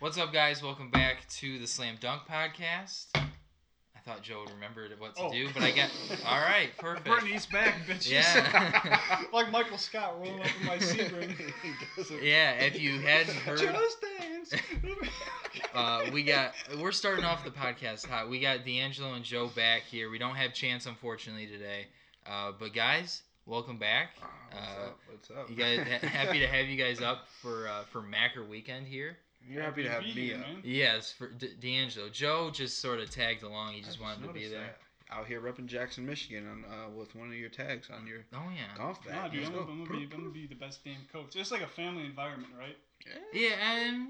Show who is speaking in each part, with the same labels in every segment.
Speaker 1: What's up, guys? Welcome back to the Slam Dunk Podcast. I thought Joe would remember what to
Speaker 2: Oh.
Speaker 1: do, but I got all right, perfect.
Speaker 2: Brittany's back, bitches.
Speaker 1: Yeah.
Speaker 2: like Michael Scott rolling up in my Sebring.
Speaker 1: Yeah, if you hadn't heard,
Speaker 2: Just dance.
Speaker 1: uh, we got we're starting off the podcast hot. We got D'Angelo and Joe back here. We don't have Chance unfortunately today, uh, but guys, welcome back.
Speaker 3: what's
Speaker 1: Uh,
Speaker 3: up? What's up?
Speaker 1: You guys, ha- happy to have you guys up for uh, for Macker Weekend here.
Speaker 3: You're happy to have
Speaker 2: Be
Speaker 3: me
Speaker 2: here,
Speaker 3: up.
Speaker 2: man.
Speaker 1: Yes, for D- D'Angelo. Joe just sort of tagged along. He
Speaker 3: I
Speaker 1: just wanted to be
Speaker 3: noticed
Speaker 1: there.
Speaker 3: that. out here repping Jackson, Michigan, on uh, with one of your tags on your
Speaker 1: Oh yeah.
Speaker 3: golf bag.
Speaker 2: Nah, dude,
Speaker 3: Let's
Speaker 2: I'm,
Speaker 3: go.
Speaker 2: I'm gonna be, I'm gonna be the best damn coach. It's like a family environment, right?
Speaker 1: Yeah, and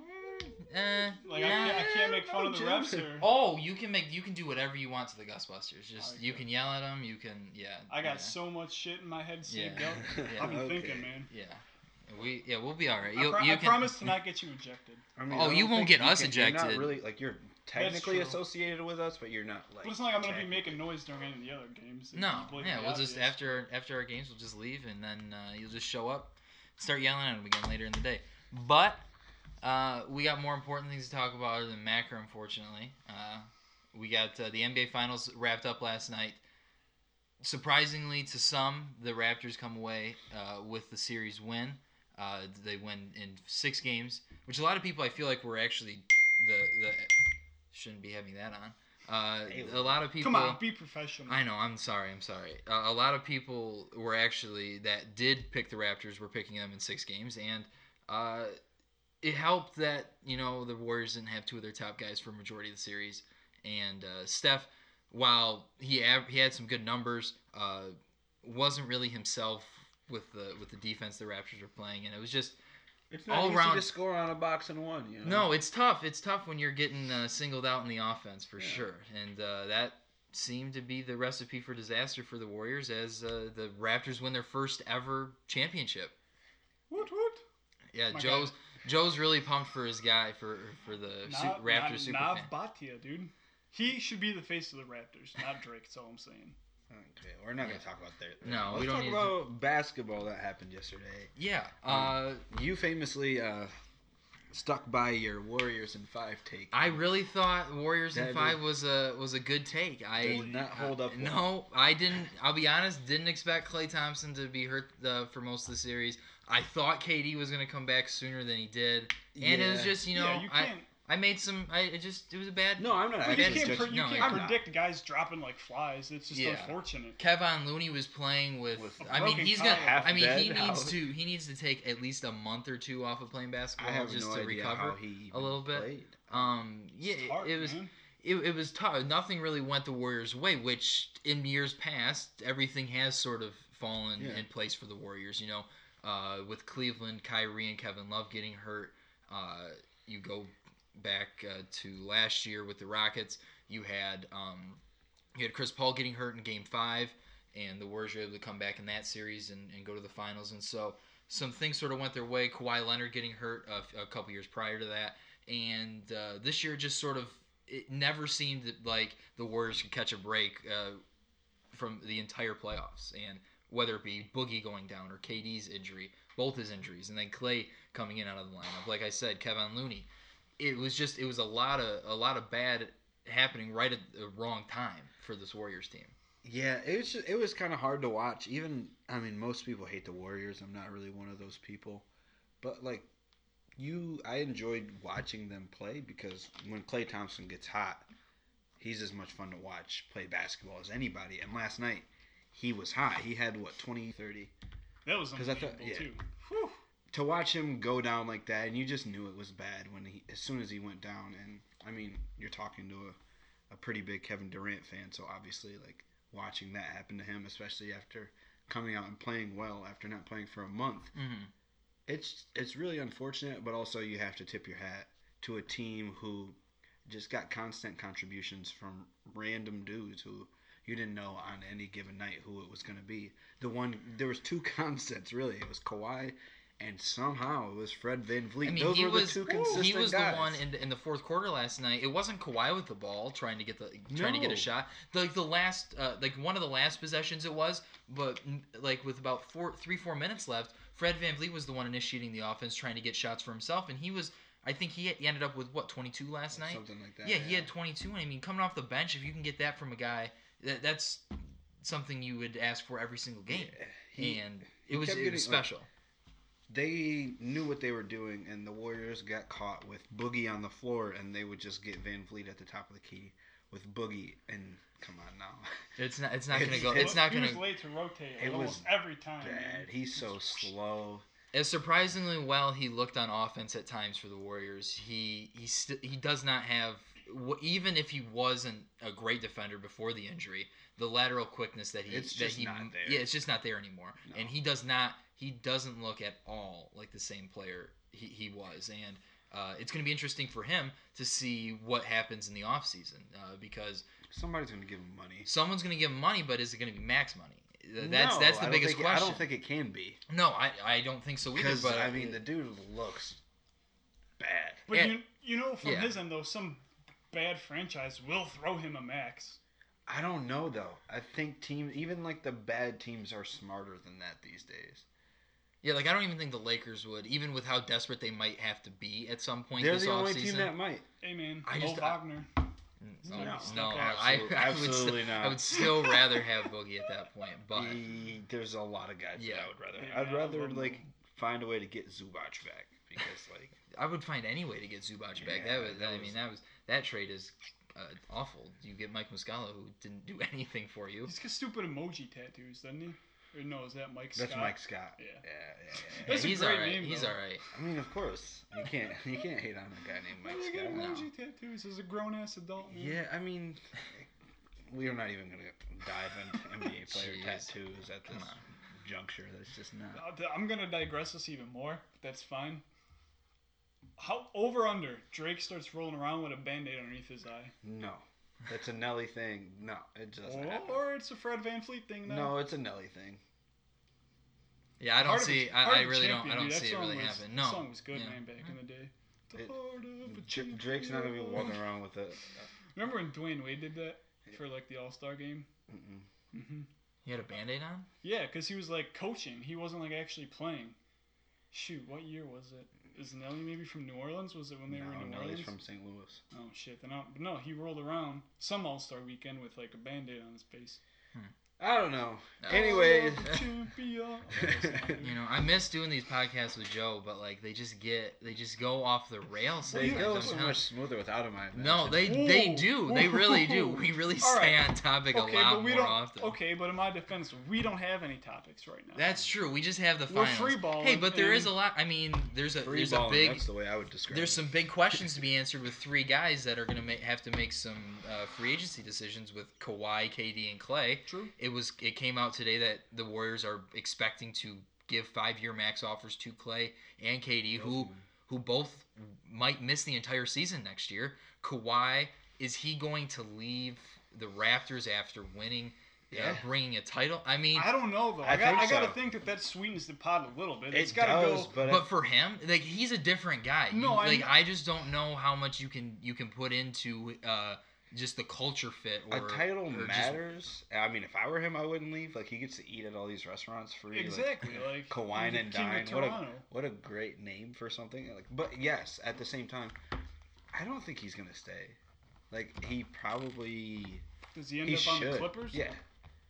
Speaker 1: uh,
Speaker 2: Like I,
Speaker 1: yeah.
Speaker 2: can't, I can't make fun
Speaker 3: no,
Speaker 2: of the
Speaker 3: Jim.
Speaker 2: refs or.
Speaker 1: Oh, you can make you can do whatever you want to the Gustbusters. Just
Speaker 2: I
Speaker 1: you
Speaker 2: got-
Speaker 1: can yell at them. You can yeah.
Speaker 2: I got
Speaker 1: yeah,
Speaker 2: so much shit in my head saved
Speaker 1: Yeah.
Speaker 2: up.
Speaker 1: Yeah.
Speaker 2: I've been
Speaker 3: Okay.
Speaker 2: thinking, man.
Speaker 1: yeah. And We yeah we'll be all right.
Speaker 2: I
Speaker 1: You,
Speaker 2: pro-
Speaker 1: you
Speaker 2: I
Speaker 1: can,
Speaker 2: promise to not get you ejected.
Speaker 3: I
Speaker 1: Oh,
Speaker 3: I don't
Speaker 1: you won't get
Speaker 3: think
Speaker 1: us
Speaker 3: You're not
Speaker 1: ejected.
Speaker 3: really like you're technically
Speaker 2: true.
Speaker 3: associated with us, but you're not like.
Speaker 2: But it's not like I'm gonna be
Speaker 3: technically.
Speaker 2: making noise during any of the other games. It'd
Speaker 1: No,
Speaker 2: be blatantly
Speaker 1: yeah, we'll just
Speaker 2: obvious.
Speaker 1: after after our games, we'll just leave, and then uh, you'll just show up, start yelling at them again later in the day. But uh, we got more important things to talk about other than Macker, unfortunately. Uh, we got uh, the NBA Finals wrapped up last night. Surprisingly, to some, the Raptors come away uh, with the series win. Uh, they win in six games, which a lot of people I feel like were actually the the shouldn't be having that on. Uh, a lot of people.
Speaker 2: Come on, be professional.
Speaker 1: I know. I'm sorry. I'm sorry. Uh, a lot of people were actually that did pick the Raptors were picking them in six games, and uh, it helped that you know the Warriors didn't have two of their top guys for majority of the series, and uh, Steph, while he av- he had some good numbers, uh, wasn't really himself with the with the defense the Raptors were playing, and it was just
Speaker 3: It's not
Speaker 1: all
Speaker 3: easy
Speaker 1: round-
Speaker 3: to score on a box and one. You know?
Speaker 1: no, it's tough. It's tough when you're getting uh, singled out in the offense for
Speaker 3: Yeah.
Speaker 1: sure, and uh, that seemed to be the recipe for disaster for the Warriors as uh, the Raptors win their first ever championship.
Speaker 2: Woot woot.
Speaker 1: Yeah,
Speaker 2: My
Speaker 1: Joe's Joe's really pumped for his guy for for the su- Raptors
Speaker 2: Nav, Raptors
Speaker 1: super
Speaker 2: Nav,
Speaker 1: fan.
Speaker 2: Bhatia, dude. He should be the face of the Raptors, not Drake. That's all I'm saying.
Speaker 3: Okay, we're not gonna talk about that.
Speaker 1: No,
Speaker 3: Let's
Speaker 1: we don't
Speaker 3: talk
Speaker 1: need to-
Speaker 3: about basketball that happened yesterday.
Speaker 1: Yeah,
Speaker 3: Um,
Speaker 1: uh,
Speaker 3: You famously uh, stuck by your Warriors in five take.
Speaker 1: I really thought Warriors in
Speaker 3: That
Speaker 1: five
Speaker 3: is-
Speaker 1: was a was a good take. I
Speaker 3: Does not hold up well.
Speaker 1: No, I didn't. I'll be honest. Didn't expect Clay Thompson to be hurt uh, for most of the series. I thought KD was going to come back sooner than he did, and it was
Speaker 3: Yeah.
Speaker 1: just you know
Speaker 2: yeah, you
Speaker 1: I
Speaker 2: can't.
Speaker 1: I made some. I it just it was a bad.
Speaker 3: No, I'm not.
Speaker 2: But you
Speaker 1: that's
Speaker 3: actually
Speaker 2: can't,
Speaker 1: just-
Speaker 2: pre-
Speaker 3: judging.
Speaker 2: you
Speaker 1: no,
Speaker 2: can't
Speaker 3: I'm not.
Speaker 2: predict guys dropping like flies. It's just
Speaker 1: Yeah.
Speaker 2: unfortunate.
Speaker 1: Kevon Looney was playing with.
Speaker 3: With
Speaker 1: I mean,
Speaker 2: broken
Speaker 1: he's gonna.
Speaker 2: collarbone.
Speaker 1: I mean, he
Speaker 3: Half dead
Speaker 1: needs
Speaker 3: out.
Speaker 1: to. He needs to take at least a month or two off of playing basketball
Speaker 3: I have
Speaker 1: just
Speaker 3: no
Speaker 1: to
Speaker 3: idea
Speaker 1: recover.
Speaker 3: how he
Speaker 1: a little bit.
Speaker 3: Played.
Speaker 1: Um, yeah,
Speaker 2: It's
Speaker 1: it-
Speaker 2: hard,
Speaker 1: it was.
Speaker 2: man.
Speaker 1: it, it was tough. Nothing really went the Warriors' way, which in years past, everything has sort of fallen
Speaker 3: Yeah.
Speaker 1: in place for the Warriors. You know, uh, with Cleveland, Kyrie, and Kevin Love getting hurt, uh, you go back uh, to last year with the Rockets. You had um, you had Chris Paul getting hurt in Game Five, and the Warriors were able to come back in that series and, and go to the finals. And so some things sort of went their way. Kawhi Leonard getting hurt a, a couple years prior to that, and uh, this year just sort of it never seemed that, like the Warriors could catch a break uh, from the entire playoffs, and whether it be Boogie going down or KD's injury, both his injuries, and then Clay coming in out of the lineup. Like I said, Kevin Looney, it was just it was a lot of a lot of bad happening right at the wrong time for this Warriors team.
Speaker 3: Yeah, it was just, it was kind of hard to watch. Even I mean, most people hate the Warriors. I'm not really one of those people, but like you, I enjoyed watching them play because when Clay Thompson gets hot, he's as much fun to watch play basketball as anybody. And last night, he was hot. He had what 20, 30.
Speaker 2: That was
Speaker 3: 'Cause I thought-
Speaker 2: unbelievable
Speaker 3: yeah.
Speaker 2: too. Whew.
Speaker 3: To watch him go down like that, and you just knew it was bad when he, as soon as he went down. And I mean, you're talking to a, a pretty big Kevin Durant fan, so obviously, like watching that happen to him, especially after coming out and playing well after not playing for a month.
Speaker 1: Mm-hmm.
Speaker 3: It's it's really unfortunate, but also you have to tip your hat to a team who just got constant contributions from random dudes who you didn't know on any given night who it was going to be. The one there was two constants really. It was Kawhi and somehow it was Fred Van Vliet.
Speaker 1: I mean,
Speaker 3: Those
Speaker 1: he
Speaker 3: were
Speaker 1: was
Speaker 3: the two consistent
Speaker 1: he was
Speaker 3: guys.
Speaker 1: the one in the, in the fourth quarter last night. It wasn't Kawhi with the ball trying to get the trying to get a
Speaker 3: No.
Speaker 1: shot. Like the last, uh, like one of the last possessions it was, but mm, like with about four, three, four minutes left, Fred Van VanVleet was the one initiating the offense, trying to get shots for himself, and he was. I think he, he ended up with what 22 last night.
Speaker 3: something like that.
Speaker 1: yeah, he had 22, and I mean, coming off the bench, if you can get that from a guy, that, that's something you would ask for every single game.
Speaker 3: He-
Speaker 1: and
Speaker 3: he
Speaker 1: it was
Speaker 3: kept
Speaker 1: it was
Speaker 3: getting, like-
Speaker 1: special.
Speaker 3: they knew what they were doing, and the Warriors got caught with Boogie on the floor, and they would just get Van Vliet at the top of the key with Boogie. And come on now,
Speaker 1: it's not it's not gonna
Speaker 3: it's-
Speaker 1: go.
Speaker 3: it's-
Speaker 1: It's not
Speaker 2: he
Speaker 1: gonna.
Speaker 2: was late to rotate
Speaker 3: It
Speaker 2: almost
Speaker 3: was
Speaker 2: every time. man.
Speaker 3: bad. He's so slow.
Speaker 1: As surprisingly well he looked on offense at times for the Warriors, he he st- he does not have wh- even if he wasn't a great defender before the injury, the lateral quickness that he
Speaker 3: It's
Speaker 1: that
Speaker 3: just
Speaker 1: he
Speaker 3: not there.
Speaker 1: yeah it's just not there anymore,
Speaker 3: No.
Speaker 1: and he does not he doesn't look at all like the same player he, he was, and uh, it's going to be interesting for him to see what happens in the offseason uh, because
Speaker 3: Somebody's gonna give him money.
Speaker 1: someone's going to give him money, but is it going to be max money? Th- That's
Speaker 3: No,
Speaker 1: that's the
Speaker 3: I don't
Speaker 1: biggest
Speaker 3: think-
Speaker 1: question.
Speaker 3: I don't think it can be
Speaker 1: no, I, I don't think so either.
Speaker 3: because
Speaker 1: But
Speaker 3: I mean the dude looks bad.
Speaker 2: But
Speaker 1: Yeah.
Speaker 2: you you know from
Speaker 1: Yeah.
Speaker 2: his end though, some bad franchise will throw him a max.
Speaker 3: I don't know though. I think team even like the bad teams are smarter than that these days.
Speaker 1: Yeah, like I don't even think the Lakers would, even with how desperate they might have to be at some point
Speaker 3: They're
Speaker 1: this
Speaker 3: the only team
Speaker 1: offseason.
Speaker 3: that might.
Speaker 2: Hey man,
Speaker 1: I
Speaker 2: I
Speaker 1: just- I-
Speaker 2: Wagner.
Speaker 1: no,
Speaker 2: No.
Speaker 1: mm, no, I,
Speaker 3: Absolute-
Speaker 1: I would st-
Speaker 3: absolutely not.
Speaker 1: I would still rather have Boogie at that point, but
Speaker 3: Ye- there's a lot of guys
Speaker 1: Yeah.
Speaker 3: that I would rather.
Speaker 2: Yeah,
Speaker 3: I'd
Speaker 2: I
Speaker 3: rather
Speaker 2: wouldn't.
Speaker 3: like find a way to get Zubac back because like
Speaker 1: I would find any way to get Zubac back.
Speaker 3: Yeah,
Speaker 1: That was,
Speaker 3: that
Speaker 1: I
Speaker 3: was-
Speaker 1: mean, that was that trade is uh, awful. You get Mike Muscala, who didn't do anything for you.
Speaker 2: He's got stupid emoji tattoos, doesn't he? Or no, is that Mike
Speaker 3: that's
Speaker 2: Scott?
Speaker 3: Mike Scott.
Speaker 2: Yeah.
Speaker 3: Yeah, yeah, yeah.
Speaker 2: That's a
Speaker 1: he's
Speaker 2: great
Speaker 1: all right.
Speaker 2: name,
Speaker 1: he's
Speaker 2: though.
Speaker 1: all right.
Speaker 3: I mean, of course you can't you can't hate on a guy named
Speaker 2: Why
Speaker 3: Mike
Speaker 2: does he got
Speaker 3: Scott.
Speaker 1: No.
Speaker 2: emoji tattoos as a grown ass adult man?
Speaker 3: Yeah, I mean, we are not even gonna dive into NBA player
Speaker 1: Jeez.
Speaker 3: tattoos at
Speaker 1: Come
Speaker 3: this
Speaker 1: on.
Speaker 3: juncture. That's just not.
Speaker 2: Uh, th- I'm gonna digress us even more. But that's fine. How over under Drake starts rolling around with a band aid underneath his eye,
Speaker 3: No, that's a Nelly thing. No, it doesn't happen.
Speaker 2: or it's a Fred Van Fleet thing now.
Speaker 3: No, it's a Nelly thing.
Speaker 1: Yeah, I don't
Speaker 2: Heart of a-
Speaker 1: see.
Speaker 2: Heart
Speaker 1: I, I
Speaker 2: of a
Speaker 1: really don't.
Speaker 2: Champion,
Speaker 1: I don't
Speaker 2: dude, that
Speaker 1: see it
Speaker 2: song
Speaker 1: really
Speaker 2: was,
Speaker 1: happen. No,
Speaker 2: that song was good,
Speaker 1: Yeah.
Speaker 2: man, back in the day. The
Speaker 3: It-
Speaker 2: heart of a
Speaker 3: Dr- Drake's not gonna be
Speaker 2: champion.
Speaker 3: walking around with a.
Speaker 2: Remember when Dwayne Wade did that for like the All Star game?
Speaker 3: Mm-mm.
Speaker 2: Mm-hmm.
Speaker 1: He had a band-aid on.
Speaker 2: Yeah, because he was like coaching. He wasn't like actually playing. Shoot, what year was it? Is Nelly maybe from New Orleans? Was it when they were in
Speaker 3: No,
Speaker 2: New
Speaker 3: Nelly's
Speaker 2: Orleans?
Speaker 3: from St. Louis.
Speaker 2: Oh shit! Then I don't, but no, he rolled around some All Star weekend with like a band aid on his face.
Speaker 3: I don't know.
Speaker 1: No.
Speaker 3: Anyways,
Speaker 2: All the champion. Oh,
Speaker 1: You know, I miss doing these podcasts with Joe, but like they just get they just go off the rails.
Speaker 3: they
Speaker 1: sometimes,
Speaker 3: go
Speaker 1: I'm
Speaker 3: so
Speaker 1: telling
Speaker 3: much smoother without him. I imagine.
Speaker 1: No, they they
Speaker 2: Ooh.
Speaker 1: do. They really do. We really
Speaker 2: All
Speaker 1: stay
Speaker 2: right.
Speaker 1: on topic
Speaker 2: okay,
Speaker 1: a lot
Speaker 2: but we
Speaker 1: more
Speaker 2: don't.
Speaker 1: often.
Speaker 2: Okay, but in my defense, we don't have any topics right now.
Speaker 1: That's true. We just have the
Speaker 2: We're
Speaker 1: finals.
Speaker 2: free balling
Speaker 1: hey, but there is a
Speaker 2: and-
Speaker 1: lot. I mean, there's a
Speaker 3: Free
Speaker 1: there's
Speaker 3: balling,
Speaker 1: a big
Speaker 3: That's the way I would describe.
Speaker 1: there's
Speaker 3: it.
Speaker 1: some big questions to be answered with three guys that are gonna ma- have to make some uh, free agency decisions with Kawhi, KD, and Clay.
Speaker 2: true.
Speaker 1: It was it came out today that the Warriors are expecting to give five year max offers to Clay and KD, who who both might miss the entire season next year. Kawhi, is he going to leave the Raptors after winning, uh,
Speaker 3: Yeah.
Speaker 1: bringing a title? I mean,
Speaker 2: I don't know though. I,
Speaker 3: I
Speaker 2: got,
Speaker 3: think
Speaker 2: I gotta
Speaker 3: so.
Speaker 2: think that that sweetens the pot a little bit.
Speaker 3: It
Speaker 2: It's gotta
Speaker 3: does,
Speaker 2: go.
Speaker 3: but,
Speaker 1: but for him, like he's a different guy. You-
Speaker 2: No, I
Speaker 1: like
Speaker 2: know.
Speaker 1: I just don't know how much you can you can put into uh, just the culture fit
Speaker 3: a
Speaker 1: or
Speaker 3: title
Speaker 1: or just-
Speaker 3: matters. I mean, if I were him, I wouldn't leave. Like he gets to eat at all these restaurants free. like-
Speaker 2: Exactly, like
Speaker 3: Kawhi
Speaker 2: he's the
Speaker 3: and
Speaker 2: king
Speaker 3: Dine.
Speaker 2: of
Speaker 3: What a
Speaker 2: Toronto.
Speaker 3: what a great name for something. Like, but yes, at the same time, I don't think he's gonna stay. Like he probably
Speaker 2: Does he end
Speaker 3: he
Speaker 2: up on the
Speaker 3: should.
Speaker 2: Clippers?
Speaker 3: Yeah,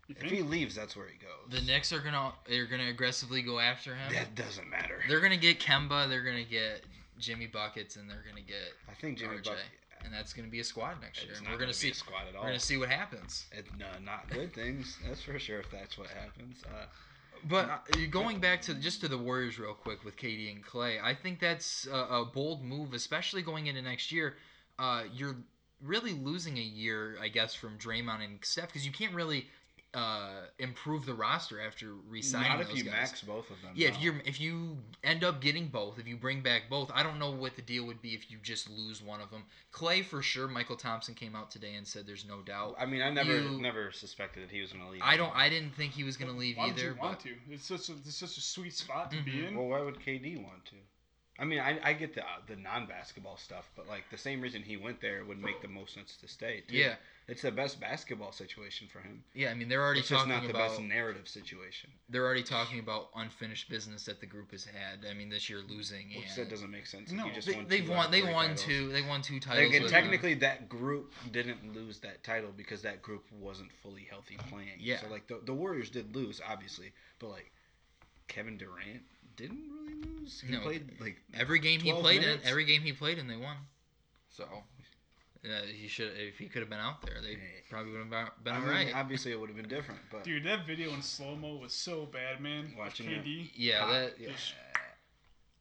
Speaker 2: You
Speaker 3: if
Speaker 2: think?
Speaker 3: he leaves, that's where he goes.
Speaker 1: the Knicks are gonna they're gonna aggressively go after him.
Speaker 3: that doesn't matter.
Speaker 1: They're gonna get Kemba. They're gonna get Jimmy buckets, and they're gonna get
Speaker 3: I think Jimmy
Speaker 1: RJ.
Speaker 3: Buck.
Speaker 1: and that's gonna be a squad next year.
Speaker 3: It's
Speaker 1: And
Speaker 3: not
Speaker 1: we're gonna
Speaker 3: gonna be
Speaker 1: see
Speaker 3: a squad at all.
Speaker 1: we're gonna see what happens.
Speaker 3: It, no, not good things. That's for sure. If that's what happens, uh,
Speaker 1: But uh, going back to just to the Warriors real quick with KD and Clay, I think that's a, a bold move, especially going into next year. Uh, you're really losing a year, I guess, from Draymond and Steph because you can't really uh, improve the roster after re-signing
Speaker 3: not if
Speaker 1: those
Speaker 3: you
Speaker 1: guys.
Speaker 3: max both of them.
Speaker 1: Yeah,
Speaker 3: no.
Speaker 1: if you if you end up getting both, if you bring back both, I don't know what the deal would be if you just lose one of them. Clay for sure. Michael Thompson came out today and said there's no doubt.
Speaker 3: Oh, I mean, I never
Speaker 1: you-
Speaker 3: never suspected that he was gonna leave.
Speaker 1: I don't. I didn't think he was gonna leave
Speaker 2: Why would
Speaker 1: either.
Speaker 2: you want
Speaker 1: but Mm-hmm.
Speaker 2: to? It's such a, it's such a sweet spot to be in.
Speaker 3: Well, why would KD want to? I mean, I, I get the uh, the non basketball stuff, but like the same reason he went there would make the most sense to stay. Too.
Speaker 1: Yeah,
Speaker 3: it's the best basketball situation for him.
Speaker 1: yeah. I mean, they're already
Speaker 3: It's just
Speaker 1: talking
Speaker 3: not the
Speaker 1: about
Speaker 3: best narrative situation,
Speaker 1: they're already talking about unfinished business that the group has had. I mean, this year losing.
Speaker 3: which
Speaker 1: and
Speaker 3: that doesn't make sense.
Speaker 2: No.
Speaker 3: you just
Speaker 1: They,
Speaker 3: won
Speaker 1: they've
Speaker 3: two out
Speaker 1: won.
Speaker 3: of
Speaker 1: They
Speaker 3: three
Speaker 1: won
Speaker 3: titles.
Speaker 1: two. They won two
Speaker 3: Like,
Speaker 1: titles. uh,
Speaker 3: and
Speaker 1: with them.
Speaker 3: technically, that group didn't lose that title because that group wasn't fully healthy playing.
Speaker 1: Yeah.
Speaker 3: So like the, the Warriors did lose, obviously, but like Kevin Durant didn't really lose. He
Speaker 1: No.
Speaker 3: played like
Speaker 1: every game he
Speaker 3: 12
Speaker 1: played
Speaker 3: minutes?
Speaker 1: in, every game he played in, they won. So uh, he should if he could have been out there, they
Speaker 3: Yeah.
Speaker 1: probably would have been
Speaker 3: I
Speaker 1: all
Speaker 3: mean,
Speaker 1: right.
Speaker 3: Obviously, it would have been different, but
Speaker 2: Dude, that video in slow mo was so bad, man. With
Speaker 3: Watching it.
Speaker 2: KD,
Speaker 1: yeah, that
Speaker 3: yeah.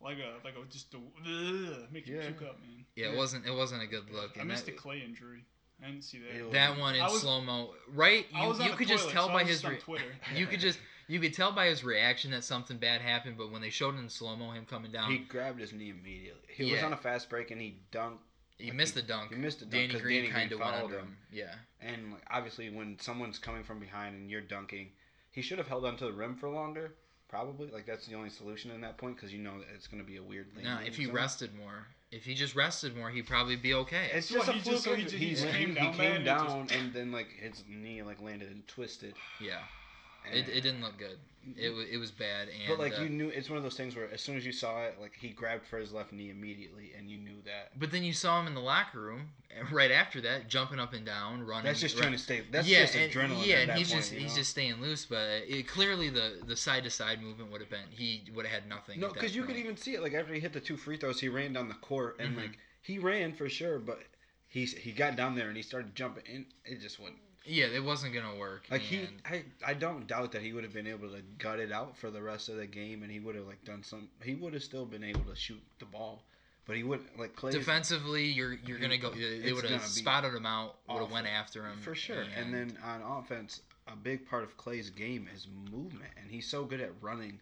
Speaker 2: like a like a just a ugh, make you
Speaker 3: Yeah.
Speaker 2: puke up, man.
Speaker 1: yeah, it wasn't it wasn't a good look.
Speaker 2: I
Speaker 1: and
Speaker 2: missed
Speaker 1: that,
Speaker 2: the Clay injury. I didn't see that.
Speaker 3: Ew.
Speaker 1: that one in
Speaker 2: I was-
Speaker 1: slow mo, right?
Speaker 2: I
Speaker 1: You,
Speaker 2: was on
Speaker 1: you
Speaker 2: the
Speaker 1: could just
Speaker 2: toilet,
Speaker 1: tell
Speaker 2: so I
Speaker 1: by
Speaker 2: was
Speaker 1: his
Speaker 2: just on
Speaker 1: re-
Speaker 2: Twitter.
Speaker 1: you could just you could tell by his reaction that something bad happened. But when they showed it in slow mo, him coming down,
Speaker 3: he
Speaker 1: he,
Speaker 3: grabbed his knee immediately. He was
Speaker 1: Um, Yeah.
Speaker 3: on a fast break and he dunked. like,
Speaker 1: missed
Speaker 3: he-
Speaker 1: the dunk.
Speaker 3: he missed the dunk
Speaker 1: Danny
Speaker 3: 'cause
Speaker 1: Green
Speaker 3: Danny Green
Speaker 1: kind of went
Speaker 3: fouled
Speaker 1: under
Speaker 3: him.
Speaker 1: him. Yeah,
Speaker 3: And like, obviously, when someone's coming from behind and you're dunking, he should have held onto the rim for longer. Probably like that's the only solution in that point because you know that it's going to be a weird.
Speaker 1: no,
Speaker 3: landing
Speaker 1: if he
Speaker 3: zone.
Speaker 1: rested more, if he just rested more, he'd probably be okay.
Speaker 3: It's
Speaker 2: So
Speaker 3: just a
Speaker 2: he
Speaker 3: fluke.
Speaker 2: just- so he
Speaker 3: injury.
Speaker 2: ju- he just came
Speaker 3: he
Speaker 2: down
Speaker 3: came
Speaker 2: bad and
Speaker 3: down and then like his knee like landed and twisted.
Speaker 1: yeah,
Speaker 3: And,
Speaker 1: it, it didn't look good. It wa- it was bad. And
Speaker 3: but like
Speaker 1: uh,
Speaker 3: you knew, it's one of those things where as soon as you saw it, like he grabbed for his left knee immediately, and you knew that.
Speaker 1: But then you saw him in the locker room and right after that, jumping up and down, running.
Speaker 3: That's just
Speaker 1: run-
Speaker 3: trying to stay. That's
Speaker 1: yeah,
Speaker 3: just
Speaker 1: and,
Speaker 3: adrenaline.
Speaker 1: Yeah,
Speaker 3: at
Speaker 1: and
Speaker 3: that
Speaker 1: he's
Speaker 3: point,
Speaker 1: just
Speaker 3: you
Speaker 1: he's
Speaker 3: know?
Speaker 1: just staying loose. But it, clearly, the the side to side movement would have been he would have had nothing.
Speaker 3: No,
Speaker 1: at that
Speaker 3: because you could
Speaker 1: point.
Speaker 3: even see it. Like after he hit the two free throws, he ran down the court and
Speaker 1: Mhm.
Speaker 3: like he ran for sure, but he he got down there and he started jumping, and it just wouldn't.
Speaker 1: yeah, it wasn't gonna work. and,
Speaker 3: Like he, I I don't doubt that he would have been able to gut it out for the rest of the game, and he would have like done some. He would have still been able to shoot the ball, but he wouldn't like Clay.
Speaker 1: defensively, you're you're gonna go. They
Speaker 3: It's
Speaker 1: would
Speaker 3: gonna
Speaker 1: have
Speaker 3: be
Speaker 1: spotted him out. Would have
Speaker 3: awful.
Speaker 1: went after him
Speaker 3: for sure. And, then on offense, a big part of Clay's game is movement, and he's so good at running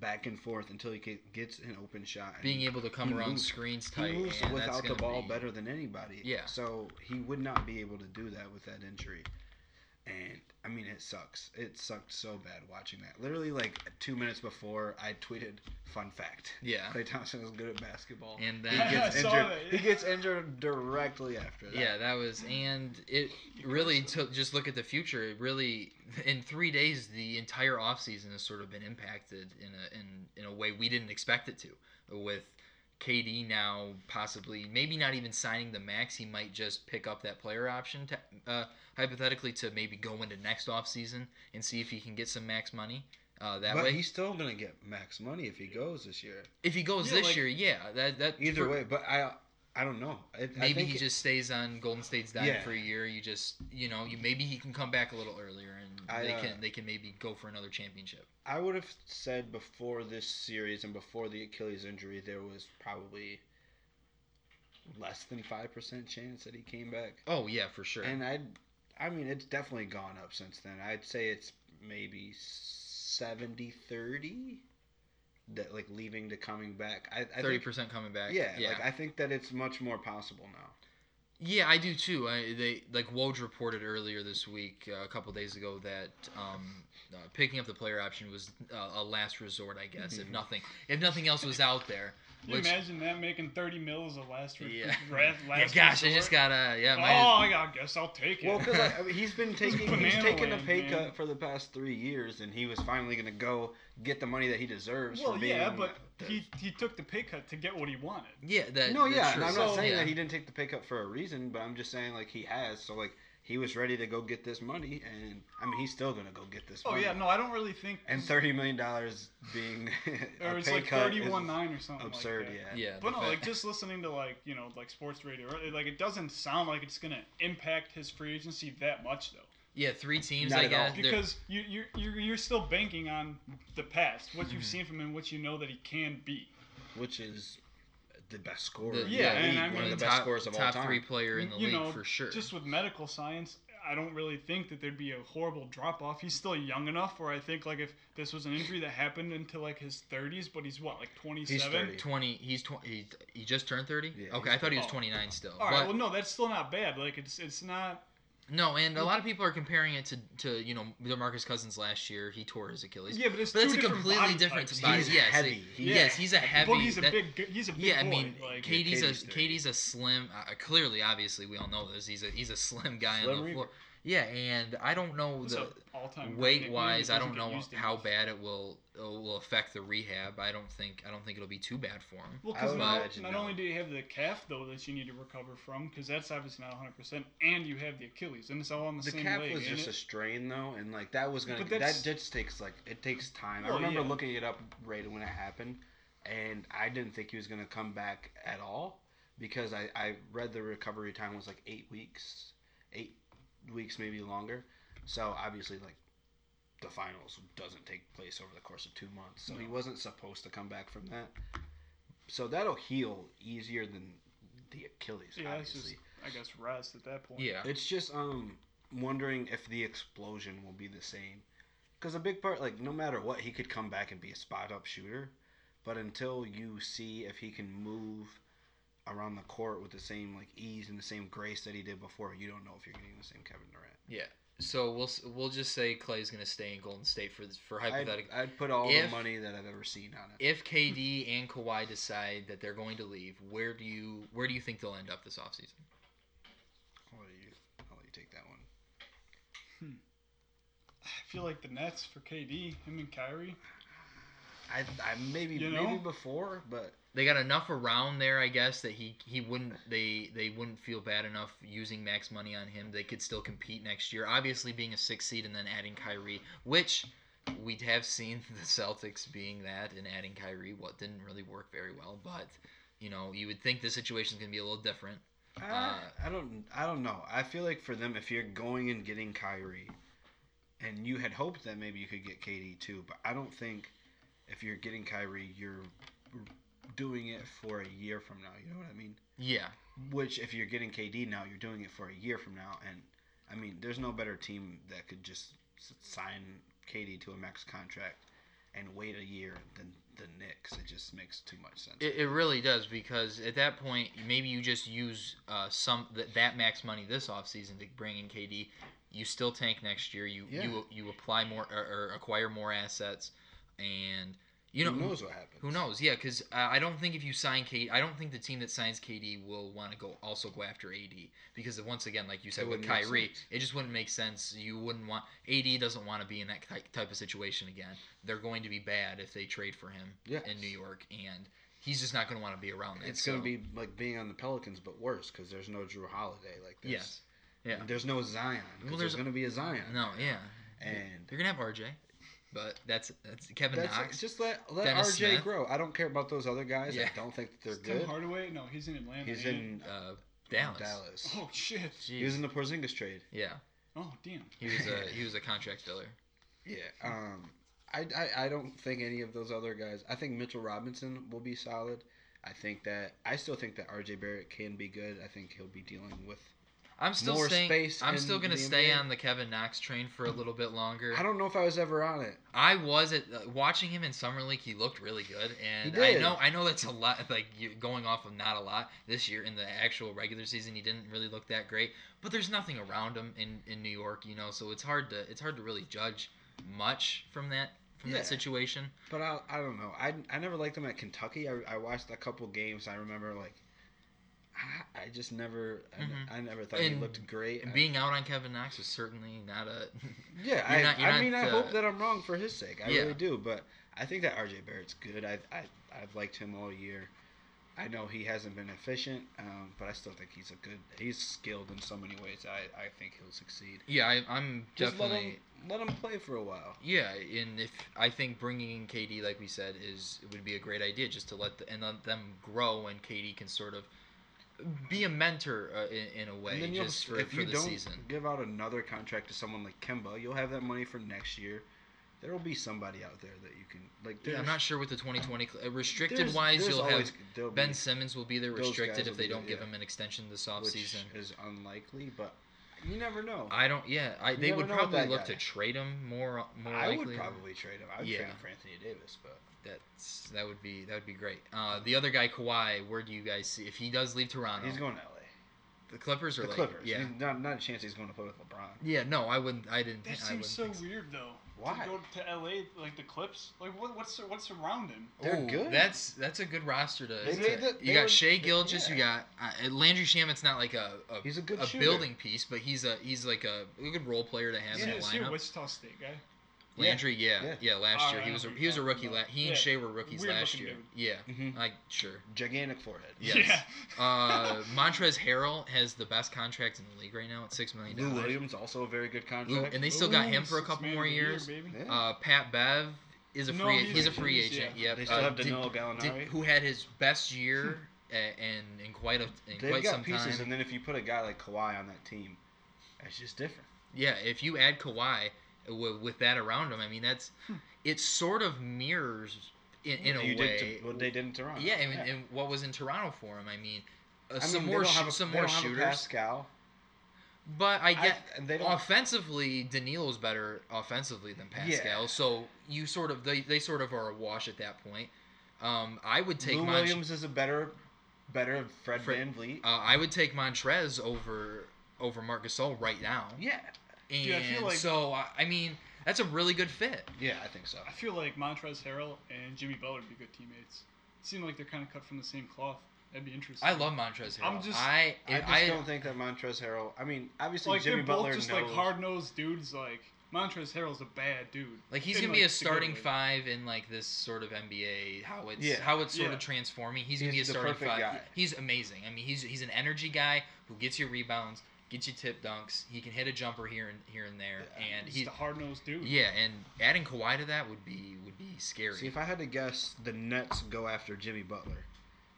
Speaker 3: back and forth until he get- gets an open shot. and
Speaker 1: being able to come
Speaker 3: he
Speaker 1: around
Speaker 3: moves-
Speaker 1: screens
Speaker 3: He
Speaker 1: tight
Speaker 3: moves
Speaker 1: and that's
Speaker 3: without the
Speaker 1: gonna
Speaker 3: ball
Speaker 1: be-
Speaker 3: better than anybody.
Speaker 1: Yeah.
Speaker 3: So he would not be able to do that with that injury. And I mean, it sucks. It sucked so bad watching that. Literally, like two minutes before, I tweeted, "Fun fact:
Speaker 1: Yeah,
Speaker 3: Clay Thompson is good at basketball."
Speaker 1: and
Speaker 3: he
Speaker 1: then
Speaker 3: gets
Speaker 2: I saw
Speaker 3: injured.
Speaker 2: that,
Speaker 3: He
Speaker 2: yeah.
Speaker 3: gets injured directly after that.
Speaker 1: Yeah, that was, and it really took. Just look at the future. It really, in three days, the entire off season has sort of been impacted in a in in a way we didn't expect it to. With KD now possibly, maybe not even signing the max, he might just pick up that player option to, uh, hypothetically to maybe go into next off season and see if he can get some max money. Uh, that
Speaker 3: but
Speaker 1: way,
Speaker 3: he's still gonna get max money if he goes this year.
Speaker 1: if he goes
Speaker 2: Yeah,
Speaker 1: this
Speaker 2: like-
Speaker 1: year, yeah, that that
Speaker 3: Either
Speaker 1: for-
Speaker 3: way, but I, I don't know. I, I
Speaker 1: Maybe
Speaker 3: think
Speaker 1: he just stays on Golden State's dime
Speaker 3: Yeah.
Speaker 1: for a year. You just, you know, you maybe he can come back a little earlier, and
Speaker 3: I,
Speaker 1: they
Speaker 3: uh,
Speaker 1: can they can maybe go for another championship.
Speaker 3: I would have said before this series and before the Achilles injury, there was probably less than five percent chance that he came back.
Speaker 1: Oh yeah, for sure.
Speaker 3: And I, I mean, it's definitely gone up since then. I'd say it's maybe 70-30 that like leaving to coming back. I, I
Speaker 1: Thirty
Speaker 3: think,
Speaker 1: percent coming back.
Speaker 3: yeah,
Speaker 1: yeah,
Speaker 3: like I think that it's much more possible now.
Speaker 1: yeah. I do too. I, they like Woj reported earlier this week, uh, a couple days ago, that um, uh, picking up the player option was uh, a last resort, I guess. If
Speaker 3: Mhm.
Speaker 1: nothing, if nothing else was out there.
Speaker 2: Can you
Speaker 1: Which-
Speaker 2: imagine that making thirty mils of last re-
Speaker 1: Yeah.
Speaker 2: breath-
Speaker 1: Yeah,
Speaker 2: last
Speaker 1: gosh, I
Speaker 2: resort?
Speaker 1: just gotta yeah.
Speaker 2: Oh,
Speaker 1: might as-
Speaker 2: yeah, I guess I'll take it.
Speaker 3: Well, because I mean, he's been taking he's
Speaker 2: banana
Speaker 3: taken a
Speaker 2: land,
Speaker 3: pay
Speaker 2: man.
Speaker 3: cut for the past three years, and he was finally gonna go get the money that he deserves.
Speaker 2: Well,
Speaker 3: for being
Speaker 2: yeah, but
Speaker 3: the-
Speaker 2: he he took the pay cut to get what he wanted.
Speaker 1: yeah, that.
Speaker 3: no,
Speaker 1: that's
Speaker 3: yeah, and
Speaker 1: true.
Speaker 3: I'm not
Speaker 1: So,
Speaker 3: saying
Speaker 1: yeah.
Speaker 3: that he didn't take the pay cut for a reason, but I'm just saying like he has. So like he was ready to go get this money, and I mean he's still gonna go get this.
Speaker 2: Oh
Speaker 3: money.
Speaker 2: yeah, no, I don't really think.
Speaker 3: And thirty million dollars being a
Speaker 2: or it's
Speaker 3: pay
Speaker 2: like
Speaker 3: cut is
Speaker 2: thirty-one nine or something.
Speaker 3: absurd.
Speaker 2: Like that.
Speaker 3: yeah.
Speaker 1: Yeah, the
Speaker 2: But no,
Speaker 1: fact-
Speaker 2: like just listening to like you know like sports radio, it- like it doesn't sound like it's gonna impact his free agency that much though,
Speaker 1: yeah, three teams.
Speaker 3: Not
Speaker 1: I
Speaker 3: at all.
Speaker 1: guess they're-
Speaker 2: because you you you're, you're still banking on the past, what
Speaker 3: Mm-hmm.
Speaker 2: you've
Speaker 1: Mhm.
Speaker 2: seen from him, what you know that he can be.
Speaker 3: which is the best scorer.
Speaker 1: The-
Speaker 3: in
Speaker 2: yeah,
Speaker 3: the
Speaker 2: and
Speaker 3: league,
Speaker 2: I
Speaker 3: one
Speaker 2: mean-
Speaker 3: of the,
Speaker 1: top,
Speaker 3: best scorers of
Speaker 1: top
Speaker 3: all time.
Speaker 1: three player in the
Speaker 2: You
Speaker 1: league
Speaker 2: know,
Speaker 1: for sure.
Speaker 2: Just with medical science, I don't really think that there'd be a horrible drop off. He's still young enough where I think like if this was an injury that happened into like his thirties, but he's what like twenty seven.
Speaker 3: 30.
Speaker 1: twenty. He's twenty. He, he just turned thirty.
Speaker 3: Yeah,
Speaker 1: okay,
Speaker 3: he's
Speaker 1: I thought he was
Speaker 2: oh.
Speaker 1: twenty nine still.
Speaker 2: All right,
Speaker 1: but
Speaker 2: well no, that's still not bad. Like it's it's not
Speaker 1: No, and a lot of people are comparing it to, to you know Demarcus Cousins last year. He tore his Achilles.
Speaker 2: Yeah, but it's
Speaker 1: But
Speaker 2: two
Speaker 1: that's a
Speaker 2: different
Speaker 1: completely
Speaker 2: body
Speaker 1: different
Speaker 2: types.
Speaker 1: body.
Speaker 3: He's
Speaker 1: yes,
Speaker 3: heavy.
Speaker 1: it-
Speaker 3: He's-
Speaker 1: yes, he's a heavy.
Speaker 2: Boogie's a
Speaker 1: that-
Speaker 2: big. gu- He's a big
Speaker 1: yeah, I
Speaker 2: boy.
Speaker 1: mean,
Speaker 2: like,
Speaker 1: Katie's
Speaker 3: Katie's
Speaker 1: a
Speaker 3: thirty.
Speaker 1: Katie's a slim. Uh, clearly, obviously, we all know this. He's a he's a slim guy
Speaker 3: Slim
Speaker 1: on the
Speaker 3: Reaper.
Speaker 1: floor. Yeah, and I don't know
Speaker 2: it's
Speaker 1: the
Speaker 2: a all-time great
Speaker 1: weight
Speaker 2: nickname.
Speaker 1: wise.
Speaker 2: It
Speaker 1: I
Speaker 2: doesn't
Speaker 1: don't
Speaker 2: get
Speaker 1: know
Speaker 2: used
Speaker 1: how
Speaker 2: enough.
Speaker 1: bad it will it will affect the rehab. I don't think I don't think it'll be too bad for him.
Speaker 2: Well,
Speaker 3: I
Speaker 2: because
Speaker 3: would
Speaker 2: now
Speaker 3: imagine
Speaker 2: not
Speaker 3: not.
Speaker 2: only do you have the calf though that you need to recover from, because that's obviously not 100, percent and you have the Achilles, and it's all on the,
Speaker 3: The
Speaker 2: same
Speaker 3: cap
Speaker 2: leg.
Speaker 3: was
Speaker 2: ain't
Speaker 3: just a
Speaker 2: it?
Speaker 3: strain though, and like that was gonna
Speaker 2: But
Speaker 3: that
Speaker 2: that's-
Speaker 3: just takes like it takes time. I
Speaker 2: Well,
Speaker 3: remember
Speaker 2: yeah.
Speaker 3: looking it up right when it happened, and I didn't think he was gonna come back at all because I I read the recovery time was like eight weeks, eight weeks maybe longer. So obviously like the finals doesn't take place over the course of two months, so he
Speaker 2: No.
Speaker 3: wasn't supposed to come back from that. So that'll heal easier than the Achilles,
Speaker 2: yeah, it's
Speaker 3: obviously.
Speaker 2: just I guess rest at that point.
Speaker 1: Yeah,
Speaker 3: It's just um wondering if the explosion will be the same. Cuz a big part like no matter what he could come back and be a spot up shooter, but until you see if he can move around the court with the same like ease and the same grace that he did before, you don't know if you're getting the same Kevin Durant.
Speaker 1: so we'll s- we'll just say Clay's gonna stay in Golden State for this- for
Speaker 3: I'd,
Speaker 1: hypothetical.
Speaker 3: I'd put all
Speaker 1: If-
Speaker 3: the money that I've ever seen on it.
Speaker 1: If KD and Kawhi decide that they're going to leave, where do you where do you think they'll end up this offseason?
Speaker 3: I'll let you, I'll let you take that one.
Speaker 2: I feel like the Nets for KD, him and Kyrie.
Speaker 3: I, I maybe
Speaker 2: You know?
Speaker 3: maybe before, but
Speaker 1: They got enough around there, I guess, that he he wouldn't they they wouldn't feel bad enough using max money on him. They could still compete next year. Obviously, being a six seed and then adding Kyrie, which we have seen the Celtics being that and adding Kyrie, what didn't really work very well. But you know, you would think the situation's gonna be a little different.
Speaker 3: I,
Speaker 1: Uh,
Speaker 3: I don't I don't know. I feel like for them, if you're going and getting Kyrie, and you had hoped that maybe you could get KD too, but I don't think if you're getting Kyrie, you're doing it for a year from now. You know what I mean?
Speaker 1: Yeah,
Speaker 3: Which if you're getting KD now, you're doing it for a year from now, and I mean, there's no better team that could just s- sign KD to a max contract and wait a year than the Knicks. It just makes too much sense.
Speaker 1: It, it really does because at that point, maybe you just use uh, some th- that max money this offseason to bring in KD. You still tank next year. You
Speaker 3: Yeah.
Speaker 1: you you apply more or, or acquire more assets, and you know
Speaker 3: who knows what happens?
Speaker 1: Who knows? Yeah, because uh, I don't think if you sign KD, I don't think the team that signs KD will want to go also go after AD because once again, like you said
Speaker 3: It
Speaker 1: with
Speaker 3: wouldn't make
Speaker 1: Kyrie,
Speaker 3: sense.
Speaker 1: it just wouldn't make sense. You wouldn't want AD doesn't want to be in that ty- type of situation again. They're going to be bad if they trade for him
Speaker 3: Yeah.
Speaker 1: in New York, and he's just not going to want to be around that.
Speaker 3: It's gonna
Speaker 1: so-
Speaker 3: be like being on the Pelicans, but worse because there's no Drew Holiday. Like there's,
Speaker 1: yes, yeah,
Speaker 3: there's no Zion. 'cause
Speaker 1: Well,
Speaker 3: there's,
Speaker 1: there's-
Speaker 3: gonna be a Zion.
Speaker 1: no, yeah.
Speaker 3: and
Speaker 1: You're gonna have RJ, but that's that's Kevin
Speaker 3: that's
Speaker 1: Knox.
Speaker 3: just let let
Speaker 1: Dennis
Speaker 3: RJ
Speaker 1: Smith.
Speaker 3: grow. I don't care about those other guys.
Speaker 1: Yeah.
Speaker 3: I don't think that they're
Speaker 2: Is Tim
Speaker 3: good.
Speaker 2: Hardaway? No, he's in Atlanta.
Speaker 3: He's
Speaker 2: ain't
Speaker 3: in
Speaker 1: uh,
Speaker 3: uh,
Speaker 1: Dallas.
Speaker 3: Dallas.
Speaker 2: he? Oh shit!
Speaker 1: Jeez.
Speaker 3: He was in the Porzingis trade.
Speaker 1: yeah,
Speaker 2: Oh damn!
Speaker 1: he was a he was a contract filler.
Speaker 3: Yeah.
Speaker 1: Hmm.
Speaker 3: Um, I, I I don't think any of those other guys. I think Mitchell Robinson will be solid. I think that I still think that RJ Barrett can be good. I think he'll be dealing with.
Speaker 1: I'm still
Speaker 3: more
Speaker 1: staying.
Speaker 3: space
Speaker 1: I'm
Speaker 3: in
Speaker 1: still gonna
Speaker 3: the
Speaker 1: stay
Speaker 3: NBA.
Speaker 1: on the Kevin Knox train for a little bit longer.
Speaker 3: I
Speaker 1: I,
Speaker 3: don't know if I was ever on it.
Speaker 1: was at uh, watching him in summer league. He looked really good, and
Speaker 3: He
Speaker 1: I
Speaker 3: did.
Speaker 1: know I know that's a lot. Like you going off of not a lot this year in the actual regular season, he didn't really look that great. But there's nothing around him in, in New York, you know. So it's hard to it's hard to really judge much from that from
Speaker 3: Yeah.
Speaker 1: that situation.
Speaker 3: But I, I don't know. I, I never liked them at Kentucky. I, I watched a couple games. I remember like I, I just never I, ne-
Speaker 1: Mhm.
Speaker 3: I never thought he
Speaker 1: And-
Speaker 3: looked great.
Speaker 1: And
Speaker 3: I-
Speaker 1: being out on Kevin Knox is certainly not a.
Speaker 3: yeah,
Speaker 1: you're
Speaker 3: I,
Speaker 1: not- you're
Speaker 3: I
Speaker 1: not,
Speaker 3: mean I
Speaker 1: uh,
Speaker 3: hope that I'm wrong for his sake. I
Speaker 1: Yeah.
Speaker 3: really do. But I think that RJ Barrett's good. I I I've liked him all year. I know he hasn't been efficient, um, but I still think he's a good. He's skilled in so many ways. I, I think he'll succeed.
Speaker 1: yeah, I, I'm
Speaker 3: Just
Speaker 1: definitely.
Speaker 3: let him let him play for a while.
Speaker 1: Yeah, and if I think bringing in KD, like we said, is would be a great idea just to let the, and let them grow, and KD can sort of be a mentor uh, in, in a way,
Speaker 3: And then you'll,
Speaker 1: just for,
Speaker 3: if
Speaker 1: for
Speaker 3: you
Speaker 1: the
Speaker 3: don't
Speaker 1: season.
Speaker 3: give out another contract to someone like Kemba, you'll have that money for next year. There will be somebody out there that you can like.
Speaker 1: Yeah, I'm
Speaker 3: there's-
Speaker 1: not sure with the 2020 cl- uh, restricted
Speaker 3: there's-
Speaker 1: wise.
Speaker 3: there's
Speaker 1: you'll
Speaker 3: always-
Speaker 1: have
Speaker 3: there'll
Speaker 1: Ben
Speaker 3: be,
Speaker 1: Simmons will be there
Speaker 3: those
Speaker 1: restricted
Speaker 3: guys
Speaker 1: if
Speaker 3: will
Speaker 1: they
Speaker 3: be
Speaker 1: don't
Speaker 3: there,
Speaker 1: give
Speaker 3: yeah.
Speaker 1: him an extension this
Speaker 3: which
Speaker 1: offseason. Uh,
Speaker 3: is unlikely, but you never know. I,
Speaker 1: I don't. Yeah, I, they
Speaker 3: never
Speaker 1: would
Speaker 3: know with
Speaker 1: probably
Speaker 3: that
Speaker 1: look
Speaker 3: guy.
Speaker 1: to trade him more. More likely.
Speaker 3: would probably trade him. I would
Speaker 1: Yeah.
Speaker 3: trade him for Anthony Davis, but
Speaker 1: That's that would be that would be great. Uh, the other guy, Kawhi, where do you guys see if he does leave Toronto?
Speaker 3: he's going to LA.
Speaker 1: The Clippers are
Speaker 3: The
Speaker 1: like
Speaker 3: Clippers.
Speaker 1: yeah.
Speaker 3: He's not not a chance he's going to play with LeBron.
Speaker 1: yeah, no, I wouldn't. I didn't.
Speaker 2: That
Speaker 1: I wouldn't
Speaker 2: seems so
Speaker 1: think
Speaker 2: weird though.
Speaker 3: Why?
Speaker 2: To go to LA like the Clips? Like what what's what's around him?
Speaker 3: They're
Speaker 1: Ooh,
Speaker 3: good.
Speaker 1: That's that's a good roster to.
Speaker 3: They
Speaker 1: to-
Speaker 3: made the-
Speaker 1: you
Speaker 3: they
Speaker 1: got
Speaker 3: were-
Speaker 1: Shea Gilgis. You
Speaker 3: yeah.
Speaker 1: got uh, Landry Shamit's not like a, a
Speaker 3: He's a good shooter.
Speaker 1: building piece, but he's a he's like a, a good role player to have
Speaker 2: Is
Speaker 1: in
Speaker 2: he,
Speaker 1: that
Speaker 2: is he a
Speaker 1: lineup.
Speaker 2: Wichita State guy?
Speaker 3: Yeah.
Speaker 1: Landry, yeah, yeah,
Speaker 3: Yeah.
Speaker 1: last
Speaker 2: Alright,
Speaker 1: year
Speaker 2: I
Speaker 1: he
Speaker 2: know
Speaker 1: was a,
Speaker 2: who
Speaker 1: he was a
Speaker 2: you're
Speaker 1: rookie.
Speaker 2: talking
Speaker 1: La-
Speaker 2: about.
Speaker 1: he and
Speaker 2: Yeah.
Speaker 1: Shea were rookies
Speaker 2: Weird
Speaker 1: last
Speaker 2: looking
Speaker 1: year.
Speaker 2: dude.
Speaker 1: Yeah,
Speaker 3: Mhm.
Speaker 1: like sure.
Speaker 3: Gigantic forehead.
Speaker 1: Yes.
Speaker 2: Yeah.
Speaker 1: Uh, Montrez Harrell has the best contract in the league right now at six million
Speaker 3: Lou
Speaker 1: dollars.
Speaker 3: Williams also a very good
Speaker 1: Lou-
Speaker 3: contract.
Speaker 1: and they still got
Speaker 2: Ooh,
Speaker 1: him for a
Speaker 2: six
Speaker 1: couple
Speaker 2: man
Speaker 1: more
Speaker 2: of the year,
Speaker 1: years.
Speaker 2: baby.
Speaker 3: Yeah.
Speaker 1: Uh, Pat Bev is a
Speaker 2: No,
Speaker 1: free.
Speaker 2: he's
Speaker 1: He's a
Speaker 2: a-
Speaker 1: free
Speaker 2: he's-
Speaker 1: agent.
Speaker 2: yeah.
Speaker 1: Yep.
Speaker 3: they still
Speaker 1: Uh,
Speaker 3: have
Speaker 1: Di-
Speaker 3: Danilo
Speaker 1: Di-
Speaker 3: Gallinari.
Speaker 1: who had his best year a- and in quite a in
Speaker 3: Hmm. They've
Speaker 1: quite
Speaker 3: got
Speaker 1: some time.
Speaker 3: pieces, and then if you put a guy like Kawhi on that team, it's just different.
Speaker 1: Yeah, if you add Kawhi w- with that around him, I mean that's it sort of mirrors in, in a
Speaker 3: Hmm. you
Speaker 1: way.
Speaker 3: did to, what they did in Toronto.
Speaker 1: yeah, I mean, and what was in Toronto for him? I mean, uh,
Speaker 3: I mean,
Speaker 1: some
Speaker 3: they
Speaker 1: more
Speaker 3: don't
Speaker 1: shoo-
Speaker 3: have a-
Speaker 1: some
Speaker 3: they
Speaker 1: more
Speaker 3: don't have a
Speaker 1: shooters,
Speaker 3: Pascal.
Speaker 1: but I get
Speaker 3: I- and they don't-
Speaker 1: offensively Danilo's better offensively than Pascal,
Speaker 3: Yeah.
Speaker 1: so you sort of they, they sort of are awash at that point. Um, I would take
Speaker 3: Lou
Speaker 1: Monch-
Speaker 3: Williams is a better, better Fred,
Speaker 1: Fred-
Speaker 3: Van VanVleet.
Speaker 1: uh, I would take Montrez over over Marc Gasol right now.
Speaker 3: yeah,
Speaker 1: And
Speaker 2: Dude, I feel like-
Speaker 1: so I, I mean that's a really good fit.
Speaker 3: yeah, I think so.
Speaker 2: I feel like Montrezl Harrell and Jimmy Butler would be good teammates. Seem like they're kind of cut from the same cloth. That'd be interesting.
Speaker 1: I love Montrez Harrell.
Speaker 2: I'm just-
Speaker 1: I
Speaker 3: I just
Speaker 1: I-
Speaker 3: don't think that Montrezl Harrell. I mean, obviously
Speaker 2: like
Speaker 3: Jimmy
Speaker 2: they're
Speaker 3: Butler
Speaker 2: both just
Speaker 3: knows.
Speaker 2: like hard nosed dudes. Like Montrezl Harrell's a bad dude.
Speaker 1: like he's
Speaker 2: in,
Speaker 1: gonna be
Speaker 2: like,
Speaker 1: a
Speaker 2: the good
Speaker 1: starting
Speaker 2: way.
Speaker 1: five in like this sort of NBA how it's
Speaker 3: Yeah.
Speaker 1: how it's sort
Speaker 2: Yeah.
Speaker 1: of transforming. He's,
Speaker 3: He's
Speaker 1: gonna be a
Speaker 3: the
Speaker 1: starting
Speaker 3: perfect
Speaker 1: five.
Speaker 3: guy.
Speaker 1: He's amazing. I mean he's he's an energy guy who gets you rebounds, gets you tip dunks. He can hit a jumper here and here and there,
Speaker 3: Yeah,
Speaker 1: and
Speaker 2: He's
Speaker 1: he's
Speaker 2: a hard nosed dude.
Speaker 1: yeah. And adding Kawhi to that would be would be scary.
Speaker 3: See, if I had to guess, the Nets go after Jimmy Butler,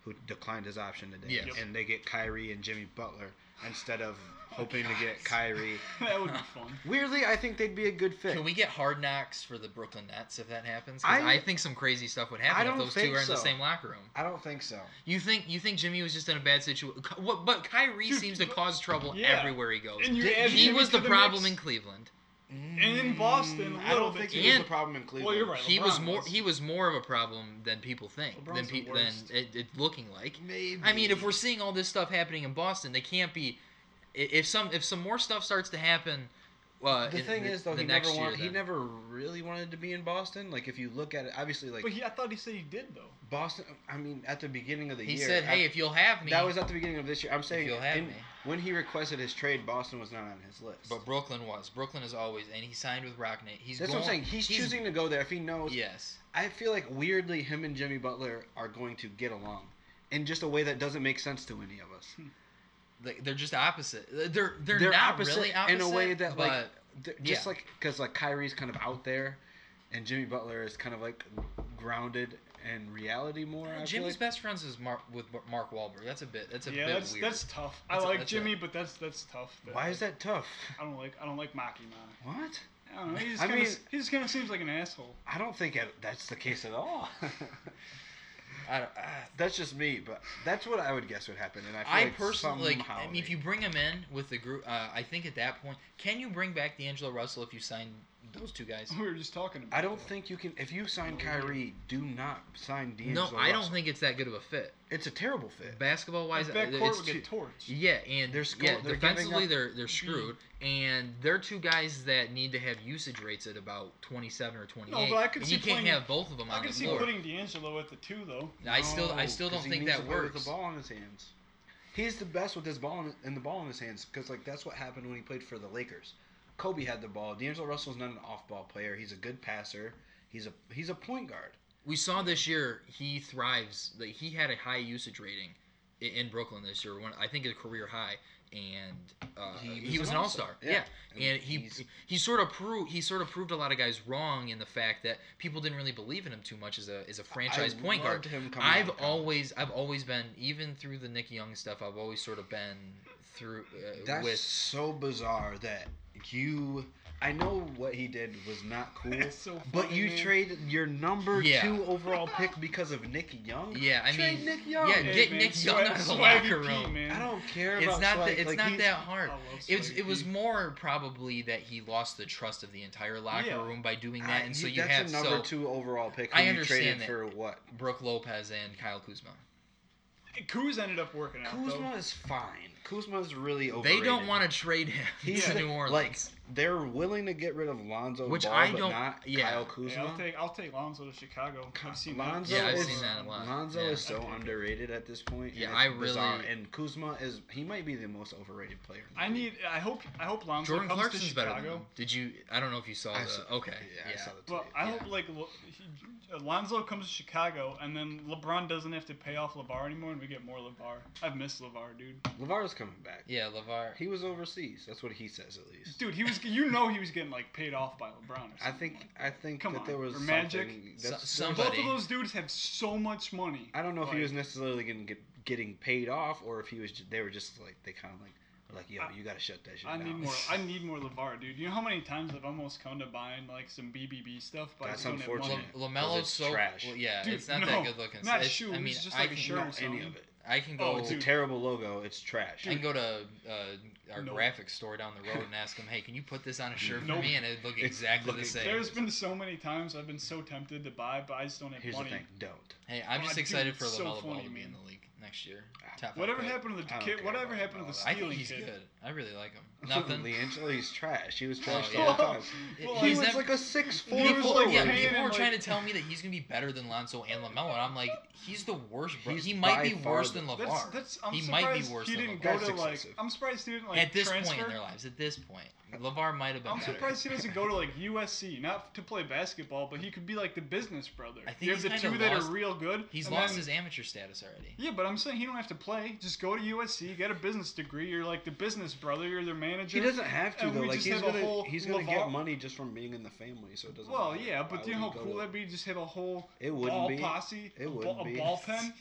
Speaker 3: who declined his option today,
Speaker 1: Yes.
Speaker 3: and they get Kyrie and Jimmy Butler instead of hoping to
Speaker 1: God.
Speaker 3: get Kyrie.
Speaker 2: that would be fun.
Speaker 3: Weirdly, I think they'd be a good fit.
Speaker 1: Can we get hard knocks for the Brooklyn Nets if that happens? 'Cause I,
Speaker 3: I-
Speaker 1: think some crazy stuff would
Speaker 3: I
Speaker 1: happen if
Speaker 3: don't
Speaker 1: those two
Speaker 3: think
Speaker 1: are in the
Speaker 3: so.
Speaker 1: same locker room.
Speaker 3: I don't think so.
Speaker 1: You think you think Jimmy was just in a bad situation? What? But Kyrie
Speaker 2: Dude,
Speaker 1: seems to
Speaker 2: but-
Speaker 1: cause trouble
Speaker 2: yeah.
Speaker 1: everywhere he goes.
Speaker 2: And you
Speaker 3: Did-
Speaker 2: add
Speaker 1: He
Speaker 2: Jimmy
Speaker 1: was
Speaker 2: to
Speaker 1: the problem
Speaker 2: mix.
Speaker 1: in Cleveland.
Speaker 2: And in Boston, a
Speaker 3: I
Speaker 2: little
Speaker 3: don't
Speaker 2: bit
Speaker 3: think
Speaker 1: too.
Speaker 3: he was the
Speaker 1: Mm. And-
Speaker 3: problem in Cleveland.
Speaker 2: Well, you're right.
Speaker 1: He was
Speaker 2: LeBron
Speaker 1: more
Speaker 2: was.
Speaker 1: he was more of a problem than people think. than
Speaker 2: LeBron's the
Speaker 1: pe- than
Speaker 2: worst.
Speaker 1: it, it looking like.
Speaker 3: Maybe.
Speaker 1: I mean, if we're seeing all this stuff happening in Boston, they can't be. i- If some if some more stuff starts to happen, uh,
Speaker 3: the
Speaker 1: in
Speaker 3: thing
Speaker 1: the,
Speaker 3: is though,
Speaker 1: the
Speaker 3: he
Speaker 1: next
Speaker 3: never
Speaker 1: year,
Speaker 3: wanted, he
Speaker 1: then.
Speaker 3: never really wanted to be in Boston. Like if you look at it, obviously like
Speaker 2: But he, I thought he said he did though.
Speaker 3: Boston. I mean, at the beginning of the
Speaker 1: He
Speaker 3: year,
Speaker 1: said,
Speaker 3: I-
Speaker 1: "Hey, if you'll have me."
Speaker 3: that was at the beginning of this year. I'm saying
Speaker 1: you'll have
Speaker 3: in-
Speaker 1: me.
Speaker 3: when he requested his trade, Boston was not on his list.
Speaker 1: But Brooklyn was. Brooklyn is always, and he signed with Rocknet. He's
Speaker 3: That's
Speaker 1: going,
Speaker 3: what I'm saying. He's, choosing to go there if he knows.
Speaker 1: Yes.
Speaker 3: I feel like weirdly, him and Jimmy Butler are going to get along, in just a way that doesn't make sense to any of us.
Speaker 1: Like, They're just opposite. They're they're,
Speaker 3: They're
Speaker 1: not
Speaker 3: opposite
Speaker 1: really opposite
Speaker 3: in a way that like,
Speaker 1: but-
Speaker 3: th- just
Speaker 1: yeah.
Speaker 3: like because like Kyrie's kind of out there, and Jimmy Butler is kind of like grounded in reality more. I feel
Speaker 1: Jimmy's
Speaker 3: like.
Speaker 1: best friends is Mark with Mar- Mark Wahlberg. That's a bit. That's a
Speaker 2: yeah,
Speaker 1: bit
Speaker 2: that's
Speaker 1: weird.
Speaker 2: that's tough.
Speaker 1: That's a-
Speaker 2: I like
Speaker 1: that's a-
Speaker 2: Jimmy, but that's that's tough.
Speaker 3: Why is that tough?
Speaker 2: I don't like I don't like Maki Man.
Speaker 3: What?
Speaker 2: I don't know. He just
Speaker 3: I
Speaker 2: kind of
Speaker 3: mean-
Speaker 2: he just kind of seems like an asshole.
Speaker 3: I don't think it- that's the case at all.
Speaker 1: I, don't, ah.
Speaker 3: that's just me, but that's what I would guess would happen. And I feel
Speaker 1: I
Speaker 3: like
Speaker 1: personally like.
Speaker 3: somehow
Speaker 1: I mean, if
Speaker 3: they-
Speaker 1: you bring him in with the group, uh, I think at that point, can you bring back D'Angelo Russell if you sign those two guys?
Speaker 2: We were just talking about.
Speaker 3: I don't
Speaker 2: that.
Speaker 3: think you can. If you sign Kyrie, do not sign
Speaker 1: No,
Speaker 3: D'Angelo.
Speaker 1: I don't
Speaker 3: Russell.
Speaker 1: think it's that good of a fit.
Speaker 3: it's a terrible fit.
Speaker 1: Basketball wise,
Speaker 2: That back court
Speaker 1: it's
Speaker 2: would
Speaker 1: too-
Speaker 2: get torched.
Speaker 1: Yeah, and
Speaker 3: They're
Speaker 1: they're
Speaker 3: sco-
Speaker 1: yeah,
Speaker 3: they're giving
Speaker 1: defensively
Speaker 3: up-
Speaker 1: they're they're screwed, and they're two guys that need to have usage rates at about twenty seven or twenty eight.
Speaker 2: No, but I could
Speaker 1: and
Speaker 2: see
Speaker 1: you can't
Speaker 2: playing-
Speaker 1: have both of them
Speaker 2: I
Speaker 1: on
Speaker 2: can
Speaker 1: the
Speaker 2: see
Speaker 1: floor.
Speaker 2: putting D'Angelo at the two though.
Speaker 1: I still I still
Speaker 3: No, Oh,
Speaker 1: don't
Speaker 3: 'cause he
Speaker 1: think
Speaker 3: needs
Speaker 1: that
Speaker 3: to play
Speaker 1: works.
Speaker 3: With the ball in his hands, he's the best with his ball in, and the ball in his hands because like that's what happened when he played for the Lakers. Kobe had the ball. D'Angelo Russell's not an off-ball player. He's a good passer. He's a he's a point guard.
Speaker 1: We saw this year he thrives. Like he had a high usage rating i- in Brooklyn this year. One I think a career high, and uh,
Speaker 3: He
Speaker 1: he,
Speaker 3: was
Speaker 1: was
Speaker 3: an
Speaker 1: an all star.
Speaker 3: all-star,
Speaker 1: Yeah.
Speaker 3: yeah.
Speaker 1: and
Speaker 3: And
Speaker 1: he
Speaker 3: he's-
Speaker 1: he sort of proved he sort of proved a lot of guys wrong in the fact that people didn't really believe in him too much as a as a franchise
Speaker 3: I
Speaker 1: point guard.
Speaker 3: loved him coming out
Speaker 1: I've
Speaker 3: of college.
Speaker 1: always I've always been even through the Nick Young stuff. I've always sort of been through uh,
Speaker 3: That's
Speaker 1: with.
Speaker 3: so bizarre that you. I know what he did was not cool,
Speaker 2: It's so
Speaker 3: but
Speaker 2: funny,
Speaker 3: you
Speaker 2: man.
Speaker 3: trade your number
Speaker 1: Yeah.
Speaker 3: two overall pick because of Nick Young.
Speaker 1: Yeah, I
Speaker 3: Trade
Speaker 1: mean,
Speaker 3: Nick Young.
Speaker 1: yeah,
Speaker 2: Hey,
Speaker 1: get
Speaker 2: man,
Speaker 1: Nick Young
Speaker 2: swag-
Speaker 1: out of the
Speaker 2: swaggy
Speaker 1: locker
Speaker 2: P,
Speaker 1: room.
Speaker 2: man.
Speaker 3: I don't care
Speaker 1: It's
Speaker 3: about.
Speaker 1: not
Speaker 3: Swag.
Speaker 1: that, it's
Speaker 3: Like, Oh,
Speaker 1: not
Speaker 3: he's-
Speaker 1: that hard.
Speaker 2: I love
Speaker 1: It was
Speaker 2: Swaggy
Speaker 1: it was
Speaker 2: P.
Speaker 1: more probably that he lost the trust of the entire locker
Speaker 2: Yeah.
Speaker 1: room by doing
Speaker 3: Oh, I-
Speaker 1: that, and so you
Speaker 3: that's
Speaker 1: had
Speaker 3: a number
Speaker 1: so
Speaker 3: two overall pick.
Speaker 1: I
Speaker 3: who you
Speaker 1: understand
Speaker 3: traded
Speaker 1: that.
Speaker 3: for what?
Speaker 1: Brooke Lopez and Kyle Kuzma.
Speaker 2: Kuz ended up working out.
Speaker 3: Kuzma
Speaker 2: though.
Speaker 3: is fine. Kuzma's really
Speaker 1: They
Speaker 3: overrated.
Speaker 1: don't want to trade him
Speaker 3: He's
Speaker 1: to
Speaker 3: a-
Speaker 1: New Orleans.
Speaker 3: like they're willing to get rid of Lonzo,
Speaker 1: Which
Speaker 3: Ball,
Speaker 1: I
Speaker 3: but
Speaker 1: don't-
Speaker 3: Not
Speaker 1: yeah.
Speaker 3: Kyle
Speaker 2: Hey,
Speaker 3: Kuzma.
Speaker 2: I'll take I'll take Lonzo to Chicago. I've seen that.
Speaker 3: Lonzo
Speaker 1: Yeah, I've
Speaker 3: is,
Speaker 1: seen that a lot.
Speaker 3: Lonzo
Speaker 1: Yeah.
Speaker 3: is so
Speaker 2: I-
Speaker 3: underrated at this point. and
Speaker 1: Yeah,
Speaker 3: it's
Speaker 1: I really-
Speaker 3: bizarre. and Kuzma is he might be the most overrated player. in the
Speaker 2: I
Speaker 3: league.
Speaker 2: need. I hope. I hope Lonzo
Speaker 1: Jordan
Speaker 2: comes
Speaker 1: Clarkson's
Speaker 2: to
Speaker 1: better than
Speaker 2: Chicago.
Speaker 1: him. Did you? I don't know if you saw
Speaker 3: I
Speaker 1: the.
Speaker 3: saw-
Speaker 1: okay.
Speaker 3: Yeah, I saw the
Speaker 2: Well,
Speaker 3: tweet.
Speaker 2: I
Speaker 1: Yeah.
Speaker 2: hope like Lo- he- Lonzo comes to Chicago, and then LeBron doesn't have to pay off Levar anymore, and we get more Levar. I've missed Levar, dude.
Speaker 3: Lavar's coming back.
Speaker 1: Yeah, Levar.
Speaker 3: He was overseas. That's what he says at least.
Speaker 2: Dude, he was. You know, he was getting like paid off by LeBron. Or
Speaker 3: I
Speaker 2: something.
Speaker 3: think I think
Speaker 2: Come
Speaker 3: that there
Speaker 2: on,
Speaker 3: was
Speaker 2: for Magic?
Speaker 3: something-
Speaker 1: So-
Speaker 3: that's-
Speaker 1: some-
Speaker 2: both
Speaker 1: somebody-
Speaker 2: of those dudes have so much money.
Speaker 3: I don't know if he
Speaker 2: Like-
Speaker 3: was necessarily getting get, getting paid off or if he was. ju- They were just like they kind of like were like yo,
Speaker 2: I-
Speaker 3: you gotta shut that shit
Speaker 2: I
Speaker 3: down.
Speaker 2: need more. I need more Levar, dude. You know how many times I've almost come to buying like some BBB stuff, but
Speaker 3: That's
Speaker 2: I just don't have money.
Speaker 3: unfortunate.
Speaker 1: La-
Speaker 3: Because
Speaker 1: Lamelo's
Speaker 3: it's
Speaker 1: so
Speaker 3: trash.
Speaker 1: Well, yeah,
Speaker 2: Dude,
Speaker 1: it's not
Speaker 2: no,
Speaker 1: that good looking.
Speaker 2: not
Speaker 1: It's-
Speaker 2: shoes,
Speaker 1: I mean,
Speaker 2: just
Speaker 1: I
Speaker 2: like a
Speaker 1: can,
Speaker 2: shirt.
Speaker 3: no, any of it.
Speaker 1: I can
Speaker 2: Oh,
Speaker 1: go.
Speaker 3: It's
Speaker 2: dude.
Speaker 3: a terrible logo. It's trash.
Speaker 1: I can go to uh, our
Speaker 2: No.
Speaker 1: graphics store down the road and ask them, "Hey, can you put this on a shirt for
Speaker 2: Nope.
Speaker 1: me?" And it'd look
Speaker 3: It's
Speaker 1: exactly the
Speaker 3: looking-
Speaker 1: same.
Speaker 2: There's been so many times I've been so tempted to buy, but I just don't have
Speaker 3: Here's
Speaker 2: money.
Speaker 3: the thing. Don't.
Speaker 1: Hey, I'm
Speaker 2: Oh,
Speaker 1: just
Speaker 2: dude,
Speaker 1: excited
Speaker 2: it's
Speaker 1: for Lamelo
Speaker 2: so
Speaker 1: Ball
Speaker 2: funny,
Speaker 1: to be in
Speaker 2: man.
Speaker 1: the league next year. Top five
Speaker 2: Whatever
Speaker 1: pick.
Speaker 2: happened to the
Speaker 3: I don't
Speaker 2: kid?
Speaker 3: care
Speaker 2: Whatever
Speaker 3: about
Speaker 2: happened to the
Speaker 3: all
Speaker 1: I
Speaker 3: that.
Speaker 1: think
Speaker 2: stealing
Speaker 1: he's
Speaker 2: kid?
Speaker 1: good. I really like him. Nothing.
Speaker 3: Leangelo, he's trash. He was trash
Speaker 1: Oh,
Speaker 3: the
Speaker 1: yeah.
Speaker 3: whole time.
Speaker 2: Well,
Speaker 3: he
Speaker 1: he's
Speaker 3: was
Speaker 1: never-
Speaker 3: like a six four.
Speaker 2: He was
Speaker 1: People,
Speaker 2: like
Speaker 1: yeah,
Speaker 2: paying
Speaker 1: people
Speaker 2: him,
Speaker 1: are trying to
Speaker 2: like-
Speaker 1: tell me that he's gonna be better than Lonzo and Lamelo, and I'm like, he's the worst. Bro.
Speaker 3: He's
Speaker 1: He might
Speaker 3: by
Speaker 1: be
Speaker 3: far
Speaker 1: worse
Speaker 3: the-
Speaker 1: than
Speaker 2: That's,
Speaker 1: Lavar.
Speaker 2: that's, I'm
Speaker 1: He might be
Speaker 2: surprised
Speaker 1: worse
Speaker 2: he
Speaker 1: than
Speaker 2: didn't
Speaker 1: LeVar.
Speaker 2: go
Speaker 3: That's
Speaker 2: to like.
Speaker 3: excessive.
Speaker 2: I'm surprised he didn't like
Speaker 1: at this
Speaker 2: transfer.
Speaker 1: point in their lives, at this point, Lavar might have been
Speaker 2: I'm
Speaker 1: better.
Speaker 2: surprised he doesn't go to like USC, not to play basketball, but he could be like the business brother.
Speaker 1: I think
Speaker 2: you have
Speaker 1: he's
Speaker 2: the
Speaker 1: kinda
Speaker 2: two that
Speaker 1: lost-
Speaker 2: are real good.
Speaker 1: He's
Speaker 2: and
Speaker 1: lost
Speaker 2: then-
Speaker 1: his amateur status already.
Speaker 2: Yeah, but I'm saying he don't have to play. Just go to USC, get a business degree. You're like the business brother. You're their manager.
Speaker 3: He doesn't have to
Speaker 2: And
Speaker 3: though.
Speaker 2: we
Speaker 3: Like
Speaker 2: just
Speaker 3: he's
Speaker 2: have a
Speaker 3: gonna
Speaker 2: whole
Speaker 3: he's gonna
Speaker 2: LeVar-
Speaker 3: get money just from being in the family, so it doesn't.
Speaker 2: Well,
Speaker 3: matter.
Speaker 2: yeah,
Speaker 3: Why
Speaker 2: but
Speaker 3: would
Speaker 2: do you know
Speaker 3: he
Speaker 2: how
Speaker 3: go
Speaker 2: cool
Speaker 3: to-
Speaker 2: that'd be? Just have a whole
Speaker 3: It wouldn't
Speaker 2: ball
Speaker 3: be.
Speaker 2: posse, a,
Speaker 3: It
Speaker 2: ba-
Speaker 3: wouldn't
Speaker 2: a
Speaker 3: be.
Speaker 2: ball pen.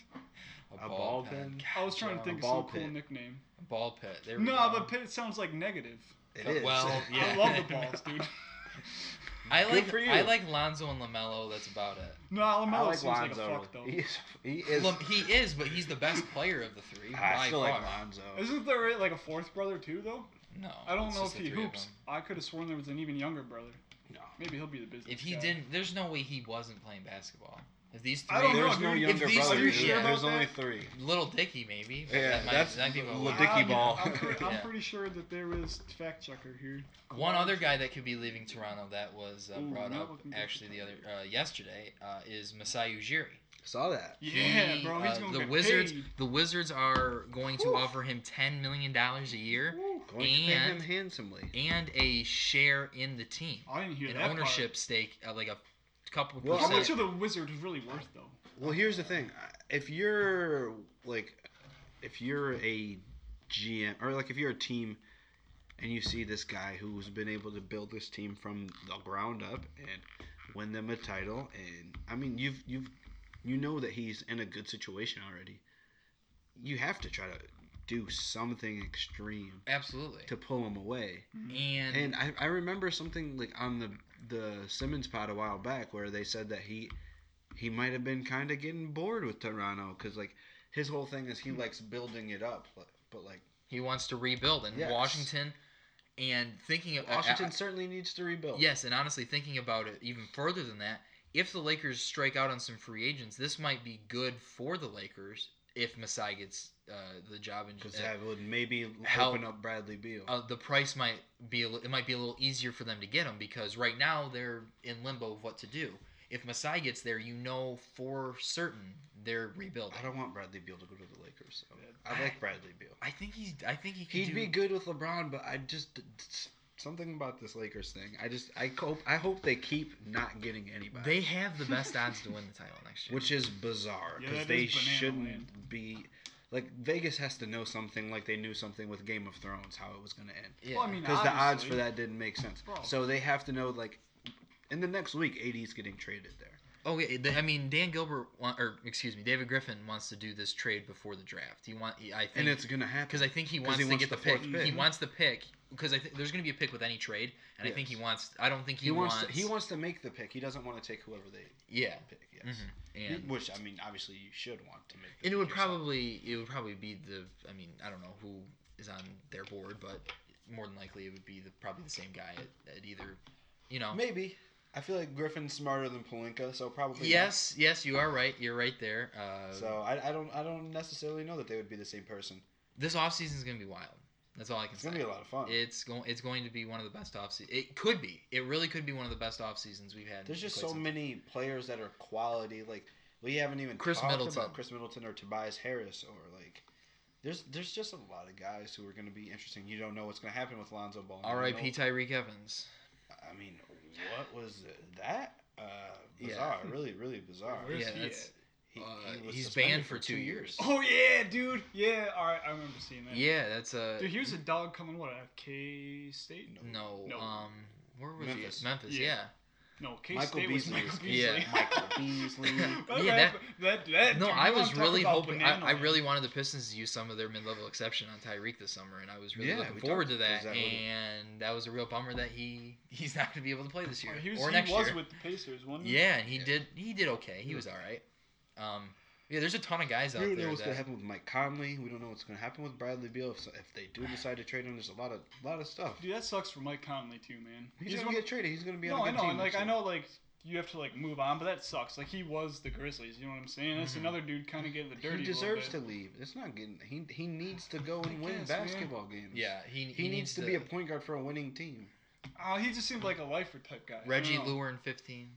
Speaker 3: A ball pen?
Speaker 1: God,
Speaker 2: I was trying to
Speaker 1: John.
Speaker 2: think of
Speaker 3: ball
Speaker 2: some cool
Speaker 3: pit.
Speaker 2: nickname.
Speaker 1: A ball pit. There we
Speaker 2: No,
Speaker 1: go.
Speaker 2: but pit sounds like negative.
Speaker 3: It is.
Speaker 1: Well, yeah.
Speaker 2: I love the balls, dude.
Speaker 1: I
Speaker 3: Good
Speaker 1: like
Speaker 3: for you.
Speaker 1: I like Lonzo and Lamelo. That's about it.
Speaker 2: No, Lamelo
Speaker 3: I like
Speaker 2: seems
Speaker 3: Lonzo.
Speaker 2: like a fuck though.
Speaker 3: He is. He is.
Speaker 1: Lam- he is, but he's the best player of the three by
Speaker 3: I still
Speaker 1: far.
Speaker 3: like Lonzo.
Speaker 2: Isn't there like a fourth brother too though?
Speaker 1: No,
Speaker 2: I don't
Speaker 1: it's
Speaker 2: know if
Speaker 1: just the
Speaker 2: he
Speaker 1: three of
Speaker 2: hoops.
Speaker 1: them.
Speaker 2: I could have sworn there was an even younger brother.
Speaker 3: No.
Speaker 2: Maybe he'll be the business.
Speaker 1: If he
Speaker 2: guy.
Speaker 1: didn't, there's no way he wasn't playing basketball. If these three,
Speaker 2: I don't know,
Speaker 3: There's no
Speaker 2: dude.
Speaker 1: If
Speaker 3: younger
Speaker 1: these
Speaker 3: brother.
Speaker 1: three- Are you sure
Speaker 3: There's
Speaker 2: about
Speaker 3: only
Speaker 2: that?
Speaker 3: three.
Speaker 1: Little Dicky maybe. but
Speaker 3: Yeah,
Speaker 1: that might,
Speaker 3: that's
Speaker 1: that'd be about
Speaker 3: Lil
Speaker 1: one.
Speaker 3: Dicky
Speaker 2: I'm-
Speaker 3: ball.
Speaker 2: I'm, pre- I'm
Speaker 1: Yeah.
Speaker 2: pretty sure that there is fact checker here.
Speaker 1: One other guy that could be leaving Toronto that was uh,
Speaker 2: Ooh,
Speaker 1: brought
Speaker 2: not
Speaker 1: up
Speaker 2: looking good
Speaker 1: actually
Speaker 2: for
Speaker 1: the other uh, yesterday uh, is Masai Ujiri.
Speaker 3: Saw that.
Speaker 2: Yeah,
Speaker 1: He,
Speaker 2: bro, he's
Speaker 1: uh,
Speaker 2: gonna
Speaker 1: the
Speaker 2: get
Speaker 1: Wizards.
Speaker 2: paid.
Speaker 1: The Wizards are going to
Speaker 2: Whew.
Speaker 1: offer him ten million dollars a year
Speaker 2: Woo.
Speaker 3: Going to pay him
Speaker 1: And-
Speaker 3: handsomely.
Speaker 1: and a share in the team,
Speaker 2: I didn't hear
Speaker 1: an
Speaker 2: that
Speaker 1: ownership stake, uh, like a couple
Speaker 3: Well,
Speaker 2: Part. How
Speaker 1: percent.
Speaker 2: much are the Wizards really worth though?
Speaker 3: Well, here's the thing. If you're like, if you're a GM or like if you're a team, and you see this guy who's been able to build this team from the ground up and win them a title, and I mean you've you've you know that he's in a good situation already. You have to try to do something extreme
Speaker 1: Absolutely.
Speaker 3: to pull him away.
Speaker 1: And,
Speaker 3: And I, I remember something like on the the Simmons pod a while back where they said that he he might have been kind of getting bored with Toronto because like his whole thing is he likes building it up, but, but like
Speaker 1: he wants to rebuild in
Speaker 3: Yes.
Speaker 1: Washington. And thinking of
Speaker 3: Washington
Speaker 1: I-
Speaker 3: certainly needs to
Speaker 1: I-
Speaker 3: rebuild.
Speaker 1: yes, and honestly, thinking about it even further than that, if the Lakers strike out on some free agents, this might be good for the Lakers if Masai gets uh, the job in.
Speaker 3: because
Speaker 1: uh,
Speaker 3: that would maybe
Speaker 1: How-
Speaker 3: open up Bradley Beal.
Speaker 1: uh, the price might be a, li- it might be a little easier for them to get him because right now they're in limbo of what to do. If Masai gets there, you know for certain they're rebuilding.
Speaker 3: I don't want Bradley Beal to go to the Lakers. so.
Speaker 1: I-
Speaker 3: I like Bradley Beal.
Speaker 1: I think he's. I think he could
Speaker 3: He'd
Speaker 1: do-
Speaker 3: be good with LeBron, but I just something about this Lakers thing. I just I hope I hope they keep not getting anybody.
Speaker 1: They have the best odds to win the title next year.
Speaker 3: which is bizarre
Speaker 2: Yeah,
Speaker 3: because
Speaker 2: that
Speaker 3: they
Speaker 2: is banana
Speaker 3: shouldn't
Speaker 2: land.
Speaker 3: be like Vegas has to know something like they knew something with Game of Thrones how it was going to end
Speaker 1: yeah.
Speaker 2: Well, I mean,
Speaker 3: because the odds
Speaker 2: obviously.
Speaker 3: for that didn't make sense.
Speaker 2: Bro.
Speaker 3: So they have to know like in the next week AD's getting traded there.
Speaker 1: oh yeah. the- I mean, Dan Gilbert wa- or excuse me, David Griffin wants to do this trade before the draft. He want. I think
Speaker 3: And it's going to happen.
Speaker 1: because I think he
Speaker 3: 'Cause
Speaker 1: wants
Speaker 3: he
Speaker 1: to
Speaker 3: wants
Speaker 1: get the,
Speaker 3: the
Speaker 1: pick.
Speaker 3: fourth pick.
Speaker 1: He wants the pick because I think there's going to be a pick with any trade, and I think he
Speaker 3: Yes.
Speaker 1: wants. I don't think he,
Speaker 3: he wants to, he wants to make the pick. He doesn't want to take whoever they
Speaker 1: Yeah.
Speaker 3: pick. Yes.
Speaker 1: Mhm.
Speaker 3: You-
Speaker 1: And
Speaker 3: Which I mean, obviously, you should want to make. the
Speaker 1: And it would
Speaker 3: pick yourself.
Speaker 1: probably it would probably be the I mean I don't know who is on their board, but more than likely it would be the, probably the same guy at, at either, you know.
Speaker 3: maybe. I feel like Griffin's smarter than Palinka, so probably not.
Speaker 1: Yes, yes, you are right. You're right there. Uh,
Speaker 3: So I, I don't I don't necessarily know that they would be the same person.
Speaker 1: this offseason is going to be wild. That's all I can
Speaker 3: It's
Speaker 1: say.
Speaker 3: gonna be a lot of fun.
Speaker 1: It's going. It's going to be one of the best off. Se- it could be. It really could be one of the best off seasons we've had. in
Speaker 3: There's just
Speaker 1: quite
Speaker 3: so
Speaker 1: some-
Speaker 3: many players that are quality. Like we haven't even
Speaker 1: Chris
Speaker 3: talked
Speaker 1: Middleton.
Speaker 3: about Chris Middleton or Tobias Harris or like. There's there's just a lot of guys who are going to be interesting. You don't know what's going to happen with Lonzo Ball. You don't
Speaker 1: R.I.P.
Speaker 3: know-
Speaker 1: Tyreek Evans.
Speaker 3: I mean, what was that? Uh, bizarre, really, really bizarre.
Speaker 2: Where's
Speaker 1: yeah,
Speaker 2: he
Speaker 1: that's-
Speaker 2: at?
Speaker 3: He,
Speaker 1: Uh,
Speaker 3: was
Speaker 1: he's
Speaker 3: suspended
Speaker 1: banned for two years.
Speaker 2: Oh yeah, dude. Yeah, all right. I remember seeing that.
Speaker 1: Yeah, that's a
Speaker 2: Dude, he was a dog coming what out of K State? No,
Speaker 1: no.
Speaker 2: No.
Speaker 1: Um, where was
Speaker 3: Memphis.
Speaker 1: he? at? Memphis. Yeah.
Speaker 2: Yeah. no K
Speaker 3: Michael
Speaker 2: State was
Speaker 3: Beasley.
Speaker 2: Michael Beasley.
Speaker 1: Yeah.
Speaker 3: Michael Beasley.
Speaker 2: My
Speaker 1: Yeah,
Speaker 2: bad, but that, that,
Speaker 1: No,
Speaker 2: dude,
Speaker 1: I
Speaker 2: you wanna
Speaker 1: was
Speaker 2: talk
Speaker 1: really
Speaker 2: about
Speaker 1: hoping. I,
Speaker 2: banana
Speaker 1: I
Speaker 2: land.
Speaker 1: really wanted the Pistons to use some of their mid-level exception on Tyreek this summer, and I was really
Speaker 3: Yeah, we
Speaker 1: looking
Speaker 3: talked
Speaker 1: forward to
Speaker 3: about
Speaker 1: that.
Speaker 3: that, wouldn't we?
Speaker 1: and that was a real bummer that he he's not going to be able to play this year
Speaker 2: He was,
Speaker 1: or
Speaker 2: he
Speaker 1: next
Speaker 2: was
Speaker 1: year.
Speaker 2: with the Pacers, wasn't he?
Speaker 1: yeah, and he
Speaker 3: Um, Yeah.
Speaker 1: did. He did okay. He was all right. Um, yeah, there's a ton of guys
Speaker 3: We
Speaker 1: out
Speaker 3: don't know
Speaker 1: there
Speaker 3: what's going to
Speaker 1: that.
Speaker 3: happen with Mike Conley. We don't know what's going to happen with Bradley Beal. If, if they do decide to trade him, there's a lot of lot of stuff.
Speaker 2: Dude, that sucks for Mike Conley too, man.
Speaker 3: He's, going
Speaker 2: one-
Speaker 3: to get traded. He's going to be
Speaker 2: no,
Speaker 3: on a
Speaker 2: I
Speaker 3: good
Speaker 2: know.
Speaker 3: team
Speaker 2: And like,
Speaker 3: next
Speaker 2: I
Speaker 3: year.
Speaker 2: know, like you have to like move on, but that sucks. Like he was the Grizzlies. You know what I'm saying? That's
Speaker 1: Mhm.
Speaker 2: another dude kind of getting the dirty.
Speaker 3: Mm-hmm. He
Speaker 2: a little
Speaker 3: deserves to
Speaker 2: bit.
Speaker 3: leave. It's not getting. He he needs to go
Speaker 2: I
Speaker 3: and win
Speaker 2: guess, man.
Speaker 3: basketball games.
Speaker 1: Yeah, he
Speaker 3: He, needs, to be a point guard for a winning team.
Speaker 2: Oh, he just seemed like a lifer type guy. I don't
Speaker 1: Reggie
Speaker 3: Oh.
Speaker 2: know.
Speaker 1: Lure in 15.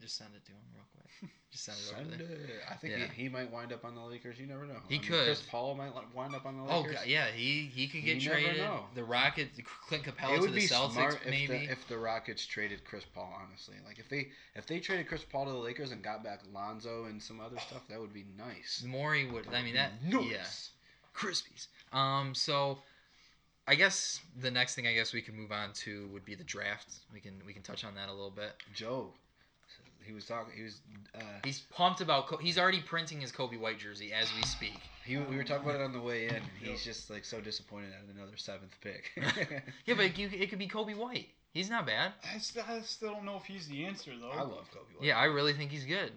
Speaker 1: Just send it to him real quick. Just send it over
Speaker 3: Send
Speaker 1: there.
Speaker 3: it. I think
Speaker 1: Yeah.
Speaker 3: he, he might wind up on the Lakers. You never know.
Speaker 1: He
Speaker 3: I mean,
Speaker 1: could.
Speaker 3: Chris Paul might li- wind up on the
Speaker 1: Oh
Speaker 3: Lakers.
Speaker 1: god, yeah, he he could get
Speaker 3: You never
Speaker 1: traded.
Speaker 3: know.
Speaker 1: The Rockets, Clint Capella
Speaker 3: It
Speaker 1: to
Speaker 3: would
Speaker 1: the
Speaker 3: be
Speaker 1: Celtics,
Speaker 3: smart if
Speaker 1: maybe.
Speaker 3: the, if the Rockets traded Chris Paul. Honestly, like if they if they traded Chris Paul to the Lakers and got back Lonzo and some other stuff, that would be nice.
Speaker 1: Morey would. I mean that. Yeah.
Speaker 3: Nice.
Speaker 1: Crispies. Um. So, I guess the next thing I guess we can move on to would be the draft. We can we can touch on that a little bit.
Speaker 3: Joe, he was talking. He was uh,
Speaker 1: He's pumped about. Co- he's already printing his Kobe White jersey as we speak.
Speaker 3: he, we were talking about it on the way in. and
Speaker 2: Yep.
Speaker 3: He's just like so disappointed at another seventh pick.
Speaker 1: Yeah, but it, it could be Kobe White. He's not bad.
Speaker 2: I still, I still don't know if he's the answer though.
Speaker 3: I love Kobe. White.
Speaker 1: Yeah, I really think he's good.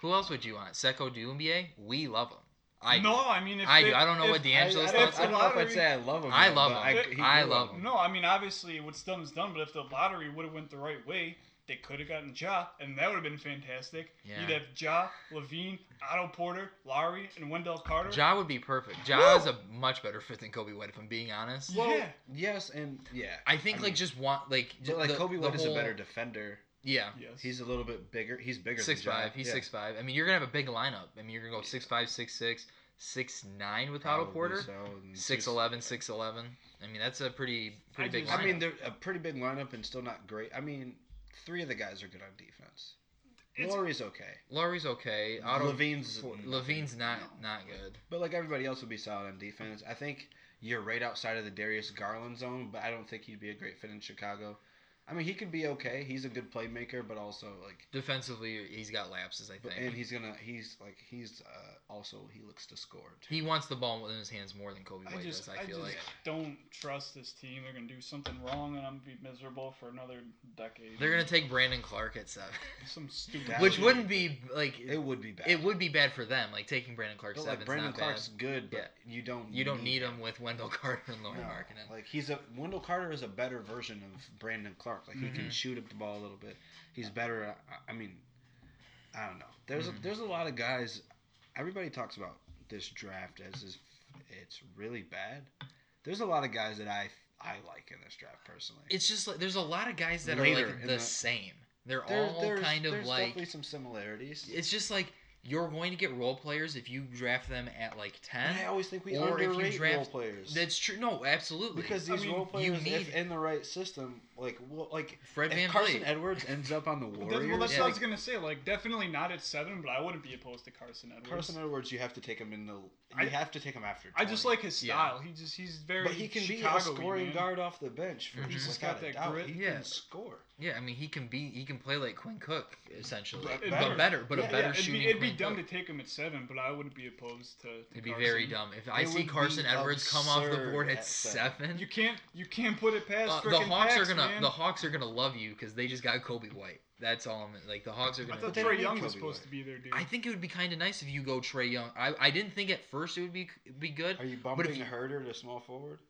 Speaker 1: Who else would you want? Seko Dumbia? We love him. I
Speaker 2: no, I mean, if
Speaker 1: I
Speaker 2: they,
Speaker 1: do. I don't know
Speaker 2: if,
Speaker 1: what
Speaker 3: I,
Speaker 1: D'Angelo
Speaker 3: I
Speaker 1: Angelo's
Speaker 3: don't,
Speaker 1: thoughts
Speaker 3: I don't know if I'd
Speaker 2: lottery-
Speaker 3: say I love him.
Speaker 1: I
Speaker 3: but
Speaker 1: love
Speaker 2: him.
Speaker 3: he
Speaker 1: I
Speaker 3: grew
Speaker 1: love
Speaker 3: on
Speaker 1: him.
Speaker 2: No, I mean obviously what's done is done. But if the lottery would have went the right way, they could have gotten Ja, and that would have been fantastic.
Speaker 1: Yeah.
Speaker 2: You'd have Ja, Levine, Otto Porter, Lowry, and Wendell Carter.
Speaker 1: Ja would be perfect. Ja is a much better fit than Kobe White, if I'm being honest.
Speaker 2: Well,
Speaker 3: Well,
Speaker 2: Yeah.
Speaker 3: yes, and yeah.
Speaker 1: I think
Speaker 3: I
Speaker 1: like
Speaker 3: mean,
Speaker 1: just want like
Speaker 3: but like
Speaker 1: the-
Speaker 3: Kobe
Speaker 1: the
Speaker 3: White is a
Speaker 1: whole-
Speaker 3: better defender.
Speaker 1: yeah
Speaker 2: Yes.
Speaker 3: He's a little bit bigger. He's bigger.
Speaker 1: six
Speaker 3: than Ja.
Speaker 1: five. He's
Speaker 3: Yeah.
Speaker 1: six five. I mean, you're gonna have a big lineup. I mean, you're gonna go six five, six six, six nine with Otto
Speaker 3: Probably
Speaker 1: Porter,
Speaker 3: so, and
Speaker 1: six
Speaker 3: just-
Speaker 1: eleven, six eleven. I mean, that's a pretty pretty
Speaker 2: I
Speaker 1: big.
Speaker 2: just-
Speaker 1: lineup.
Speaker 3: I mean, they're a pretty big lineup and still not great. I mean, three of the guys are good on defense.
Speaker 2: It's-
Speaker 3: Laurie's okay.
Speaker 1: Laurie's okay. Otto
Speaker 3: Levine's
Speaker 1: Levine's not not good.
Speaker 3: But like everybody else would be solid on defense. I think you're right outside of the Darius Garland zone, but I don't think he'd be a great fit in Chicago. I mean, he could be okay. He's a good playmaker, but also like,
Speaker 1: Defensively, he's got lapses. I
Speaker 3: but,
Speaker 1: think.
Speaker 3: and he's gonna he's like he's uh, also he looks to score too.
Speaker 1: he wants the ball in his hands more than Kobe
Speaker 2: I
Speaker 1: White
Speaker 2: just,
Speaker 1: does. I,
Speaker 2: I,
Speaker 1: feel
Speaker 2: just
Speaker 1: like.
Speaker 2: don't trust this team. They're gonna do something wrong, and I'm gonna be miserable for another decade.
Speaker 1: They're gonna take Brandon Clark at seven,
Speaker 2: some stupid.
Speaker 3: That
Speaker 1: which
Speaker 3: would
Speaker 1: wouldn't be like
Speaker 3: It would be bad.
Speaker 1: it would be bad for them. Like taking Brandon Clark
Speaker 3: But
Speaker 1: seven's
Speaker 3: like Brandon
Speaker 1: not
Speaker 3: Clark's good, but
Speaker 1: Yeah.
Speaker 3: you don't
Speaker 1: bad. You don't need
Speaker 3: him.
Speaker 1: him with Wendell Carter and Laurie
Speaker 3: No,
Speaker 1: Markkinen.
Speaker 3: Like he's a Wendell Carter is a better version of Brandon Clark. Like he can
Speaker 1: Mhm.
Speaker 3: shoot up the ball a little bit. He's better. At, I- I mean, I don't know. There's
Speaker 1: Mhm.
Speaker 3: a, there's a lot of guys. Everybody talks about this draft as if it's really bad. There's a lot of guys that I I like in this draft personally.
Speaker 1: It's just like there's a lot of guys that
Speaker 3: Later
Speaker 1: are like
Speaker 3: in
Speaker 1: the,
Speaker 3: the-
Speaker 1: same. They're
Speaker 3: There-
Speaker 1: all kind of
Speaker 3: there's
Speaker 1: like
Speaker 3: definitely some similarities.
Speaker 1: it's just like you're going to get role players if you draft them at like ten.
Speaker 3: And I always think we
Speaker 1: or if you
Speaker 3: underrate role
Speaker 1: draft-
Speaker 3: players
Speaker 1: That's true. No, absolutely.
Speaker 3: because
Speaker 2: I
Speaker 3: these
Speaker 2: mean,
Speaker 3: role
Speaker 1: you
Speaker 3: players,
Speaker 1: need-
Speaker 3: if in the right system, like well, like
Speaker 1: Fred
Speaker 3: if
Speaker 1: Van
Speaker 3: Carson
Speaker 1: Vliet.
Speaker 3: Edwards ends up on the
Speaker 2: Well,
Speaker 3: Warriors,
Speaker 2: that's, well, that's
Speaker 1: Yeah.
Speaker 2: what I was gonna say. Like, definitely not at seven, but I wouldn't be opposed to Carson Edwards.
Speaker 3: Carson Edwards, you have to take him in the. You
Speaker 2: I-
Speaker 3: have to take him after.
Speaker 2: I just
Speaker 3: 20.
Speaker 2: like his
Speaker 1: Yeah.
Speaker 2: style. He just he's very.
Speaker 3: But he can
Speaker 2: Chicago
Speaker 3: be a scoring
Speaker 2: man.
Speaker 3: guard off the bench. For
Speaker 1: Mhm.
Speaker 3: he's
Speaker 1: He's
Speaker 2: just
Speaker 3: got
Speaker 2: got
Speaker 3: that
Speaker 2: that
Speaker 3: doubt.
Speaker 2: grit.
Speaker 3: He
Speaker 1: Yeah.
Speaker 3: can score.
Speaker 1: yeah, I mean he can be he can play like Quinn Cook essentially,
Speaker 3: But
Speaker 1: but
Speaker 2: better.
Speaker 1: better, but
Speaker 3: Yeah,
Speaker 1: a better
Speaker 2: it'd
Speaker 1: shooting.
Speaker 2: Be, it'd be
Speaker 1: Quinn
Speaker 2: dumb
Speaker 1: Cook.
Speaker 2: to take him at seven, but I wouldn't be opposed to. to
Speaker 1: It'd be
Speaker 2: Carson.
Speaker 1: very dumb if I
Speaker 3: It
Speaker 1: see
Speaker 3: would be
Speaker 1: Carson Edwards come off the
Speaker 3: absurd
Speaker 1: board at
Speaker 3: at seven.
Speaker 1: seven.
Speaker 2: You can't you can't put it past
Speaker 1: Uh, the
Speaker 2: frickin'
Speaker 1: Hawks
Speaker 2: Pax,
Speaker 1: are gonna
Speaker 2: man.
Speaker 1: the Hawks are gonna love you because they just got Kobe White. That's all I'm like. The Hawks are
Speaker 2: I
Speaker 1: gonna.
Speaker 2: thought
Speaker 3: They
Speaker 2: Trey
Speaker 3: need
Speaker 2: Young was
Speaker 3: Kobe
Speaker 2: supposed
Speaker 3: White.
Speaker 2: to be there, dude.
Speaker 1: I think it would be kind of nice if you go Trey Young. I, I didn't think at first it would be be good.
Speaker 3: Are you
Speaker 1: But if
Speaker 3: bumping
Speaker 1: you-
Speaker 3: Herder to small forward?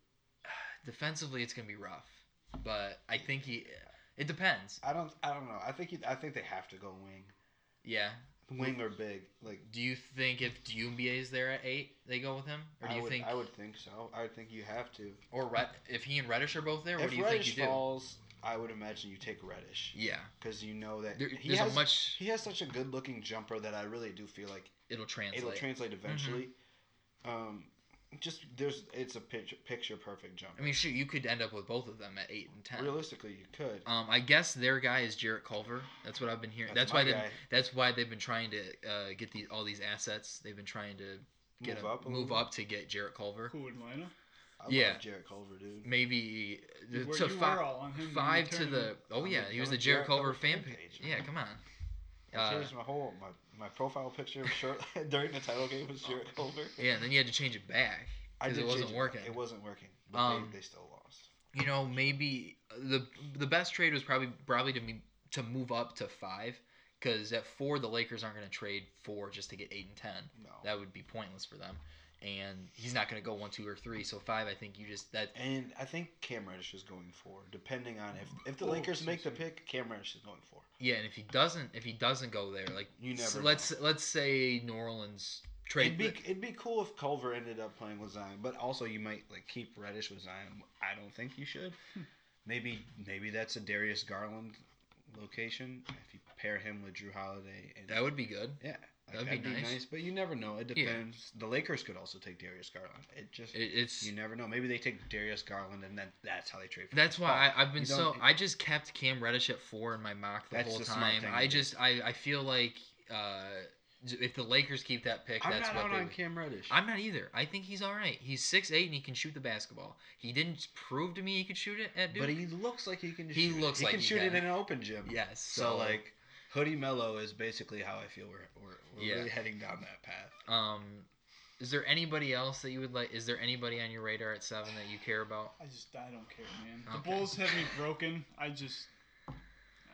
Speaker 1: Defensively, it's gonna be rough, but I think he. It depends.
Speaker 3: I don't. I don't know. I think. You, I think they have to go wing.
Speaker 1: Yeah,
Speaker 3: wing or big. Like
Speaker 1: Do you think if Dumbia is there at eight, they go with him, or do
Speaker 3: I
Speaker 1: you
Speaker 3: would,
Speaker 1: think,
Speaker 3: I would think so. I would think you have to.
Speaker 1: or Red, if he and Reddish are both there, what
Speaker 3: if
Speaker 1: do you
Speaker 3: Reddish
Speaker 1: think you
Speaker 3: falls, I would imagine you take Reddish
Speaker 1: do? Yeah,
Speaker 3: because you know that
Speaker 1: there,
Speaker 3: he
Speaker 1: there's
Speaker 3: has
Speaker 1: a much
Speaker 3: he has such a good looking jumper that I really do feel like
Speaker 1: it'll translate. Mm-hmm.
Speaker 3: it'll translate eventually. Um, just there's it's a picture picture perfect jumper.
Speaker 1: I mean, shoot, you could end up with both of them at eight and ten.
Speaker 3: Realistically, you could.
Speaker 1: Um, I guess their guy is Jarrett Culver. That's what I've been hearing. That's,
Speaker 3: That's
Speaker 1: why
Speaker 3: my
Speaker 1: they
Speaker 3: guy.
Speaker 1: that's why they've been trying to uh, get these all these assets. They've been trying to get
Speaker 3: Move
Speaker 1: a-
Speaker 3: up a
Speaker 1: move
Speaker 3: little.
Speaker 1: up to get Jarrett Culver.
Speaker 2: Who would Atlanta?
Speaker 3: I
Speaker 1: yeah.
Speaker 3: love Jarrett Culver, dude.
Speaker 1: Maybe uh,
Speaker 2: You were-
Speaker 1: to
Speaker 2: you were
Speaker 1: five,
Speaker 2: all on him during the
Speaker 1: five to the
Speaker 2: tournament.
Speaker 1: oh
Speaker 3: I'm
Speaker 1: yeah
Speaker 3: a-
Speaker 1: he was
Speaker 3: I'm a
Speaker 1: the Jarrett
Speaker 3: Jarrett
Speaker 1: Culver
Speaker 3: Culver
Speaker 1: fan
Speaker 3: fan
Speaker 1: page.
Speaker 3: page,
Speaker 1: Yeah,
Speaker 3: man.
Speaker 1: come on.
Speaker 3: I
Speaker 1: Uh,
Speaker 3: changed my whole my, my profile picture of shirt during the title game was Jarrett Culver.
Speaker 1: yeah, and then you had to change it back.
Speaker 3: I
Speaker 1: 'Cause it
Speaker 3: did
Speaker 1: wasn't
Speaker 3: change
Speaker 1: working.
Speaker 3: It wasn't working. But
Speaker 1: Um,
Speaker 3: they, they still lost.
Speaker 1: You know, maybe the the best trade was probably probably to me to move up to five because at four the Lakers aren't going to trade four just to get eight and ten.
Speaker 3: No.
Speaker 1: That would be pointless for them. And he's not going to go one, two, or three. So five, I think you just that.
Speaker 3: and I think Cam Reddish is going for, depending on if if the
Speaker 2: Oh,
Speaker 3: Lakers
Speaker 2: so
Speaker 3: make the
Speaker 2: soon.
Speaker 3: pick, Cam Reddish is going for.
Speaker 1: Yeah, and if he doesn't, if he doesn't go there, like
Speaker 3: You
Speaker 1: s-
Speaker 3: never
Speaker 1: let's let's say New Orleans trade.
Speaker 3: It'd be it'd be cool if Culver ended up playing with Zion, but also you might like keep Reddish with Zion. I don't think you should. maybe maybe that's a Darius Garland location if you pair him with Drew Holiday. And,
Speaker 1: that would be good.
Speaker 3: yeah,
Speaker 1: that'd be nice.
Speaker 3: But you never know. It
Speaker 1: Yeah.
Speaker 3: depends. The Lakers could also take Darius Garland. It just
Speaker 1: It, it's
Speaker 3: you never know. Maybe they take Darius Garland and then that's how they trade. For
Speaker 1: That's
Speaker 3: him.
Speaker 1: why I, I've been
Speaker 3: You
Speaker 1: so.
Speaker 3: don't- e
Speaker 1: I just kept Cam Reddish at four in my mock the
Speaker 3: That's
Speaker 1: whole
Speaker 3: the smart
Speaker 1: time.
Speaker 3: thing
Speaker 1: I
Speaker 3: to do.
Speaker 1: just I, I feel like uh, j- if the Lakers keep that pick,
Speaker 3: I'm
Speaker 1: that's
Speaker 3: not
Speaker 1: what
Speaker 3: out
Speaker 1: they.
Speaker 3: on
Speaker 1: would-
Speaker 3: Cam Reddish.
Speaker 1: I'm not either. I think he's all right. He's six eight and he can shoot the basketball. He didn't prove to me he could shoot it at Duke.
Speaker 3: but he looks like he can.
Speaker 1: He
Speaker 3: shoot it.
Speaker 1: looks
Speaker 3: he
Speaker 1: like
Speaker 3: can
Speaker 1: he
Speaker 3: shoot
Speaker 1: can.
Speaker 3: it in an open gym.
Speaker 1: yes.
Speaker 3: So, like, Hoodie Mello is basically how I feel we're, we're, we're
Speaker 1: Yeah.
Speaker 3: really heading down that path.
Speaker 1: um, is there anybody else that you would like? Is there anybody on your radar at seven that you care about?
Speaker 2: I just I don't care, man.
Speaker 1: Okay.
Speaker 2: The Bulls have me broken. I just I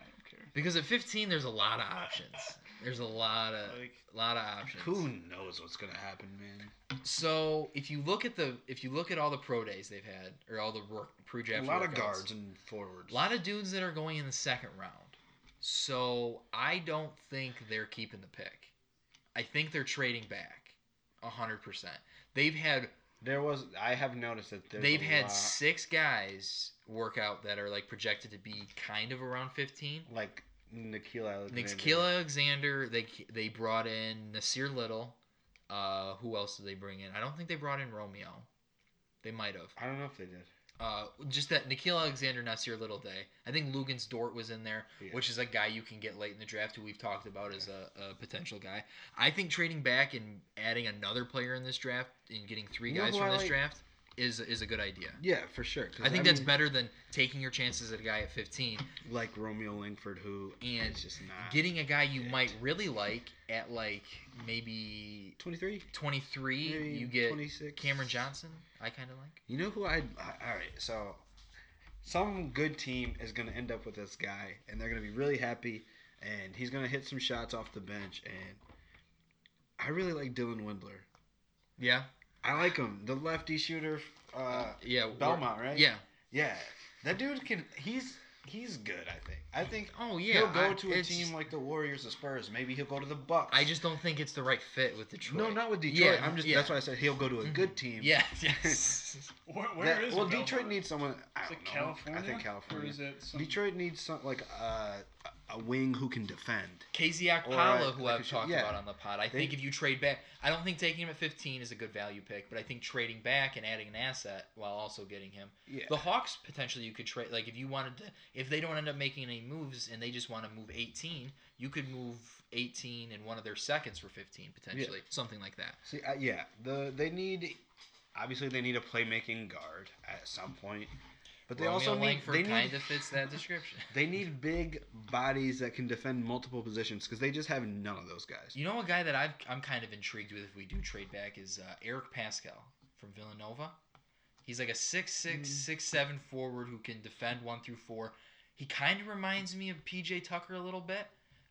Speaker 2: don't care.
Speaker 1: Because at fifteen, there's a lot of options. There's a lot of
Speaker 2: Like
Speaker 1: lot of options.
Speaker 3: Who knows what's gonna happen, man?
Speaker 1: So if you look at the if you look at all the pro days they've had or all the work pre draft
Speaker 3: a lot
Speaker 1: workouts,
Speaker 3: of guards and forwards.
Speaker 1: a lot of dudes that are going in the second round. So I don't think they're keeping the pick. I think they're trading back, hundred percent. They've had
Speaker 3: there was. I have noticed that there's
Speaker 1: they've
Speaker 3: a
Speaker 1: had
Speaker 3: lot-
Speaker 1: six guys work out that are like projected to be kind of around fifteen.
Speaker 3: like Nikhil Alexander.
Speaker 1: Nikhil Alexander, they they brought in Nasir Little. Uh, who else did they bring in? I don't think they brought in Romeo. They might have.
Speaker 3: I don't know if they did.
Speaker 1: uh, just that Nikhil Alexander Nasir Little Day. I think Lugans Dort was in there,
Speaker 3: Yeah.
Speaker 1: which is a guy you can get late in the draft who we've talked about as a, a potential guy. I think trading back and adding another player in this draft and getting three
Speaker 3: You know
Speaker 1: guys
Speaker 3: who
Speaker 1: from
Speaker 3: I
Speaker 1: this
Speaker 3: like?
Speaker 1: draft is is a good idea.
Speaker 3: Yeah, for sure. 'cause
Speaker 1: I think that's
Speaker 3: mean,
Speaker 1: better than taking your chances at a guy at 15,
Speaker 3: Like Romeo Langford, who
Speaker 1: And
Speaker 3: is just not
Speaker 1: getting a guy you
Speaker 3: Ah, Shit.
Speaker 1: might really like at like maybe
Speaker 3: 23.
Speaker 1: 23.
Speaker 3: Maybe
Speaker 1: you get
Speaker 3: 26.
Speaker 1: Cameron Johnson. I kind of like.
Speaker 3: You know who I'd, I. All right, so some good team is going to end up with this guy, and they're going to be really happy, and he's going to hit some shots off the bench. And I really like Dylan Windler.
Speaker 1: Yeah,
Speaker 3: I like him, the lefty shooter. Uh,
Speaker 1: yeah. we're-
Speaker 3: Belmont, right?
Speaker 1: Yeah.
Speaker 3: yeah, that dude can. He's he's good. I think. I think
Speaker 1: Oh yeah.
Speaker 3: he'll go
Speaker 1: I-
Speaker 3: to a
Speaker 1: it's-
Speaker 3: team like the Warriors, the Spurs. Maybe he'll go to the Bucks.
Speaker 1: I just don't think it's the right fit with Detroit.
Speaker 3: no, not with Detroit.
Speaker 1: Yeah,
Speaker 3: I'm just.
Speaker 1: yeah. Mm-hmm.
Speaker 3: That's why I said he'll go to a good team.
Speaker 1: Yes, yes.
Speaker 2: where, where
Speaker 3: That-
Speaker 2: is
Speaker 3: well,
Speaker 2: Belmont?
Speaker 3: Detroit needs someone. I
Speaker 2: Is
Speaker 3: don't
Speaker 2: it
Speaker 3: know.
Speaker 2: California?
Speaker 3: I think California.
Speaker 2: Or is it some,
Speaker 3: Detroit needs some like uh, a wing who can defend.
Speaker 1: Casey
Speaker 3: Or,
Speaker 1: Akpala,
Speaker 3: uh,
Speaker 1: who
Speaker 3: like
Speaker 1: I've
Speaker 3: a-
Speaker 1: talked
Speaker 3: yeah.
Speaker 1: about on the pod, I
Speaker 3: They-
Speaker 1: think if you trade back, I don't think taking him at 15 is a good value pick, but I think trading back and adding an asset while also getting him.
Speaker 3: Yeah.
Speaker 1: The Hawks potentially you could trade like if you wanted to if they don't end up making any moves and they just want to move 18, you could move 18 and one of their seconds for 15 potentially, something like that.
Speaker 3: See, uh, yeah, the they need obviously they need a playmaking guard at some point, but they
Speaker 1: Romeo
Speaker 3: also need
Speaker 1: Langford
Speaker 3: they
Speaker 1: kind
Speaker 3: need
Speaker 1: of fits that description.
Speaker 3: they need big bodies that can defend multiple positions because they just have none of those guys.
Speaker 1: You know, a guy that I've, I'm kind of intrigued with if we do trade back is uh, Eric Pascal from Villanova. He's like a six six six seven forward who can defend one through four. He kind of reminds me of PJ Tucker a little bit.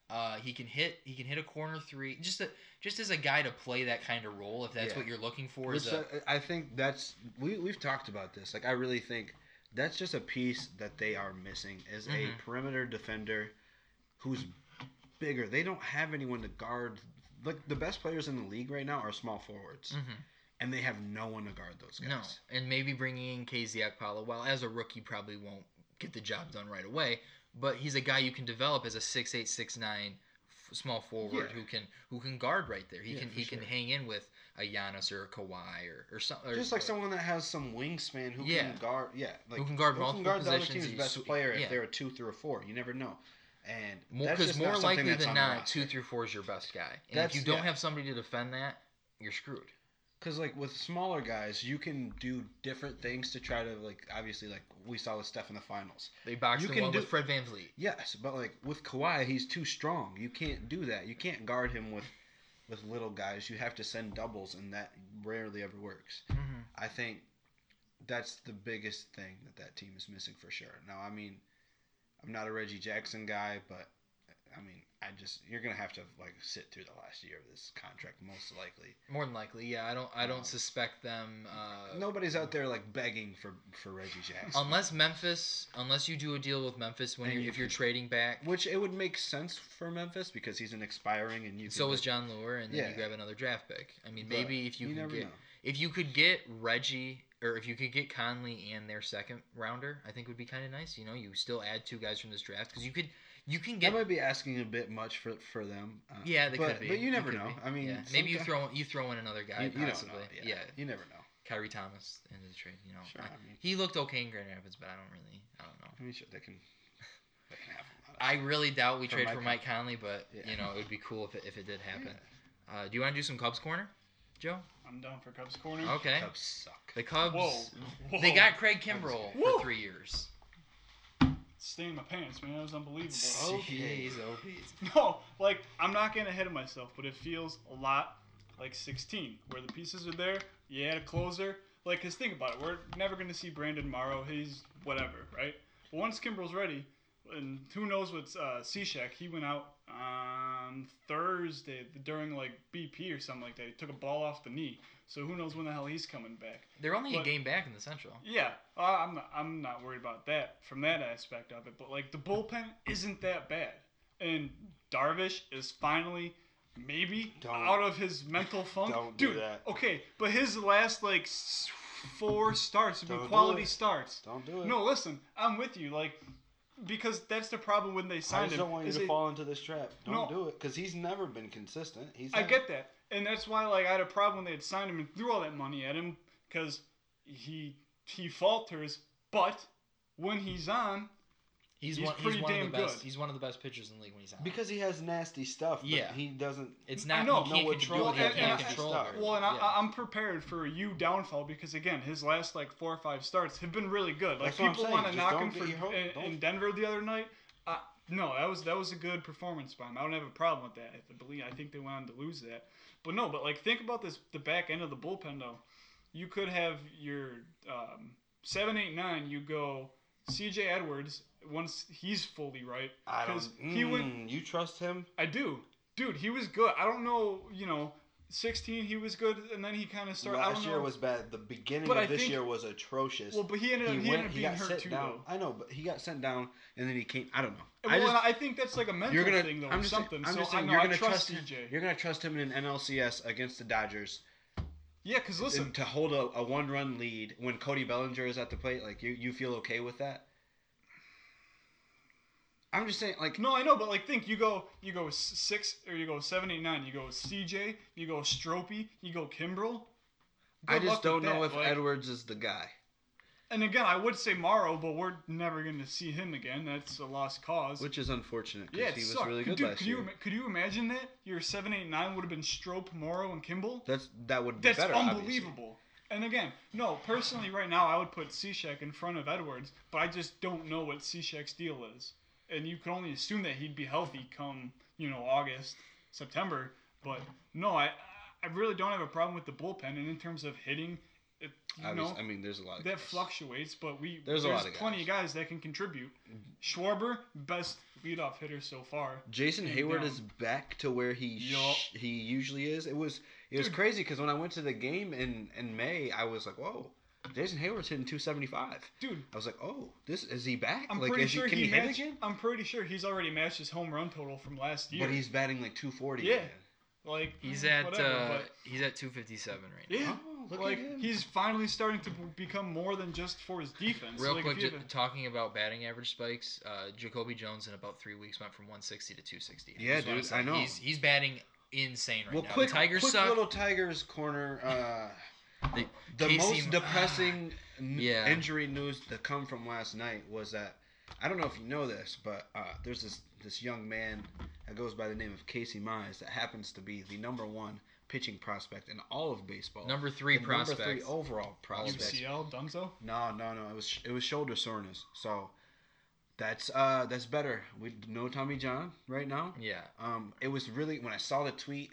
Speaker 1: Uh, he can hit. He can hit a corner three. Just a, just as a guy to play that kind of role, if that's
Speaker 3: Yeah.
Speaker 1: what you're looking for.
Speaker 3: Which,
Speaker 1: Is a,
Speaker 3: uh, I think that's we we've talked about this. Like I really think that's just a piece that they are missing is
Speaker 1: Mhm.
Speaker 3: a perimeter defender who's bigger. They don't have anyone to guard. Like the best players in the league right now are small forwards,
Speaker 1: hmm
Speaker 3: and they have no one to guard those guys.
Speaker 1: No, and maybe bringing in KZ Akpala, while as a rookie probably won't get the job done right away, but he's a guy you can develop as a six eight six nine f- small forward
Speaker 3: Yeah.
Speaker 1: who can who can guard right there. He
Speaker 3: Yeah,
Speaker 1: can
Speaker 3: for
Speaker 1: he can
Speaker 3: sure.
Speaker 1: hang in with a Giannis or a Kawhi or or something.
Speaker 3: Just like someone that has some wingspan who
Speaker 1: Yeah.
Speaker 3: can guard, yeah, like
Speaker 1: Who can guard multiple
Speaker 3: the other
Speaker 1: positions,
Speaker 3: team's
Speaker 1: you
Speaker 3: best
Speaker 1: sw-
Speaker 3: player
Speaker 1: yeah.
Speaker 3: if they're a two through a four. You never know, and that's
Speaker 1: because
Speaker 3: just
Speaker 1: more
Speaker 3: not something
Speaker 1: likely
Speaker 3: that's
Speaker 1: than
Speaker 3: on the
Speaker 1: not,
Speaker 3: roster.
Speaker 1: two through four is your best guy. And if
Speaker 3: That's-
Speaker 1: you don't
Speaker 3: yeah.
Speaker 1: have somebody to defend that, you're screwed.
Speaker 3: Because like with smaller guys, you can do different things to try to like obviously like we saw with Steph in the finals.
Speaker 1: They boxed
Speaker 3: You
Speaker 1: him
Speaker 3: can
Speaker 1: one
Speaker 3: do-
Speaker 1: with Fred Van Vliet.
Speaker 3: Yes, but like with Kawhi, he's too strong. You can't do that. You can't guard him with with little guys. You have to send doubles, and that rarely ever works. I think that's the biggest thing that that team is missing for sure. Now, I mean, I'm not a Reggie Jackson guy, but I mean, I just you're gonna have to like sit through the last year of this contract most likely.
Speaker 1: More than likely, yeah. I don't I
Speaker 3: Um,
Speaker 1: don't suspect them. Uh,
Speaker 3: Nobody's out there like begging for for Reggie Jackson.
Speaker 1: Unless Memphis, unless you do a deal with Memphis when
Speaker 3: And
Speaker 1: you
Speaker 3: you
Speaker 1: if you're
Speaker 3: can-
Speaker 1: trading back,
Speaker 3: which it would make sense for Memphis because he's an expiring and you.
Speaker 1: so
Speaker 3: could,
Speaker 1: is
Speaker 3: like-
Speaker 1: John Lure, and then
Speaker 3: Yeah.
Speaker 1: you grab another draft pick. I mean,
Speaker 3: but
Speaker 1: maybe if you, could
Speaker 3: never
Speaker 1: get
Speaker 3: know.
Speaker 1: if you could get Reggie or if you could get Conley and their second rounder, I think would be kind of nice. You know, you still add two guys from this draft because you could you can
Speaker 3: That
Speaker 1: get
Speaker 3: might be asking a bit much for for them. Uh,
Speaker 1: yeah, they
Speaker 3: but,
Speaker 1: could be.
Speaker 3: But you
Speaker 1: They
Speaker 3: never
Speaker 1: could
Speaker 3: know.
Speaker 1: be.
Speaker 3: I mean,
Speaker 1: Yeah. maybe you
Speaker 3: sometime-
Speaker 1: throw in- you throw in another guy
Speaker 3: you, you don't
Speaker 1: possibly.
Speaker 3: know. Yeah,
Speaker 1: yeah.
Speaker 3: you never know.
Speaker 1: Kyrie Thomas in the trade. You know,
Speaker 3: Sure,
Speaker 1: I-
Speaker 3: I mean-
Speaker 1: he looked okay in Grand Rapids, but I don't really, I don't know.
Speaker 3: I mean, sure, they can. They can have a lot of
Speaker 1: I really doubt we
Speaker 3: For
Speaker 1: trade
Speaker 3: Mike
Speaker 1: for Mike Conley, but
Speaker 3: Yeah.
Speaker 1: you know it would be cool if it, if it did happen.
Speaker 3: Yeah.
Speaker 1: Uh, do you want to do some Cubs corner, Joe?
Speaker 2: I'm down for Cubs corner.
Speaker 1: Okay.
Speaker 3: Cubs suck.
Speaker 1: The Uh, Cubs.
Speaker 2: Whoa. Whoa.
Speaker 1: They got Craig Kimbrell
Speaker 3: Cubs.
Speaker 1: for
Speaker 2: Woo.
Speaker 1: three years.
Speaker 2: stain in my pants, man. That was unbelievable.
Speaker 3: Okay.
Speaker 1: Jeez, oh, geez.
Speaker 2: No, like I'm not getting ahead of myself, but it feels a lot like 16, where the pieces are there. You add a closer, like, cause think about it. We're never gonna see Brandon Morrow. He's whatever, right? But once Kimbrel's ready, and who knows what's uh, C-Shack, he went out on Thursday during like BP or something like that. He took a ball off the knee, so who knows when the hell he's coming back.
Speaker 1: They're only a
Speaker 2: But-
Speaker 1: game back in the Central.
Speaker 2: Yeah, uh, I'm not, I'm not worried about that from that aspect of it. But like the bullpen isn't that bad, and Darvish is finally maybe
Speaker 3: Don't.
Speaker 2: out of his mental funk.
Speaker 3: Don't do
Speaker 2: Dude,
Speaker 3: that.
Speaker 2: okay, but his last like s- four starts have
Speaker 3: Don't
Speaker 2: been
Speaker 3: do
Speaker 2: quality
Speaker 3: it.
Speaker 2: starts.
Speaker 3: Don't do it.
Speaker 2: No, listen, I'm with you. Like because that's the problem when they
Speaker 3: I
Speaker 2: signed
Speaker 3: just
Speaker 2: him.
Speaker 3: don't want you
Speaker 2: is
Speaker 3: to
Speaker 2: they-
Speaker 3: fall into this trap. Don't
Speaker 2: No.
Speaker 3: do it because he's never been consistent. He's.
Speaker 2: I
Speaker 3: not.
Speaker 2: get that, and that's why like I had a problem when they had signed him and threw all that money at him because he he falters, but when he's on,
Speaker 1: He's,
Speaker 2: He's
Speaker 1: one. He's
Speaker 2: pretty
Speaker 1: one of the
Speaker 2: damn
Speaker 1: best.
Speaker 2: good.
Speaker 1: He's one of the best pitchers in the league when he's on.
Speaker 3: because he has nasty stuff. But
Speaker 1: Yeah.
Speaker 3: He doesn't.
Speaker 1: it's
Speaker 2: I
Speaker 1: not.
Speaker 2: know.
Speaker 1: He
Speaker 3: Know
Speaker 1: can't
Speaker 3: what to
Speaker 1: control.
Speaker 2: do
Speaker 1: it.
Speaker 2: with
Speaker 1: He
Speaker 2: it. And
Speaker 1: can't
Speaker 2: I-
Speaker 1: control.
Speaker 3: Well,
Speaker 1: it.
Speaker 2: Well, and I,
Speaker 1: Yeah.
Speaker 2: I- I'm prepared for a you downfall because again, his last like four or five starts have been really good. Like
Speaker 3: That's what I'm
Speaker 2: people
Speaker 3: saying.
Speaker 2: want to
Speaker 3: Just
Speaker 2: knock
Speaker 3: don't
Speaker 2: him
Speaker 3: get
Speaker 2: for
Speaker 3: your hope-
Speaker 2: in,
Speaker 3: don't-
Speaker 2: in Denver the other night. Uh, no, that was that was a good performance by him. I don't have a problem with that. I believe I think they went on to lose that, but no. But like think about this: the back end of the bullpen though. You could have your um, seven, eight, nine. You go C.J. Edwards once he's fully right
Speaker 3: I don't.
Speaker 2: he went
Speaker 3: Mm, You trust him?
Speaker 2: I do. Dude, he was good. I don't know, you know, 16 he was good and then he kind of started I
Speaker 3: Last
Speaker 2: don't
Speaker 3: year
Speaker 2: know.
Speaker 3: was bad. The beginning
Speaker 2: But
Speaker 3: of
Speaker 2: I
Speaker 3: this
Speaker 2: think-
Speaker 3: year was atrocious.
Speaker 2: well, but he ended up he, ended up being hurt
Speaker 3: sent
Speaker 2: too
Speaker 3: down.
Speaker 2: though.
Speaker 3: I know, but he got sent down, and then he came. I don't know.
Speaker 2: well,
Speaker 3: I just,
Speaker 2: and I think that's like a mental
Speaker 3: you're gonna.
Speaker 2: thing though
Speaker 3: I'm
Speaker 2: or
Speaker 3: just,
Speaker 2: something.
Speaker 3: I'm
Speaker 2: so
Speaker 3: just
Speaker 2: I
Speaker 3: saying
Speaker 2: know
Speaker 3: you're
Speaker 2: I
Speaker 3: gonna
Speaker 2: trust,
Speaker 3: trust,
Speaker 2: TJ.
Speaker 3: You're gonna trust him in an NLCS against the Dodgers
Speaker 2: Yeah, cuz listen,
Speaker 3: and to hold a, a one-run lead when Cody Bellinger is at the plate. Like you, you feel okay with that? I'm just saying, like
Speaker 2: No, I know, but like think you go you go s- six or you go seven eight nine. You go CJ, you go Stropey, you go Kimbrel.
Speaker 3: I
Speaker 2: Good
Speaker 3: just
Speaker 2: luck with
Speaker 3: don't know
Speaker 2: that,
Speaker 3: if
Speaker 2: like-
Speaker 3: Edwards is the guy.
Speaker 2: And again, I would say Morrow, but we're never going to see him again. That's a lost cause.
Speaker 3: Which is unfortunate because
Speaker 2: yeah, it
Speaker 3: he was
Speaker 2: sucked.
Speaker 3: really
Speaker 2: Could-
Speaker 3: good
Speaker 2: dude,
Speaker 3: last
Speaker 2: could
Speaker 3: year.
Speaker 2: You, ima- could you imagine that your seven eight nine would have been Strope, Morrow, and Kimball?
Speaker 3: That's that would be
Speaker 2: That's
Speaker 3: better. obviously.
Speaker 2: unbelievable. And again, no, personally, right now, I would put Cishek in front of Edwards, but I just don't know what Cishek's deal is. And you can only assume that he'd be healthy come, you know, August, September. But no, I, I really don't have a problem with the bullpen. And in terms of hitting, it, you
Speaker 3: Obviously,
Speaker 2: know,
Speaker 3: I mean, there's a lot. Of
Speaker 2: that
Speaker 3: guys.
Speaker 2: fluctuates, but we
Speaker 3: There's a lot of Mm-hmm.
Speaker 2: plenty of guys that can contribute. Schwarber, best leadoff hitter so far.
Speaker 3: Jason
Speaker 2: came
Speaker 3: Hayward
Speaker 2: down.
Speaker 3: is back to where he
Speaker 2: Yup.
Speaker 3: sh- he usually is. It was it was
Speaker 2: Dude.
Speaker 3: crazy because when I went to the game in in May, I was like, whoa, Jason Hayward's hitting 275.
Speaker 2: Dude,
Speaker 3: I was like, oh, this is he back?
Speaker 2: I'm
Speaker 3: like,
Speaker 2: pretty
Speaker 3: is
Speaker 2: sure
Speaker 3: he, can
Speaker 2: he,
Speaker 3: he, hit
Speaker 2: matched-
Speaker 3: again?
Speaker 2: I'm pretty sure he's already matched his home run total from last year.
Speaker 3: But he's batting like 240.
Speaker 2: Yeah.
Speaker 3: again.
Speaker 2: like
Speaker 1: He's
Speaker 2: mm,
Speaker 1: at
Speaker 2: whatever,
Speaker 1: uh,
Speaker 2: but-
Speaker 1: he's at 257 right now.
Speaker 2: yeah.
Speaker 3: Oh, look
Speaker 2: like
Speaker 3: at him.
Speaker 2: he's finally starting to b- become more than just for his defense.
Speaker 1: Real
Speaker 2: like, if
Speaker 1: quick,
Speaker 2: you
Speaker 1: ju-
Speaker 2: have a-
Speaker 1: talking about batting average spikes, uh, Jacoby Jones in about three weeks went from 160 to 260.
Speaker 3: Yeah,
Speaker 1: That's what I'm
Speaker 3: dude, I
Speaker 1: saying.
Speaker 3: know.
Speaker 1: He's, he's batting insane right
Speaker 3: well,
Speaker 1: now.
Speaker 3: quick,
Speaker 1: the Tigers
Speaker 3: quick
Speaker 1: suck.
Speaker 3: little Tigers corner. Uh,
Speaker 1: The-
Speaker 3: the
Speaker 1: Casey-
Speaker 3: most depressing n-
Speaker 1: Yeah.
Speaker 3: injury news to come from last night was that I don't know if you know this, but uh, there's this this young man that goes by the name of Casey Mize that happens to be the number one pitching prospect in all of baseball.
Speaker 1: number three
Speaker 3: The
Speaker 1: prospect.
Speaker 3: Number three oh. overall prospect.
Speaker 2: UCL Dunzo.
Speaker 3: No, no, no. It was it was shoulder soreness. So that's uh that's better. We no Tommy John right now.
Speaker 1: yeah.
Speaker 3: Um, it was really when I saw the tweet,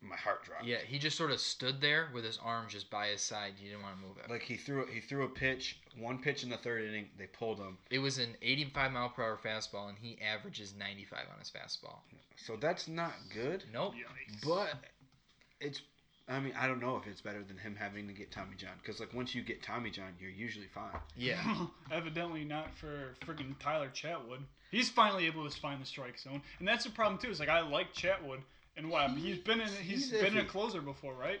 Speaker 3: my heart dropped.
Speaker 1: Yeah, he just sort of stood there with his arms just by his side. He didn't want to move it.
Speaker 3: Like he threw he threw a pitch, one pitch in the third inning. They pulled him.
Speaker 1: It was an 85 mile per hour fastball, and he averages 95 on his fastball.
Speaker 3: So that's not good.
Speaker 1: Nope.
Speaker 2: Yikes.
Speaker 3: But it's I mean I don't know if it's better than him having to get Tommy John because like once you get Tommy John, you're usually fine.
Speaker 1: Yeah.
Speaker 2: Evidently not for friggin' Tyler Chatwood. He's finally able to find the strike zone, and that's the problem too. Is like I like Chatwood, and what he's been in, he's
Speaker 3: he's
Speaker 2: been a
Speaker 3: iffy.
Speaker 2: closer before, right?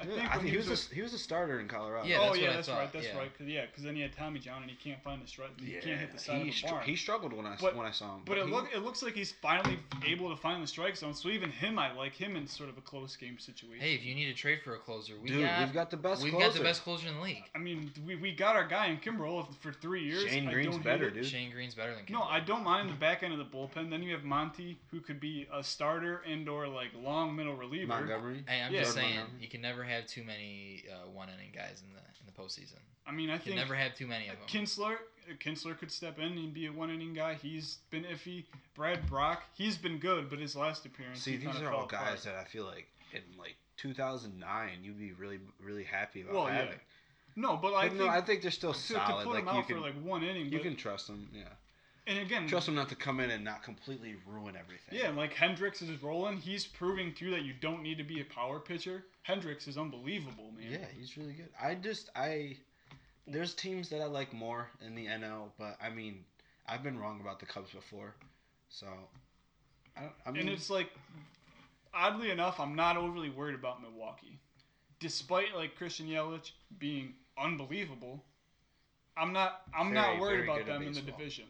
Speaker 2: I
Speaker 3: Yeah,
Speaker 2: think
Speaker 3: I
Speaker 2: when
Speaker 3: think he was
Speaker 2: with-
Speaker 3: a, he was a starter in Colorado.
Speaker 1: Yeah,
Speaker 2: oh
Speaker 1: that's
Speaker 2: yeah,
Speaker 1: what I
Speaker 2: that's
Speaker 1: thought,
Speaker 2: right, that's
Speaker 1: yeah.
Speaker 2: right. Cause, yeah, because then he had Tommy John, and he can't find the strike. He
Speaker 3: Yeah,
Speaker 2: can't hit the side
Speaker 3: he,
Speaker 2: of the
Speaker 3: str-
Speaker 2: barn.
Speaker 3: he struggled when I
Speaker 2: But-
Speaker 3: when I saw him.
Speaker 2: But it
Speaker 3: he-
Speaker 2: look it looks like he's finally able to find the strike zone. So even him, I like him in sort of a close game situation.
Speaker 1: Hey, if you need a trade for a closer, we
Speaker 3: dude,
Speaker 1: got,
Speaker 3: we've got the best.
Speaker 1: we've
Speaker 3: closer.
Speaker 1: got the best closer in the league.
Speaker 2: I mean, we, we got our guy in Kimbrel for three years.
Speaker 3: Shane
Speaker 2: I
Speaker 3: Green's
Speaker 2: don't hate
Speaker 3: better,
Speaker 2: it.
Speaker 3: dude.
Speaker 1: Shane Green's better than Kim.
Speaker 2: No, I don't mind the back end of the bullpen. Then you have Monty, who could be a starter and or like long middle reliever.
Speaker 3: Montgomery.
Speaker 1: Hey, I'm
Speaker 2: Yeah.
Speaker 1: just
Speaker 3: Jordan
Speaker 1: saying,
Speaker 3: Montgomery.
Speaker 1: you can never have too many uh, one inning guys in the in the postseason.
Speaker 2: I mean, I
Speaker 1: You can
Speaker 2: think
Speaker 1: never have too many of them.
Speaker 2: Kinsler Kinsler could step in and be a one inning guy. He's been iffy. Brad Brock, he's been good, but his last appearance.
Speaker 3: See,
Speaker 2: he
Speaker 3: these
Speaker 2: kinda
Speaker 3: are all
Speaker 2: fell apart.
Speaker 3: guys that I feel like in like 2009 you'd be really really happy about
Speaker 2: Well, yeah.
Speaker 3: having.
Speaker 2: No, but I
Speaker 3: But
Speaker 2: think
Speaker 3: no, I think they're still
Speaker 2: to, to
Speaker 3: solid.
Speaker 2: put
Speaker 3: Like
Speaker 2: him
Speaker 3: you
Speaker 2: out
Speaker 3: can
Speaker 2: for like one inning,
Speaker 3: you
Speaker 2: but- Mm-hmm.
Speaker 3: can trust them. Yeah,
Speaker 2: and again,
Speaker 3: trust them not to come in and not completely ruin everything.
Speaker 2: Yeah, and like Hendricks is rolling. He's proving too that you don't need to be a power pitcher. Hendricks is unbelievable, man.
Speaker 3: yeah, he's really good. I just I there's teams that I like more in the NL, but I mean I've been wrong about the Cubs before, so I, don't, I mean
Speaker 2: And it's like, oddly enough, I'm not overly worried about Milwaukee, despite like Christian Yelich being unbelievable. I'm not. I'm
Speaker 3: Very,
Speaker 2: not
Speaker 3: very
Speaker 2: worried
Speaker 3: good
Speaker 2: about
Speaker 3: at
Speaker 2: them in the
Speaker 3: baseball.
Speaker 2: division.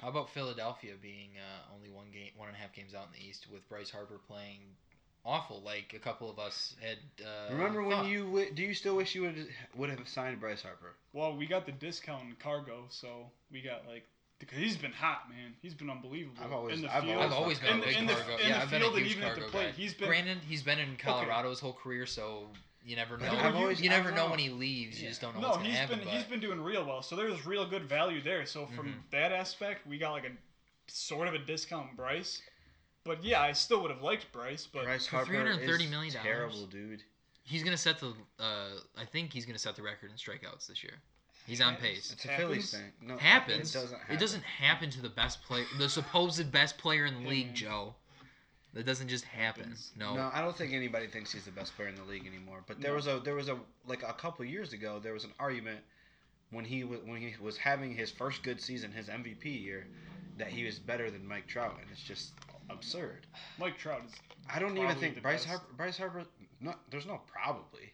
Speaker 1: How about Philadelphia being uh, only one game, one and a half games out in the East with Bryce Harper playing awful, like a couple of us had. Uh,
Speaker 3: remember when
Speaker 1: thought.
Speaker 3: you wi- do you still wish you would would have signed Bryce Harper?
Speaker 2: Well, we got the discount in cargo, so we got like because he's been hot, man. He's been unbelievable
Speaker 3: I've always-
Speaker 2: in the
Speaker 3: I've
Speaker 2: field.
Speaker 1: I've always been
Speaker 2: in
Speaker 1: a
Speaker 2: the-
Speaker 1: big
Speaker 2: in the-
Speaker 1: cargo.
Speaker 2: in
Speaker 1: yeah,
Speaker 2: the
Speaker 1: I've been a
Speaker 2: field and
Speaker 1: huge
Speaker 2: even at the
Speaker 1: cargo
Speaker 2: plate,
Speaker 1: guy.
Speaker 2: he's been-
Speaker 1: Brandon. He's been in Colorado his whole career, so you never know.
Speaker 2: I've I've
Speaker 1: you,
Speaker 3: always-
Speaker 1: never
Speaker 3: I've
Speaker 1: know
Speaker 3: known.
Speaker 1: when he leaves. You
Speaker 3: Yeah.
Speaker 1: just don't know
Speaker 2: No,
Speaker 1: what's gonna
Speaker 2: he's
Speaker 1: happen.
Speaker 2: been
Speaker 1: but Mm-hmm.
Speaker 2: he's been doing real well. So there's real good value there. So from that aspect, we got like a sort of a discount Bryce. But yeah, I still would have liked Bryce, but
Speaker 3: Bryce
Speaker 1: For
Speaker 3: Harper
Speaker 1: $330
Speaker 3: is
Speaker 1: million
Speaker 3: terrible, dude.
Speaker 1: he's gonna set the. Uh, I think he's gonna set the record in strikeouts this year. He's on pace.
Speaker 3: It's a Phillies
Speaker 2: Happens.
Speaker 3: thing. No,
Speaker 1: happens.
Speaker 3: It doesn't. Happen. Mm.
Speaker 1: It doesn't happen to the best player, the supposed best player in the league,
Speaker 2: man.
Speaker 1: Joe. That doesn't just happen.
Speaker 2: Happens.
Speaker 1: No.
Speaker 3: No, I don't think anybody thinks he's the best player in the league anymore. But there
Speaker 2: No.
Speaker 3: was a there was a like a couple years ago there was an argument when he was when he was having his first good season, his MVP year, that he was better than Mike Trout, and it's just absurd.
Speaker 2: Mike Trout is.
Speaker 3: I don't even
Speaker 2: Probably
Speaker 3: think
Speaker 2: the
Speaker 3: Bryce
Speaker 2: best.
Speaker 3: Harper. Bryce Harper. No, there's no probably.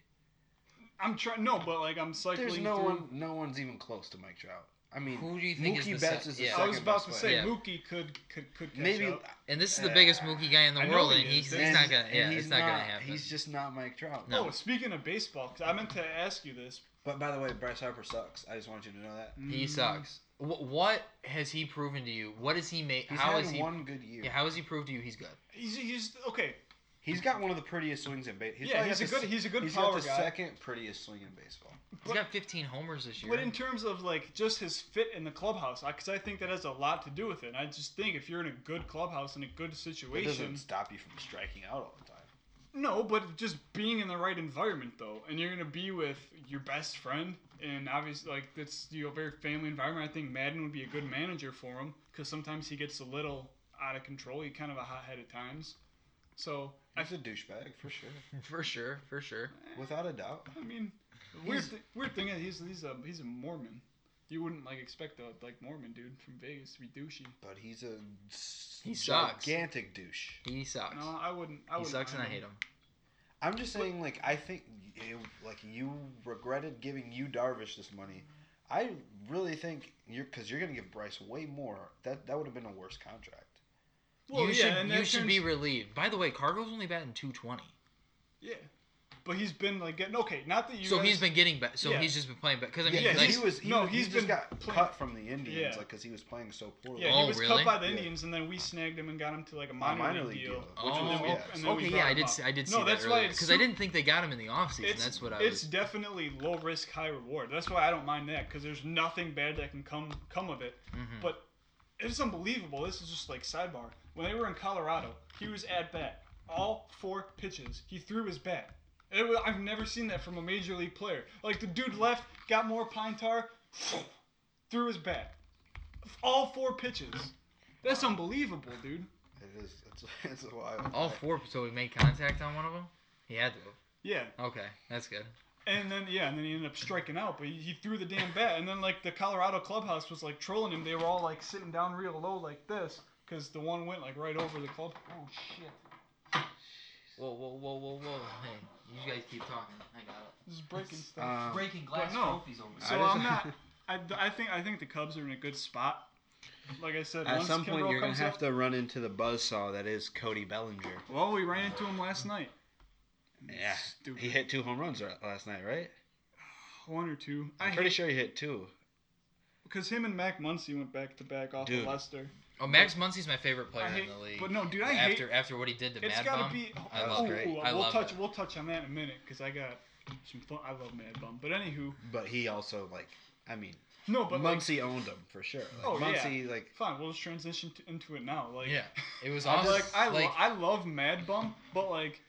Speaker 2: I'm trying. No, but like I'm cycling.
Speaker 3: There's no
Speaker 2: through.
Speaker 3: one. No one's even close to Mike Trout. I mean,
Speaker 1: Who do you think
Speaker 3: Mookie
Speaker 1: is the
Speaker 3: Betts
Speaker 1: sec-
Speaker 3: is the
Speaker 1: yeah.
Speaker 3: second
Speaker 2: I was about
Speaker 3: best
Speaker 2: to
Speaker 3: player.
Speaker 2: say
Speaker 1: Yeah.
Speaker 2: Mookie could could could catch
Speaker 3: Maybe
Speaker 2: up.
Speaker 1: And this is the biggest
Speaker 3: Yeah.
Speaker 1: Mookie guy in the
Speaker 2: I know
Speaker 1: world,
Speaker 2: he
Speaker 1: and
Speaker 2: is.
Speaker 1: he's, he's
Speaker 2: And-
Speaker 1: not gonna.
Speaker 3: and
Speaker 1: Yeah,
Speaker 3: he's
Speaker 1: it's not, gonna
Speaker 3: not-
Speaker 1: happen.
Speaker 3: He's just not Mike Trout.
Speaker 1: No.
Speaker 2: Oh, speaking of baseball, 'cause I meant to ask you this.
Speaker 3: But by the way, Bryce Harper sucks. I just want you to know that.
Speaker 1: He
Speaker 2: Mm,
Speaker 1: sucks. What, what has he proven to you? What has he made?
Speaker 3: He's
Speaker 1: How
Speaker 3: had
Speaker 1: has he?
Speaker 3: one good year.
Speaker 1: Yeah, how has he proved to you he's good?
Speaker 2: He's, he's okay.
Speaker 3: He's got one of the prettiest swings in baseball.
Speaker 2: yeah, he's a good he's a good
Speaker 3: He's
Speaker 2: power
Speaker 3: got the
Speaker 2: guy.
Speaker 3: second prettiest swing in baseball.
Speaker 1: He's got 15 homers this year.
Speaker 2: But in terms of like just his fit in the clubhouse, because I, think that has a lot to do with it. And I just think if you're in a good clubhouse in a good
Speaker 3: It
Speaker 2: situation,
Speaker 3: doesn't stop you from striking out all the time.
Speaker 2: no, but just being in the right environment though, and you're gonna be with your best friend, and obviously like that's you know very family environment. I think Madden would be a good manager for him because sometimes he gets a little out of control. He's kind of a hot head at times. So I,
Speaker 3: He's a douchebag for sure,
Speaker 1: for sure, for sure.
Speaker 3: without a doubt.
Speaker 2: eh, I mean, Weird,
Speaker 1: He's-
Speaker 2: th- weird thing is he's he's a he's a Mormon. You wouldn't like expect a like Mormon dude from Vegas to be douchey.
Speaker 3: But he's a s-
Speaker 1: He sucks.
Speaker 3: gigantic douche.
Speaker 1: He sucks.
Speaker 2: No, I wouldn't. I
Speaker 1: he
Speaker 2: wouldn't
Speaker 1: sucks, and I
Speaker 2: mind
Speaker 1: hate him.
Speaker 3: I'm just saying, like, I think, you, like, you regretted giving you Darvish this money. I really think you're because you're going to give Bryce way more. That that would have been a worse contract.
Speaker 2: Well,
Speaker 1: you
Speaker 2: yeah,
Speaker 1: should,
Speaker 2: and
Speaker 1: you
Speaker 2: that
Speaker 1: should
Speaker 2: turns-
Speaker 1: be relieved. By the way, Cargo's only batting 220.
Speaker 2: Yeah, but he's been like getting okay. Not that you.
Speaker 1: So
Speaker 2: guys,
Speaker 1: he's been getting better. So
Speaker 2: Yeah.
Speaker 1: he's just been playing better. Because I mean,
Speaker 3: yeah,
Speaker 2: he-
Speaker 1: like,
Speaker 3: he was. He,
Speaker 2: no,
Speaker 3: was- he
Speaker 2: he's
Speaker 3: just
Speaker 2: been
Speaker 3: got
Speaker 2: playing-
Speaker 3: cut from the Indians,
Speaker 2: Yeah.
Speaker 3: like, because he was playing so poorly.
Speaker 2: Yeah,
Speaker 1: Oh,
Speaker 2: he was
Speaker 1: really?
Speaker 2: cut by the
Speaker 3: Yeah.
Speaker 2: Indians, and then we snagged him and got him to like a
Speaker 3: On
Speaker 2: minor, league, deal.
Speaker 3: which was-
Speaker 1: Oh,
Speaker 3: yeah.
Speaker 2: and then we
Speaker 1: okay,
Speaker 2: brought
Speaker 1: yeah, I
Speaker 2: him
Speaker 1: did.
Speaker 2: up.
Speaker 1: See, I did see
Speaker 2: No, that's
Speaker 1: that
Speaker 2: why it's
Speaker 1: because I
Speaker 2: su-
Speaker 1: didn't think they got him in the offseason.
Speaker 2: It's,
Speaker 1: That's what I
Speaker 2: it's
Speaker 1: was.
Speaker 2: definitely low risk, high reward. That's why I don't mind that because there's nothing bad that can come come of it.
Speaker 1: Mhm.
Speaker 2: But it's unbelievable. This is just like sidebar. When they were in Colorado, he was at bat all four pitches. He threw his bat. It wa- I've never seen that from a major league player. Like the dude left, got more pine tar, threw his bat. All four pitches. That's unbelievable, dude.
Speaker 3: It is. It's, it's a wild.
Speaker 1: All four, so he made contact on one of them. He had to. have.
Speaker 2: Yeah.
Speaker 1: Okay, that's good.
Speaker 2: And then yeah, and then he ended up striking out, but he, he threw the damn bat. And then like the Colorado clubhouse was like trolling him. They were all like sitting down real low like this because the one went like right over the club. Oh shit!
Speaker 1: Whoa, whoa, whoa, whoa, whoa! Hey, you guys keep talking. I got it.
Speaker 2: This is breaking stuff.
Speaker 3: Um,
Speaker 1: Breaking
Speaker 2: glass Oh. no.
Speaker 1: trophies over.
Speaker 2: so
Speaker 3: I just-
Speaker 2: I'm not. I, Uh, I think I think the Cubs are in a good spot. Like I said,
Speaker 3: At
Speaker 2: once
Speaker 3: some point,
Speaker 2: Kimbrel
Speaker 3: you're gonna
Speaker 2: comes
Speaker 3: have
Speaker 2: up-
Speaker 3: to run into the buzzsaw that is Cody Bellinger.
Speaker 2: Well, we ran into him last night.
Speaker 3: Yeah,
Speaker 2: Stupid.
Speaker 3: he hit two home runs ra- last night, right?
Speaker 2: one or two. I
Speaker 3: I'm pretty sure he hit two.
Speaker 2: because him and Mac Muncy went back to back off
Speaker 3: Dude.
Speaker 2: of Lester.
Speaker 1: Oh, Max Muncy's my favorite player
Speaker 2: I hate,
Speaker 1: in the league.
Speaker 2: but no, dude, I hate.
Speaker 1: after after what he did to
Speaker 2: It's
Speaker 1: Mad
Speaker 2: gotta
Speaker 1: Bum,
Speaker 2: be.
Speaker 1: I
Speaker 3: That was
Speaker 1: love
Speaker 2: ooh,
Speaker 1: it.
Speaker 3: great.
Speaker 2: ooh,
Speaker 1: I
Speaker 2: we'll
Speaker 1: love
Speaker 2: touch.
Speaker 1: it.
Speaker 2: We'll touch on that in a minute because I got some fun. I love Mad Bum, but anywho,
Speaker 3: But he also like, I mean,
Speaker 2: no, but like,
Speaker 3: Muncy owned him for sure. Like,
Speaker 2: Oh, yeah.
Speaker 3: Muncy like
Speaker 2: fine, we'll just transition to, into it now. Like,
Speaker 1: Yeah, it was
Speaker 2: I'm
Speaker 1: awesome.
Speaker 2: like I, lo-
Speaker 1: like
Speaker 2: I love Mad Bum, but like,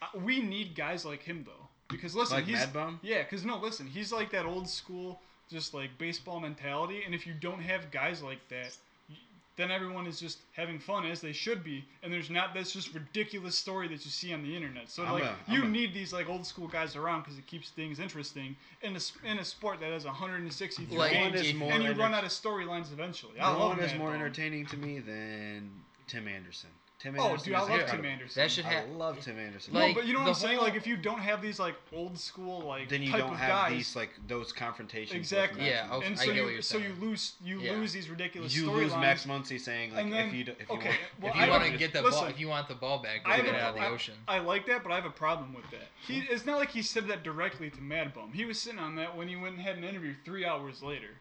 Speaker 2: I, we need guys like him though, because listen,
Speaker 3: like
Speaker 2: he's
Speaker 3: Mad Bum.
Speaker 2: yeah, because no, listen, he's like that old school, just like baseball mentality, and if you don't have guys like that. y- Then everyone is just having fun as they should be, and there's not this just ridiculous story that you see on the internet. So
Speaker 3: I'm
Speaker 2: like,
Speaker 3: a-
Speaker 2: you
Speaker 3: I'm a-
Speaker 2: need these like old school guys around because it keeps things interesting in a s- in a sport that has 163
Speaker 1: Like,
Speaker 2: games,
Speaker 1: is more
Speaker 2: and you run
Speaker 3: enter-
Speaker 2: out of storylines eventually. I
Speaker 3: No
Speaker 2: love
Speaker 3: one is
Speaker 2: Mad
Speaker 3: more
Speaker 2: Bum.
Speaker 3: entertaining to me than Tim Anderson. Tim
Speaker 2: Oh,
Speaker 3: Anderson.
Speaker 2: dude, I
Speaker 3: is
Speaker 2: love Tim
Speaker 3: incredible.
Speaker 2: Anderson.
Speaker 1: that should
Speaker 3: I
Speaker 1: have.
Speaker 3: love Tim Anderson.
Speaker 2: No,
Speaker 1: Like,
Speaker 2: but you know what
Speaker 1: the
Speaker 2: I'm saying?
Speaker 1: whole-
Speaker 2: Like, if you don't have these like old school like
Speaker 3: then you
Speaker 2: type
Speaker 3: don't
Speaker 2: of
Speaker 3: have
Speaker 2: guys,
Speaker 3: these like those confrontations. with
Speaker 2: exactly.
Speaker 3: Max
Speaker 1: Yeah,
Speaker 3: Muncy.
Speaker 1: okay,
Speaker 2: and
Speaker 1: I
Speaker 2: so
Speaker 1: get
Speaker 2: you
Speaker 1: what you're
Speaker 2: so you
Speaker 1: saying.
Speaker 2: lose you
Speaker 1: Yeah.
Speaker 2: lose these ridiculous
Speaker 3: You lose
Speaker 2: storylines.
Speaker 3: Max Muncy saying like
Speaker 2: and then-
Speaker 3: if you do, if
Speaker 2: okay,
Speaker 3: you want,
Speaker 2: well,
Speaker 1: if
Speaker 2: I
Speaker 1: you want to
Speaker 2: don't-
Speaker 1: get the
Speaker 2: listen,
Speaker 1: ball, if you want the ball back, go
Speaker 2: I
Speaker 1: get it
Speaker 2: have a-
Speaker 1: out of the
Speaker 2: I-
Speaker 1: ocean.
Speaker 2: I like that, but I have a problem with that. He, it's not like he said that directly to Mad Bum. He was sitting on that when he went and had an interview three hours later,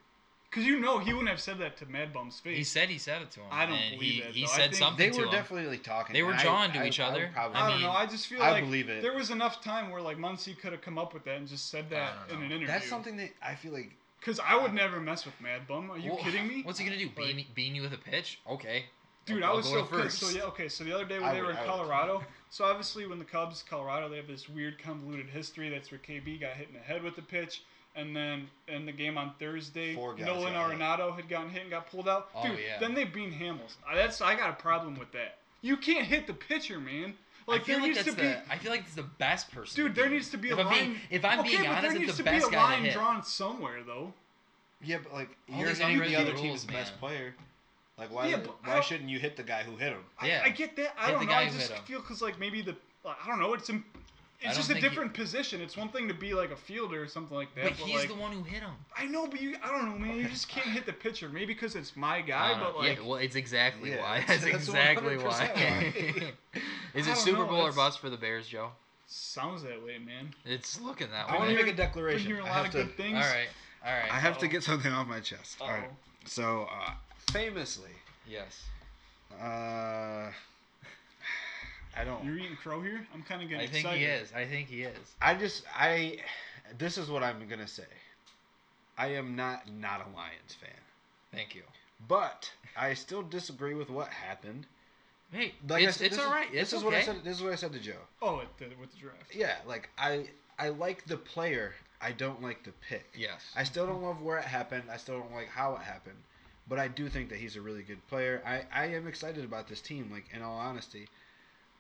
Speaker 2: because you know he wouldn't have said that to Mad Bum's face.
Speaker 1: He said he said it to him.
Speaker 2: I don't
Speaker 1: and
Speaker 2: believe
Speaker 1: he,
Speaker 2: it,
Speaker 1: He
Speaker 2: though. I
Speaker 1: said
Speaker 2: think-
Speaker 1: something
Speaker 3: they
Speaker 1: to
Speaker 3: were
Speaker 1: him.
Speaker 3: definitely talking.
Speaker 1: They were
Speaker 3: and I-
Speaker 1: jawing to
Speaker 3: I-
Speaker 1: each
Speaker 3: I would
Speaker 1: other.
Speaker 3: probably-
Speaker 2: I,
Speaker 1: I
Speaker 2: don't know.
Speaker 1: mean-
Speaker 2: I just feel
Speaker 3: I
Speaker 2: like
Speaker 3: believe it.
Speaker 2: there was enough time where like Muncy could have come up with that and just said that
Speaker 1: don't
Speaker 2: in an
Speaker 1: know.
Speaker 2: interview.
Speaker 3: that's something that I feel like
Speaker 2: Because I would never mess with Mad Bum. Are you
Speaker 1: Wha-
Speaker 2: kidding me?
Speaker 1: What's he gonna do? Beam, beam you with a pitch? Okay. I'll-
Speaker 2: Dude, I
Speaker 1: I'll
Speaker 2: was
Speaker 1: go
Speaker 2: so
Speaker 1: to
Speaker 2: pissed. So yeah, okay. So the other day when
Speaker 3: I
Speaker 2: they
Speaker 3: would-
Speaker 2: were in
Speaker 3: I would.
Speaker 2: Colorado, so obviously when the Cubs, Colorado, they have this weird convoluted history. That's where KB got hit in the head with the pitch, and then in the game on Thursday,
Speaker 3: Four guys
Speaker 2: Nolan
Speaker 3: got hit.
Speaker 2: Arenado had gotten hit and got pulled out.
Speaker 1: Oh,
Speaker 2: Dude,
Speaker 1: yeah.
Speaker 2: then they beat Hamels. I- That's I got a problem with that. You can't hit the pitcher, man. Like
Speaker 1: I feel
Speaker 2: there
Speaker 1: like
Speaker 2: needs
Speaker 1: that's
Speaker 2: to
Speaker 1: the.
Speaker 2: be.
Speaker 1: I feel like it's the best person.
Speaker 2: Dude,
Speaker 1: to
Speaker 2: there
Speaker 1: beat.
Speaker 2: needs to be
Speaker 1: if
Speaker 2: a
Speaker 1: I'm
Speaker 2: line.
Speaker 1: being, if I'm
Speaker 2: okay,
Speaker 1: being
Speaker 2: but there
Speaker 1: honest,
Speaker 2: needs
Speaker 1: it's the
Speaker 2: to be a
Speaker 1: best guy to
Speaker 2: line
Speaker 1: hit.
Speaker 2: drawn somewhere, though.
Speaker 3: yeah, but like
Speaker 1: All
Speaker 3: you're
Speaker 1: these
Speaker 3: hitting the
Speaker 1: unwritten
Speaker 3: other team's
Speaker 1: rules,
Speaker 3: best
Speaker 1: man.
Speaker 3: player. Like why
Speaker 2: Yeah, but I
Speaker 3: why
Speaker 2: don't-
Speaker 3: shouldn't you hit the guy who hit him?
Speaker 2: I-
Speaker 1: Yeah.
Speaker 2: I, get that. I
Speaker 1: Hit
Speaker 2: don't
Speaker 1: the
Speaker 2: know.
Speaker 1: guy
Speaker 2: I
Speaker 1: who
Speaker 2: just
Speaker 1: hit 'em.
Speaker 2: feel because like maybe the I don't know. It's im-
Speaker 1: don't
Speaker 2: it's just a
Speaker 1: think he-
Speaker 2: different position. It's one thing to be like a fielder or something like that.
Speaker 1: But
Speaker 2: But,
Speaker 1: he's
Speaker 2: like,
Speaker 1: the one who hit him.
Speaker 2: I know, but you I don't know, man. You just can't hit the pitcher. Maybe because it's my guy,
Speaker 1: I don't
Speaker 2: but
Speaker 1: know.
Speaker 2: like
Speaker 1: yeah, well, it's exactly
Speaker 3: Yeah,
Speaker 1: why.
Speaker 3: that's-
Speaker 1: That's,
Speaker 3: that's
Speaker 1: exactly
Speaker 3: 100%
Speaker 1: why. Is
Speaker 2: I
Speaker 1: it
Speaker 2: don't
Speaker 1: Super
Speaker 2: know,
Speaker 1: Bowl or
Speaker 2: that's-
Speaker 1: bust for the Bears, Joe?
Speaker 2: sounds that way, man.
Speaker 1: It's looking that way.
Speaker 2: I
Speaker 3: I want
Speaker 2: wanna
Speaker 3: to
Speaker 2: hear-
Speaker 3: make a
Speaker 2: Been
Speaker 3: declaration.
Speaker 2: hearing a
Speaker 3: I
Speaker 2: lot
Speaker 3: have
Speaker 2: of
Speaker 3: to
Speaker 2: good things.
Speaker 1: all right, all right.
Speaker 3: I have to
Speaker 2: Uh-oh.
Speaker 3: get something off my chest. All right.
Speaker 2: Uh-oh.
Speaker 3: So uh, famously,
Speaker 1: yes,
Speaker 3: uh, I don't.
Speaker 2: You're eating crow here. I'm kind of
Speaker 1: I
Speaker 2: getting
Speaker 1: think
Speaker 2: excited.
Speaker 1: he is. I think he is.
Speaker 3: I just I this is what I'm gonna say. I am not not a Lions fan,
Speaker 1: Thank you.
Speaker 3: but I still disagree with what happened.
Speaker 1: Hey,
Speaker 3: Like I
Speaker 1: it's,
Speaker 3: said,
Speaker 1: it's
Speaker 3: this
Speaker 1: all
Speaker 3: is-
Speaker 1: right.
Speaker 3: This
Speaker 1: It's
Speaker 3: is
Speaker 1: okay.
Speaker 3: what I said. This is what I said to Joe.
Speaker 2: Oh, at the, with the draft.
Speaker 3: Yeah, like I I like the player. I don't like the pick.
Speaker 1: Yes.
Speaker 3: I still don't love where it happened. I still don't like how it happened. But I do think that he's a really good player. I, I am excited about this team, like in all honesty.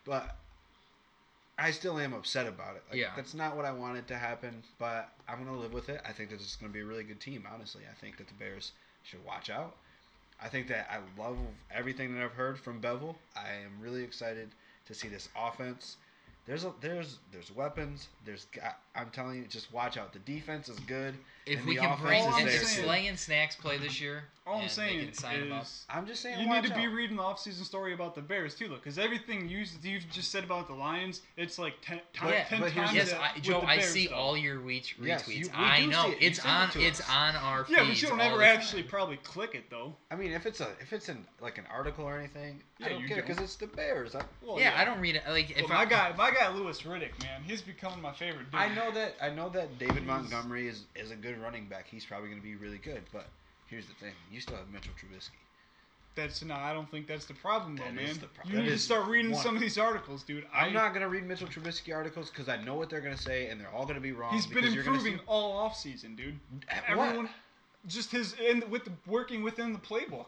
Speaker 3: But I still am upset about it. Like,
Speaker 1: Yeah.
Speaker 3: That's not what I wanted to happen, but I'm going to live with it. I think that this is going to be a really good team, honestly. I think that the Bears should watch out. I think that I love everything that I've heard from Bevel. I am really excited to see this offense. There's a, there's there's weapons. There's g- I'm telling you, just watch out. The defense is good.
Speaker 1: If
Speaker 3: And
Speaker 1: we
Speaker 3: the
Speaker 1: can
Speaker 3: offense
Speaker 1: bring
Speaker 2: is
Speaker 1: and
Speaker 2: there, too.
Speaker 1: Slay and Snacks play this year,
Speaker 2: All I'm
Speaker 1: and they
Speaker 2: saying
Speaker 1: can sign him up.
Speaker 2: is
Speaker 3: I'm just saying,
Speaker 2: you
Speaker 3: watch
Speaker 2: need to be
Speaker 3: out.
Speaker 2: reading the offseason story about the Bears too, look, because everything you you've just said about the Lions, it's like ten, ti-
Speaker 3: But-
Speaker 2: ten
Speaker 3: but here's
Speaker 2: times.
Speaker 3: the-
Speaker 1: Yes,
Speaker 2: that
Speaker 1: I,
Speaker 2: with
Speaker 1: Joe,
Speaker 2: the
Speaker 1: I
Speaker 2: Bears
Speaker 1: see
Speaker 2: stuff.
Speaker 1: all your reach, retweets.
Speaker 3: Yes, you- we
Speaker 1: I
Speaker 3: do
Speaker 1: know
Speaker 3: see it. You
Speaker 1: it's
Speaker 3: send it
Speaker 1: on.
Speaker 3: to
Speaker 1: It's
Speaker 3: us.
Speaker 1: on our feeds.
Speaker 2: Yeah, but you don't
Speaker 1: all
Speaker 2: ever
Speaker 1: the time.
Speaker 2: actually probably click it though.
Speaker 3: I mean, if it's a if it's in like an article or anything, I
Speaker 2: Yeah,
Speaker 3: don't
Speaker 2: you
Speaker 3: care
Speaker 2: don't.
Speaker 3: because it's the Bears. I,
Speaker 2: Well,
Speaker 1: yeah, I don't read it. Like if
Speaker 2: But my
Speaker 1: I
Speaker 2: guy, my guy Lewis Riddick, man, he's becoming my favorite dude.
Speaker 3: I know that I know that David
Speaker 2: He's-
Speaker 3: Montgomery is, is a good running back. He's probably going to be really good. But here's the thing: you still have Mitchell Trubisky.
Speaker 2: That's no, I don't think that's the problem, though,
Speaker 3: That
Speaker 2: man.
Speaker 3: is the pro-
Speaker 2: you
Speaker 3: that
Speaker 2: need to
Speaker 3: is
Speaker 2: start reading
Speaker 3: one.
Speaker 2: some of these articles, dude. I,
Speaker 3: I'm not going to read Mitchell Trubisky articles because I know what they're going to say, and they're all going to be wrong.
Speaker 2: He's been
Speaker 3: because you're gonna
Speaker 2: improving all all offseason, dude.
Speaker 3: See, At what?
Speaker 2: Everyone, just his and with the, working within the playbook.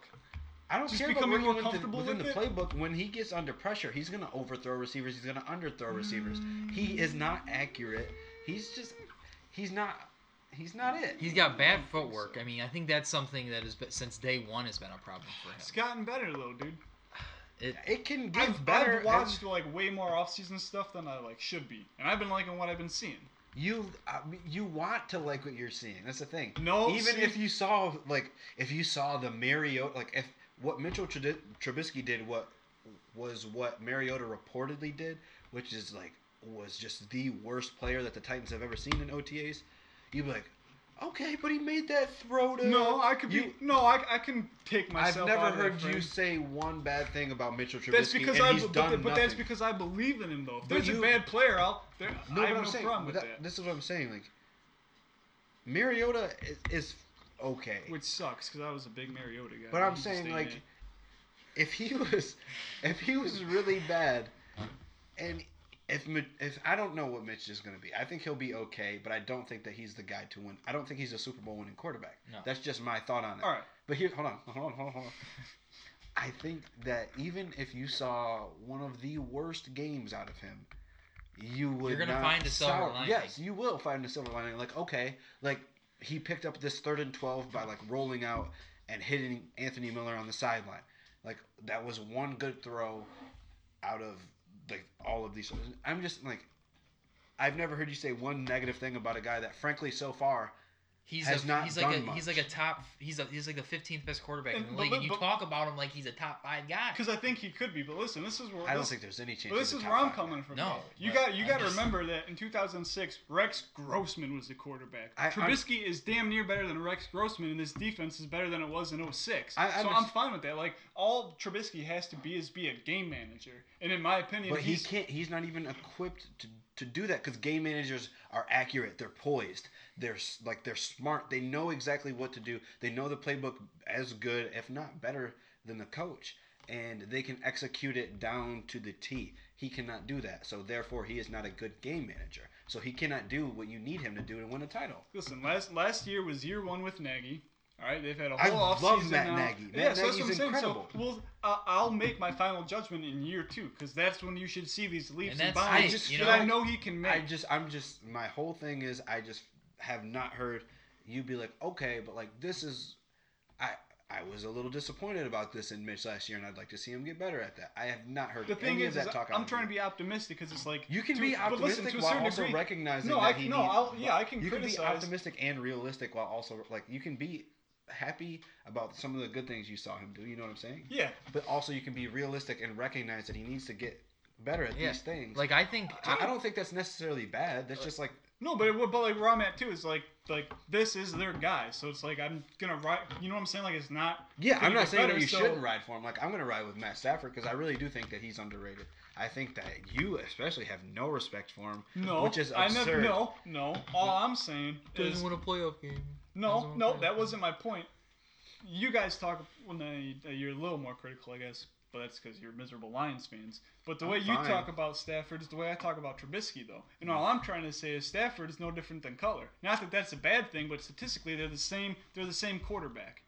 Speaker 3: I don't
Speaker 2: just
Speaker 3: care about
Speaker 2: becoming
Speaker 3: working
Speaker 2: more
Speaker 3: within-
Speaker 2: comfortable
Speaker 3: within
Speaker 2: with
Speaker 3: the playbook. When he gets under pressure, he's going to overthrow receivers. He's going to underthrow receivers. He is not accurate. He's just he's not he's not it.
Speaker 1: he's got bad
Speaker 2: think
Speaker 1: footwork.
Speaker 2: so.
Speaker 1: I mean, I think that's something that has been, since day one has been a problem for him.
Speaker 2: It's gotten better though, dude.
Speaker 1: It,
Speaker 3: it can get
Speaker 2: I've,
Speaker 3: better.
Speaker 2: I've watched like way more offseason stuff than I like should be, and I've been liking what I've been seeing.
Speaker 3: You I mean, you want to like what you're seeing. That's the thing.
Speaker 2: No,
Speaker 3: even
Speaker 2: see-
Speaker 3: if you saw like if you saw the Mariota, like if what Mitchell Trud- Trubisky did, what was what Mariota reportedly did, which is like was just the worst player that the Titans have ever seen in OTAs. You'd be like, okay, but he made that throw to.
Speaker 2: No, I could be.
Speaker 3: You-
Speaker 2: no, I, I can take
Speaker 3: I've
Speaker 2: myself.
Speaker 3: never
Speaker 2: out of that
Speaker 3: heard you
Speaker 2: frame.
Speaker 3: say one bad thing about Mitchell Trubisky,
Speaker 2: That's because
Speaker 3: and
Speaker 2: I.
Speaker 3: he's
Speaker 2: But,
Speaker 3: done
Speaker 2: but that's
Speaker 3: nothing.
Speaker 2: because I believe in him, though. If
Speaker 3: But
Speaker 2: there's
Speaker 3: you-
Speaker 2: a bad player out there,
Speaker 3: No,
Speaker 2: I
Speaker 3: but
Speaker 2: have
Speaker 3: I'm
Speaker 2: no
Speaker 3: saying
Speaker 2: problem with
Speaker 3: that-
Speaker 2: that.
Speaker 3: This is what I'm saying. Like Mariota is, is okay,
Speaker 2: Which sucks because I was a big Mariota guy.
Speaker 3: but I'm
Speaker 2: He just
Speaker 3: saying
Speaker 2: ain't
Speaker 3: like
Speaker 2: it.
Speaker 3: if he was if he was really bad, and if Mi- if I don't know what Mitch is going to be, I think he'll be okay, but I don't think that he's the guy to win. I don't think he's a Super Bowl winning quarterback.
Speaker 1: No.
Speaker 3: That's just my thought on it.
Speaker 2: all right,
Speaker 3: But here, hold on, hold on, hold on, hold on. I think that even if you saw one of the worst games out of him, you would.
Speaker 1: You're gonna
Speaker 3: not
Speaker 1: find a silver
Speaker 3: sour-
Speaker 1: lining.
Speaker 3: Yes, you will find a silver lining. Like okay, like he picked up this third and twelve by like rolling out and hitting Anthony Miller on the sideline. Like that was one good throw out of like all of these. I'm just like, I've never heard you say one negative thing about a guy that, frankly, so far
Speaker 1: he's
Speaker 3: has
Speaker 1: a,
Speaker 3: not
Speaker 1: he's like a
Speaker 3: done much.
Speaker 1: he's like a top he's a, he's like the 15th best quarterback
Speaker 2: And-
Speaker 1: in the
Speaker 2: but
Speaker 1: league,
Speaker 2: li-
Speaker 1: and you
Speaker 2: but-
Speaker 1: talk about him like he's a top five guy.
Speaker 2: because I think he could be. But listen, this is where
Speaker 3: I don't
Speaker 2: this,
Speaker 3: think there's any chance.
Speaker 2: Well, this
Speaker 3: he's
Speaker 2: is
Speaker 3: a top
Speaker 2: where I'm
Speaker 3: five guy.
Speaker 2: coming from.
Speaker 1: No,
Speaker 2: you
Speaker 1: but
Speaker 2: got you
Speaker 1: I'm
Speaker 2: got to
Speaker 1: just-
Speaker 2: remember that in 2006, Rex Grossman was the quarterback.
Speaker 3: I- I'm-
Speaker 2: Trubisky is damn near better than Rex Grossman, and this defense is better than it was in 06.
Speaker 3: I- I
Speaker 2: so I'm
Speaker 3: understand-
Speaker 2: fine with that. Like all Trubisky has to be is be a game manager, and in my opinion,
Speaker 3: But he
Speaker 2: he's
Speaker 3: can't. He's not even equipped to, to do that because game managers are accurate. They're poised. They're s- like they're smart. They know exactly what to do. They know the playbook as good, if not better, than the coach, and they can execute it down to the T. He cannot do that. So therefore, he is not a good game manager. So he cannot do what you need him to do to win a title.
Speaker 2: listen. Last last year was year one with Nagy. All right, they've had a
Speaker 3: I
Speaker 2: whole
Speaker 3: love
Speaker 2: offseason
Speaker 3: Matt
Speaker 2: now.
Speaker 3: Nagy. Matt
Speaker 2: yeah, so that's what I'm
Speaker 3: Nagy's
Speaker 2: saying. So,
Speaker 3: incredible.
Speaker 2: well, I I'll make my final judgment in year two because that's when you should see these leaps
Speaker 1: And
Speaker 2: and,
Speaker 1: that's
Speaker 2: bounds.
Speaker 1: it,
Speaker 2: I just
Speaker 1: you
Speaker 2: feel
Speaker 1: know?
Speaker 2: I know he can make.
Speaker 3: I just, I'm just, my whole thing is, I just have not heard you be like, okay, but like this is, I, I was a little disappointed about this in Mitch last year, and I'd like to see him get better at that. I have not heard
Speaker 2: The thing
Speaker 3: any
Speaker 2: is,
Speaker 3: of that
Speaker 2: is
Speaker 3: talk. out
Speaker 2: I'm
Speaker 3: of
Speaker 2: trying
Speaker 3: you.
Speaker 2: to be optimistic because it's like
Speaker 3: You can
Speaker 2: to-
Speaker 3: be
Speaker 2: but listen,
Speaker 3: optimistic
Speaker 2: to a
Speaker 3: while
Speaker 2: certain
Speaker 3: also
Speaker 2: degree-
Speaker 3: recognizing
Speaker 2: No,
Speaker 3: that
Speaker 2: I
Speaker 3: he
Speaker 2: no,
Speaker 3: needs-
Speaker 2: I'll, yeah, I can
Speaker 3: you
Speaker 2: criticize.
Speaker 3: can be optimistic and realistic while also like you can be happy about some of the good things you saw him do. You know what I'm saying?
Speaker 2: Yeah,
Speaker 3: But also, you can be realistic and recognize that he needs to get better at
Speaker 1: Yeah.
Speaker 3: these things.
Speaker 1: Like I think
Speaker 3: I, I don't think that's necessarily bad. That's just like
Speaker 2: no, but it, would- but like where I'm at too is like like this is their guy, so it's like I'm gonna write. You know what I'm saying? Like it's not.
Speaker 3: Yeah,
Speaker 2: gonna
Speaker 3: I'm not
Speaker 2: get
Speaker 3: saying
Speaker 2: better,
Speaker 3: that you
Speaker 2: so-
Speaker 3: shouldn't ride for him. Like I'm gonna ride with Matt Stafford because I really do think that he's underrated. I think that you especially have no respect for him,
Speaker 2: No,
Speaker 3: which is
Speaker 2: I
Speaker 3: absurd.
Speaker 2: never. No, no. All I'm saying is
Speaker 1: win a playoff game.
Speaker 2: no, no. That wasn't my point. You guys talk. Well, no, you- uh, you're a little more critical, I guess, but that's because you're miserable Lions fans. But the
Speaker 3: I'm
Speaker 2: way you
Speaker 3: fine.
Speaker 2: talk about Stafford is the way I talk about Trubisky, though. And all I'm trying to say is Stafford is no different than Color. Not that that's a bad thing, but statistically they're the same. They're the same quarterback.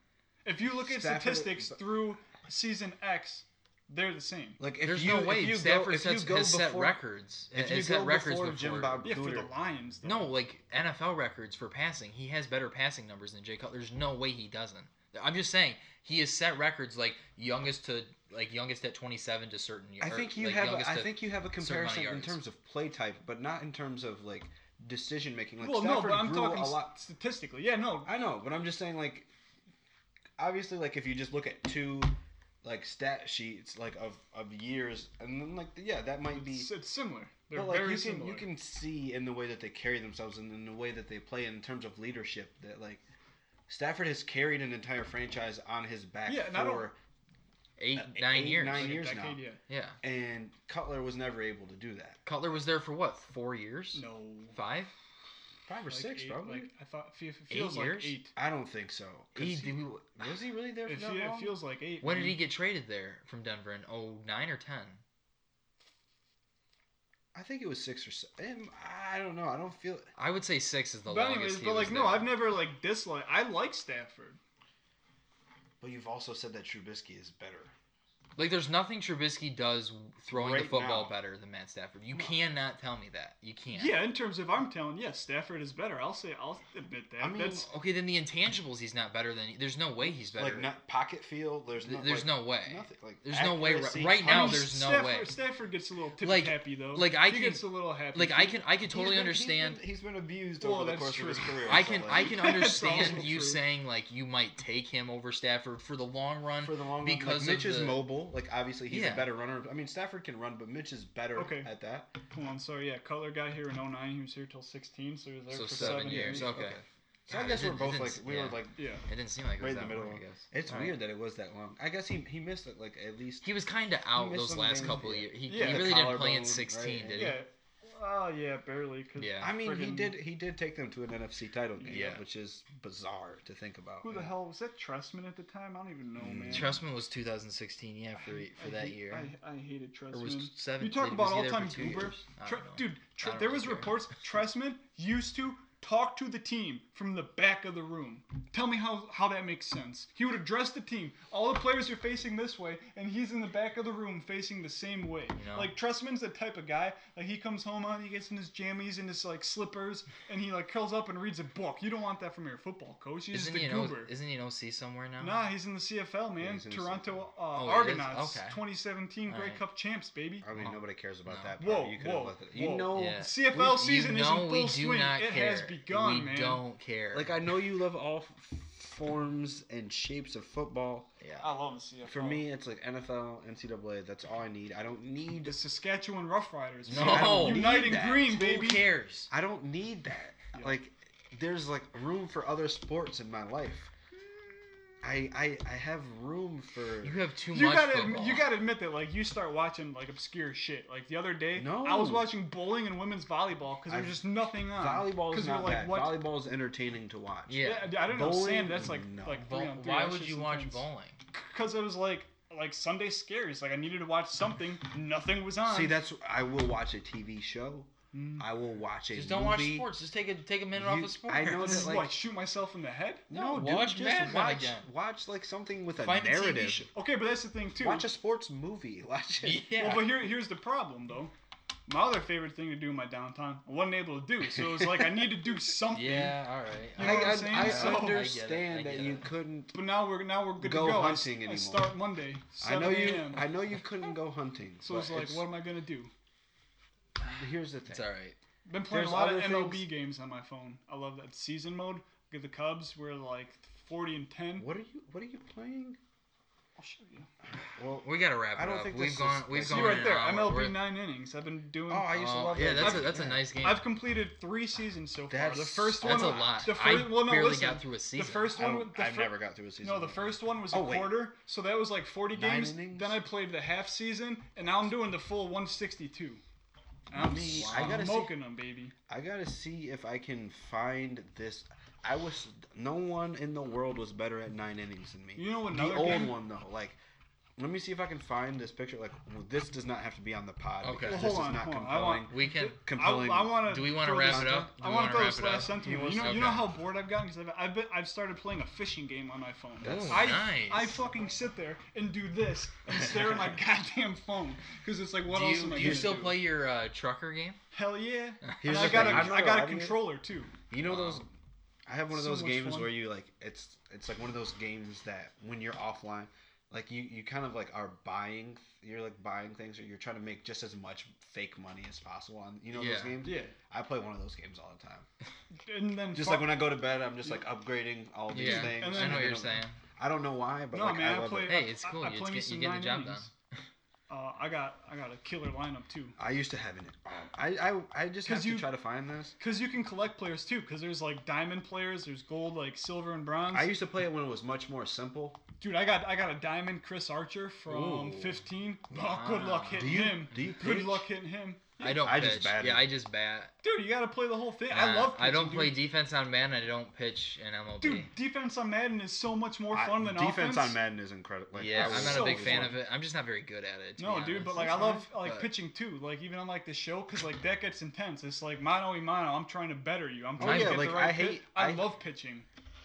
Speaker 2: If you look at
Speaker 3: Stafford-
Speaker 2: statistics through season X, They're the same.
Speaker 3: Like if
Speaker 1: There's
Speaker 3: you,
Speaker 1: no way
Speaker 3: if you
Speaker 1: Stafford
Speaker 3: go, if
Speaker 1: sets,
Speaker 3: you go
Speaker 1: has
Speaker 3: before,
Speaker 1: set records.
Speaker 3: if
Speaker 1: has
Speaker 3: you
Speaker 1: set
Speaker 3: go
Speaker 1: records
Speaker 3: before Jim Bob-
Speaker 2: Yeah, for the
Speaker 3: Cooter.
Speaker 2: Lions. Though.
Speaker 1: No, like NFL records for passing, he has better passing numbers than Jay Cutler. There's no way he doesn't. I'm just saying he has set records like youngest to like youngest at 27 to certain.
Speaker 3: I
Speaker 1: or,
Speaker 3: think you
Speaker 1: like,
Speaker 3: have
Speaker 1: youngest
Speaker 3: a, I
Speaker 1: to-
Speaker 3: think you have a
Speaker 1: certain amount of
Speaker 3: comparison in
Speaker 1: yards.
Speaker 3: terms of play type, but not in terms of like decision making. Like
Speaker 2: well, no,
Speaker 3: Stafford
Speaker 2: but I'm
Speaker 3: grew
Speaker 2: talking
Speaker 3: a lot.
Speaker 2: statistically. Yeah, no.
Speaker 3: I know, but I'm just saying like obviously like if you just look at two like stat sheets like of of years and then like yeah that might be
Speaker 2: It's, it's similar. They're
Speaker 3: but like
Speaker 2: very
Speaker 3: you can
Speaker 2: similar.
Speaker 3: you can see in the way that they carry themselves and in the way that they play in terms of leadership that like Stafford has carried an entire franchise on his back
Speaker 2: Yeah, and I don't-
Speaker 3: for
Speaker 1: eight,
Speaker 3: uh,
Speaker 1: nine
Speaker 3: eight,
Speaker 1: years.
Speaker 2: Like
Speaker 3: nine
Speaker 2: a
Speaker 3: years
Speaker 2: decade,
Speaker 3: now.
Speaker 2: Yeah.
Speaker 1: Yeah,
Speaker 3: and Cutler was never able to do that.
Speaker 1: Cutler was there for what four years?
Speaker 2: No.
Speaker 1: Five.
Speaker 3: Five or
Speaker 2: Like
Speaker 3: six,
Speaker 2: eight,
Speaker 3: probably.
Speaker 2: Like, I thought it feels
Speaker 1: Eight
Speaker 2: like
Speaker 1: years?
Speaker 2: eight.
Speaker 3: I don't think so. 'Cause
Speaker 1: He,
Speaker 3: he-
Speaker 1: do-
Speaker 3: was he really there for
Speaker 2: It,
Speaker 3: that
Speaker 2: fe- it
Speaker 3: long?
Speaker 2: feels like eight.
Speaker 1: when
Speaker 2: man.
Speaker 1: did he get traded there from Denver in oh nine or ten?
Speaker 3: I think it was six or seven. I don't know. I don't feel.
Speaker 1: I would say six is the
Speaker 2: But
Speaker 1: longest.
Speaker 2: anyways,
Speaker 1: he
Speaker 2: but
Speaker 1: was
Speaker 2: like no,
Speaker 1: there.
Speaker 2: I've never like disliked. I like Stafford.
Speaker 3: But you've also said that Trubisky is better.
Speaker 1: Like there's nothing Trubisky does throwing the
Speaker 3: Right
Speaker 1: football
Speaker 3: now.
Speaker 1: better than Matt Stafford. You
Speaker 3: No.
Speaker 1: cannot tell me that. You
Speaker 2: Yeah.
Speaker 1: can't.
Speaker 2: in terms of I'm telling, yes, Stafford is better. I'll say I'll admit that.
Speaker 3: I mean,
Speaker 2: That's
Speaker 1: Okay, then the intangibles he's not better than. There's no way he's better.
Speaker 3: Like not pocket field. There's no.
Speaker 1: Th- there's
Speaker 3: like,
Speaker 1: no way.
Speaker 3: Nothing. Like
Speaker 1: There's no way ri-
Speaker 3: accuracy.
Speaker 1: right
Speaker 2: I
Speaker 1: now
Speaker 2: mean,
Speaker 1: there's no
Speaker 2: Stafford,
Speaker 1: way.
Speaker 2: Stafford gets a little tippy
Speaker 1: Like-
Speaker 2: happy though.
Speaker 1: like, I
Speaker 2: he
Speaker 1: can-
Speaker 2: gets a little happy.
Speaker 1: like I can I could
Speaker 3: He's
Speaker 1: totally
Speaker 3: been-
Speaker 1: understand.
Speaker 3: He's been, he's been abused
Speaker 2: Well,
Speaker 3: over the
Speaker 2: that's
Speaker 3: course
Speaker 2: true.
Speaker 3: of his career.
Speaker 1: I
Speaker 3: so,
Speaker 1: can
Speaker 3: like,
Speaker 1: I can
Speaker 2: That's
Speaker 1: understand
Speaker 2: also
Speaker 1: you
Speaker 2: true.
Speaker 1: saying like you might take him over Stafford for the long run.
Speaker 3: for the long run,
Speaker 1: because
Speaker 3: like,
Speaker 1: of
Speaker 3: Mitch is
Speaker 1: the-
Speaker 3: mobile. Like obviously he's
Speaker 1: Yeah.
Speaker 3: a better runner. I mean Stafford can run, but Mitch is better
Speaker 2: Okay.
Speaker 3: at that.
Speaker 2: Come on, sorry, yeah, Cutler got here in 09. He was here till 16, so he was there
Speaker 1: So
Speaker 2: for
Speaker 1: seven
Speaker 2: seven,
Speaker 1: years,
Speaker 2: years.
Speaker 1: okay.
Speaker 3: So
Speaker 1: Yeah,
Speaker 3: I guess
Speaker 1: it
Speaker 3: we're
Speaker 1: did-
Speaker 3: both
Speaker 1: it
Speaker 3: like
Speaker 1: did-
Speaker 3: we
Speaker 1: yeah.
Speaker 3: were like
Speaker 2: Yeah,
Speaker 1: It didn't seem like it
Speaker 3: right
Speaker 1: was that
Speaker 3: in the middle.
Speaker 1: long. I guess
Speaker 3: It's
Speaker 1: All right.
Speaker 3: weird that it was that long. I guess he he missed it like at least
Speaker 1: He was kind of out
Speaker 3: missed
Speaker 1: those
Speaker 3: some
Speaker 1: last
Speaker 3: games,
Speaker 1: couple
Speaker 3: yeah.
Speaker 1: years. He,
Speaker 2: Yeah.
Speaker 1: he
Speaker 2: The
Speaker 1: really didn't play
Speaker 3: collarbone,
Speaker 1: in 16,
Speaker 3: right,
Speaker 1: did he?
Speaker 2: yeah. Oh yeah, barely. 'cause
Speaker 1: Yeah.
Speaker 3: I mean, he
Speaker 2: friggin-
Speaker 3: did. He did take them to an NFC title game,
Speaker 2: Yeah.
Speaker 3: which is bizarre to think about.
Speaker 2: Who the hell was that? Tressman at the time? I don't even know,
Speaker 1: Hmm.
Speaker 3: Mm.
Speaker 2: man.
Speaker 1: Trustman was 2016, yeah, for e,
Speaker 2: I-
Speaker 1: for
Speaker 2: I
Speaker 1: that
Speaker 2: hate-
Speaker 1: year.
Speaker 2: I, I hated Tressman.
Speaker 1: or was seven?
Speaker 2: you talk
Speaker 1: did-
Speaker 2: about
Speaker 1: was he
Speaker 2: all
Speaker 1: there for
Speaker 2: time
Speaker 1: two
Speaker 2: goober,
Speaker 1: years? I don't
Speaker 2: Tre-
Speaker 1: know.
Speaker 2: dude.
Speaker 1: I
Speaker 2: Tre-
Speaker 1: don't
Speaker 2: there
Speaker 1: really
Speaker 2: was
Speaker 1: care.
Speaker 2: reports Tressman used to talk to the team from the back of the room. Tell me how how that makes sense. He would address the team. All the players are facing this way, and he's in the back of the room facing the same way.
Speaker 1: You know?
Speaker 2: Like Tressman's the type of guy. Like he comes home on, he gets in his jammies and his like slippers, and he like curls up and reads a book. You don't want that from your football coach. He's
Speaker 1: Isn't
Speaker 2: just
Speaker 1: he
Speaker 2: a
Speaker 1: in O-
Speaker 2: goober.
Speaker 1: isn't he in OC somewhere now?
Speaker 2: Nah, he's in the CFL, man.
Speaker 3: he's in the
Speaker 2: Toronto uh,
Speaker 1: Oh, he is?
Speaker 2: Argonauts,
Speaker 1: Okay.
Speaker 2: 2017 Grey
Speaker 1: Alright.
Speaker 2: Cup champs, baby.
Speaker 3: I mean,
Speaker 1: Oh.
Speaker 3: nobody cares about
Speaker 1: No.
Speaker 3: that. Part.
Speaker 2: Whoa,
Speaker 3: you could've
Speaker 2: whoa,
Speaker 3: left it. You
Speaker 2: whoa.
Speaker 3: know,
Speaker 1: Yeah.
Speaker 2: CFL
Speaker 1: We- you
Speaker 2: season is
Speaker 1: know
Speaker 2: in
Speaker 1: we
Speaker 2: full
Speaker 1: do
Speaker 2: swing.
Speaker 1: not
Speaker 2: It
Speaker 1: care.
Speaker 2: has begun,
Speaker 1: we
Speaker 2: man.
Speaker 1: don't care.
Speaker 3: like I know you love all f- forms and shapes of football.
Speaker 1: yeah.
Speaker 2: I love the CFL.
Speaker 3: For me, it's like NFL, NCAA. That's all I need. I don't need.
Speaker 2: the Saskatchewan Roughriders.
Speaker 1: No.
Speaker 2: man.
Speaker 3: I don't need
Speaker 2: Uniting
Speaker 3: that.
Speaker 2: Green,
Speaker 1: Who
Speaker 2: baby.
Speaker 1: cares?
Speaker 3: I don't need that.
Speaker 2: Yeah.
Speaker 3: Like, there's like room for other sports in my life. I I, I have room for.
Speaker 1: You have too
Speaker 2: You
Speaker 1: much
Speaker 2: gotta,
Speaker 1: football.
Speaker 2: admit, you gotta admit that, like, you start watching like obscure shit. Like the other day,
Speaker 3: No.
Speaker 2: I was watching bowling and women's volleyball because there's
Speaker 3: I-
Speaker 2: just nothing on.
Speaker 3: Volleyball is
Speaker 2: Because you're
Speaker 3: not
Speaker 2: like,
Speaker 3: bad.
Speaker 2: what?
Speaker 3: Volleyball is entertaining to watch.
Speaker 1: Yeah.
Speaker 2: yeah, I don't know,
Speaker 3: Bowling?
Speaker 2: Sam. That's like,
Speaker 3: No.
Speaker 2: like
Speaker 1: Bo-
Speaker 2: three on three.
Speaker 1: why
Speaker 2: That
Speaker 1: would
Speaker 2: shit's
Speaker 1: you watch
Speaker 2: intense.
Speaker 1: bowling?
Speaker 2: because it was like like Sunday scaries. Like I needed to watch something. Nothing was on.
Speaker 3: See, that's I will watch a TV show.
Speaker 2: Mm.
Speaker 3: I will watch a
Speaker 1: Just
Speaker 3: movie.
Speaker 1: don't watch sports. Just take a take a minute
Speaker 3: You-
Speaker 1: off of sports.
Speaker 3: I know
Speaker 2: This
Speaker 3: that,
Speaker 2: is
Speaker 3: like-
Speaker 2: what shoot myself in the head.
Speaker 3: No, dude,
Speaker 1: watch
Speaker 3: just
Speaker 1: Mad Men
Speaker 3: watch,
Speaker 1: again.
Speaker 3: watch like something with a
Speaker 1: Find a TV
Speaker 3: narrative.
Speaker 1: show.
Speaker 2: Okay, but that's the thing too.
Speaker 3: watch a sports movie. Watch it.
Speaker 1: Yeah.
Speaker 2: Well, but here here's the problem though. My other favorite thing to do in my downtime, I wasn't able to do. So it was like I need to do something.
Speaker 1: yeah. All right.
Speaker 2: You
Speaker 3: I,
Speaker 2: know
Speaker 1: all
Speaker 2: what
Speaker 1: right.
Speaker 2: I'm saying?
Speaker 3: I, I
Speaker 2: So- I get it, I
Speaker 3: understand
Speaker 1: get
Speaker 3: that you
Speaker 1: it.
Speaker 3: couldn't.
Speaker 2: But now we're now we're good
Speaker 3: Go
Speaker 2: to go. I-
Speaker 3: hunting
Speaker 2: I,
Speaker 3: anymore.
Speaker 2: start Monday.
Speaker 3: I know
Speaker 2: 7
Speaker 3: you.
Speaker 2: a.m..
Speaker 3: I know you couldn't go hunting.
Speaker 2: So it's
Speaker 3: but
Speaker 2: like,
Speaker 3: it's-
Speaker 2: what am I gonna do?
Speaker 3: Here's the
Speaker 1: It's
Speaker 3: thing.
Speaker 1: all right.
Speaker 2: Been playing
Speaker 3: There's
Speaker 2: a lot
Speaker 3: other
Speaker 2: of MLB
Speaker 3: things-
Speaker 2: games on my phone. I love that season mode. Look at the Cubs. We're like 40 and 10.
Speaker 3: What are you? What are you playing?
Speaker 2: I'll show you.
Speaker 3: Well,
Speaker 1: We gotta wrap it
Speaker 3: I don't
Speaker 1: up.
Speaker 3: think
Speaker 1: we've
Speaker 3: this
Speaker 1: gone.
Speaker 3: is-
Speaker 1: We've
Speaker 3: See
Speaker 1: gone
Speaker 2: See
Speaker 1: in
Speaker 2: right
Speaker 1: an
Speaker 2: there,
Speaker 1: hour. We're-
Speaker 2: MLB nine innings. I've been doing.
Speaker 3: oh, I used to
Speaker 1: Oh,
Speaker 3: love
Speaker 1: yeah,
Speaker 3: that.
Speaker 1: that's a,
Speaker 3: game.
Speaker 1: that's a nice game.
Speaker 2: I've completed three seasons so far.
Speaker 3: That's-
Speaker 2: the first one,
Speaker 1: that's a lot.
Speaker 2: The
Speaker 1: I
Speaker 2: first, well, no,
Speaker 1: barely
Speaker 2: listen,
Speaker 1: got through a season.
Speaker 2: The first
Speaker 3: I
Speaker 2: one,
Speaker 3: don't-
Speaker 2: with- the
Speaker 3: Oh, I've
Speaker 2: fir-
Speaker 3: never got through a season.
Speaker 2: No, the first one was
Speaker 3: Oh,
Speaker 2: a
Speaker 3: wait.
Speaker 2: quarter, so that was like 40
Speaker 3: Nine
Speaker 2: games.
Speaker 3: innings?
Speaker 2: Then I played the half season, and now I'm doing the full 162. And I'm
Speaker 3: Me, I gotta see-
Speaker 2: smoking them, baby.
Speaker 3: I gotta see if I can find this. I was no one in the world was better at nine innings than me.
Speaker 2: You know
Speaker 3: the
Speaker 2: another
Speaker 3: old
Speaker 2: game?
Speaker 3: one though, like Let me see if I can find this picture. Like this does not have to be on the pod
Speaker 1: Okay.
Speaker 3: because
Speaker 1: Well,
Speaker 3: this
Speaker 2: hold on,
Speaker 3: is not
Speaker 2: hold on. I
Speaker 3: compelling.
Speaker 2: want-
Speaker 1: We can.
Speaker 3: compelling.
Speaker 2: I, I want to.
Speaker 1: Do we want to wrap it up? Do
Speaker 2: I
Speaker 1: we
Speaker 2: want
Speaker 1: wanna
Speaker 2: to throw
Speaker 1: wrap
Speaker 2: this
Speaker 1: it
Speaker 2: last
Speaker 1: up?
Speaker 2: sentence.
Speaker 3: You
Speaker 2: You,
Speaker 3: want-
Speaker 2: know, you know
Speaker 1: okay.
Speaker 2: how bored I've gotten because I've, I've been I've started playing a fishing game on my phone.
Speaker 3: That's
Speaker 2: I,
Speaker 1: nice.
Speaker 2: I fucking sit there and do this and stare at my goddamn phone because it's like what
Speaker 1: do
Speaker 2: else
Speaker 1: you,
Speaker 2: am I
Speaker 1: do you
Speaker 2: gonna
Speaker 1: still
Speaker 2: do?
Speaker 1: play your uh, trucker game?
Speaker 2: Hell yeah! and
Speaker 3: Here's the
Speaker 2: I got
Speaker 3: thing,
Speaker 2: a
Speaker 3: I'm not
Speaker 2: I got a
Speaker 3: allowed to-
Speaker 2: controller too.
Speaker 3: You know those.
Speaker 1: Um,
Speaker 3: I have one of
Speaker 2: so
Speaker 3: those
Speaker 2: much
Speaker 3: games
Speaker 2: fun.
Speaker 3: where you like it's it's like one of those games that when you're offline, like you you kind of like are buying you're like buying things or you're trying to make just as much fake money as possible on you know those
Speaker 1: Yeah.
Speaker 3: games.
Speaker 2: Yeah,
Speaker 3: I play one of those games all the time.
Speaker 2: and then
Speaker 3: Just
Speaker 2: fuck-
Speaker 3: like when I go to bed, I'm just like upgrading all these
Speaker 1: Yeah,
Speaker 3: things.
Speaker 2: And
Speaker 1: I
Speaker 2: then-
Speaker 1: know what
Speaker 3: I
Speaker 1: you're
Speaker 3: don't-
Speaker 1: saying.
Speaker 3: I don't know why, but
Speaker 2: no
Speaker 3: like,
Speaker 2: man,
Speaker 3: I
Speaker 2: I,
Speaker 3: love
Speaker 2: play.
Speaker 3: it.
Speaker 1: Hey, it's cool.
Speaker 2: I, I
Speaker 1: It's
Speaker 2: play me
Speaker 1: get-
Speaker 2: some
Speaker 1: you're getting the
Speaker 2: nine
Speaker 1: job done.
Speaker 2: innings. Uh, I got I got a killer lineup too.
Speaker 3: I used to have an. I I, I just
Speaker 2: 'Cause
Speaker 3: have
Speaker 2: you-
Speaker 3: to try to find this.
Speaker 2: Because you can collect players too. Because there's like diamond players, there's gold, like silver and bronze.
Speaker 3: I used to play it when it was much more simple.
Speaker 2: Dude, I got I got a diamond Chris Archer from
Speaker 3: Ooh.
Speaker 2: 15. Oh,
Speaker 1: Wow.
Speaker 2: good luck
Speaker 3: Do
Speaker 2: hitting
Speaker 3: you
Speaker 2: him.
Speaker 3: do you
Speaker 2: Good
Speaker 3: pitch?
Speaker 2: luck hitting him.
Speaker 1: I don't.
Speaker 3: I
Speaker 1: pitch.
Speaker 3: just bat
Speaker 1: Yeah,
Speaker 3: it.
Speaker 1: I just bat.
Speaker 2: Dude, you got to play the whole thing. I
Speaker 1: Uh,
Speaker 2: love.
Speaker 1: I
Speaker 2: pitching,
Speaker 1: don't
Speaker 2: dude.
Speaker 1: play defense on Madden. I don't pitch in MLB.
Speaker 2: Dude, defense on Madden is so much more
Speaker 3: I-
Speaker 2: fun than
Speaker 3: defense
Speaker 2: offense.
Speaker 3: on Madden is incredible. Like,
Speaker 1: yeah,
Speaker 3: I
Speaker 1: I'm
Speaker 3: was
Speaker 1: not
Speaker 2: so
Speaker 1: a big fan
Speaker 2: fun.
Speaker 1: of it. I'm just not very good at it. to
Speaker 2: No,
Speaker 1: be
Speaker 2: dude, but
Speaker 1: honest.
Speaker 2: like I
Speaker 3: That's
Speaker 2: love
Speaker 3: fine,
Speaker 2: like
Speaker 1: but-
Speaker 2: pitching too. Like even on like the show, cause like that gets intense. It's like mano a mano. I'm trying to better you. I'm
Speaker 1: Oh,
Speaker 2: trying
Speaker 1: yeah,
Speaker 2: to get
Speaker 3: like,
Speaker 2: the right
Speaker 3: I
Speaker 2: pitch.
Speaker 3: hate-
Speaker 2: I,
Speaker 3: I-
Speaker 2: love pitching.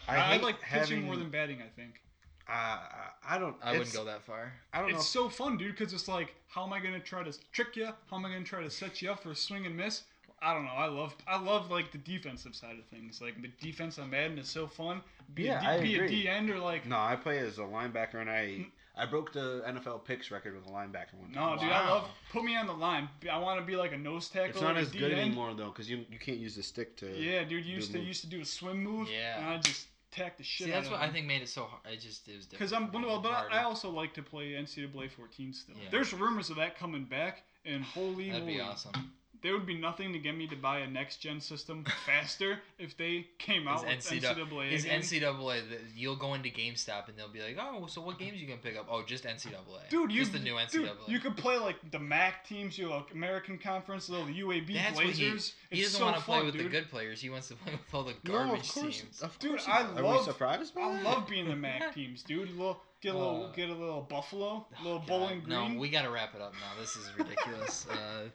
Speaker 3: I,
Speaker 2: I,
Speaker 3: hate
Speaker 2: like
Speaker 3: having,
Speaker 2: pitching more than batting. I think.
Speaker 3: Uh, I- I don't.
Speaker 1: I wouldn't
Speaker 3: it's-
Speaker 1: go that far.
Speaker 3: I don't know.
Speaker 2: It's so fun, dude, because it's like, how am I gonna try to trick you? How am I gonna try to set you up for a swing and miss? I don't know. I love, I love like the defensive side of things. Like the defense on Madden is so fun. Be
Speaker 3: Yeah,
Speaker 2: a
Speaker 3: I
Speaker 2: D, be a
Speaker 3: agree.
Speaker 2: D end or like,
Speaker 3: If, no, I play as a linebacker, and I I broke the NFL picks record with a linebacker one
Speaker 2: no,
Speaker 3: time.
Speaker 2: dude, I
Speaker 1: Wow.
Speaker 2: love. Put me on the line. I want to be like a nose tackle.
Speaker 3: It's not
Speaker 2: or a
Speaker 3: as
Speaker 2: D
Speaker 3: good
Speaker 2: end.
Speaker 3: anymore though, because you you can't use the stick to.
Speaker 2: Yeah, dude, you
Speaker 3: Good
Speaker 2: used to
Speaker 3: move.
Speaker 2: used to do a swim move.
Speaker 1: Yeah.
Speaker 2: And I just tack the shit.
Speaker 1: See, that's
Speaker 2: out
Speaker 1: what
Speaker 2: of
Speaker 1: I think made it so hard. I just it was different.
Speaker 2: Because I'm
Speaker 1: for me,
Speaker 2: well, but I
Speaker 1: harder.
Speaker 2: also like to play NCAA 14 still.
Speaker 1: Yeah.
Speaker 2: There's rumors of that coming back, and holy
Speaker 1: that'd
Speaker 2: moly,
Speaker 1: be awesome.
Speaker 2: there would be nothing to get me to buy a next gen system faster if they came out with
Speaker 1: Is
Speaker 2: NCAA.
Speaker 1: NCAA, is
Speaker 2: again.
Speaker 1: NCAA the, you'll go into GameStop and they'll be like, oh, so what games you gonna pick up? Oh, just NCAA.
Speaker 2: Dude, you
Speaker 1: just the new NCAA.
Speaker 2: Dude, you could play like the MAC teams, you know, like American Conference, the UAB
Speaker 1: That's what he.
Speaker 2: Blazers.
Speaker 1: He
Speaker 2: it's
Speaker 1: doesn't
Speaker 2: so
Speaker 1: want to play
Speaker 2: fun,
Speaker 1: with the
Speaker 2: dude.
Speaker 1: good players. He wants to play with all the
Speaker 3: No, of
Speaker 1: garbage
Speaker 3: course,
Speaker 1: teams.
Speaker 3: of
Speaker 2: Dude,
Speaker 3: course.
Speaker 2: I
Speaker 3: not. Are
Speaker 2: love-
Speaker 3: we surprised by
Speaker 2: I
Speaker 3: that?
Speaker 2: love being the MAC teams, dude. A little, get a little, get a little Buffalo, a little
Speaker 1: Uh, oh, God,
Speaker 2: Bowling Green.
Speaker 1: No, we gotta wrap it up now. This is ridiculous. uh,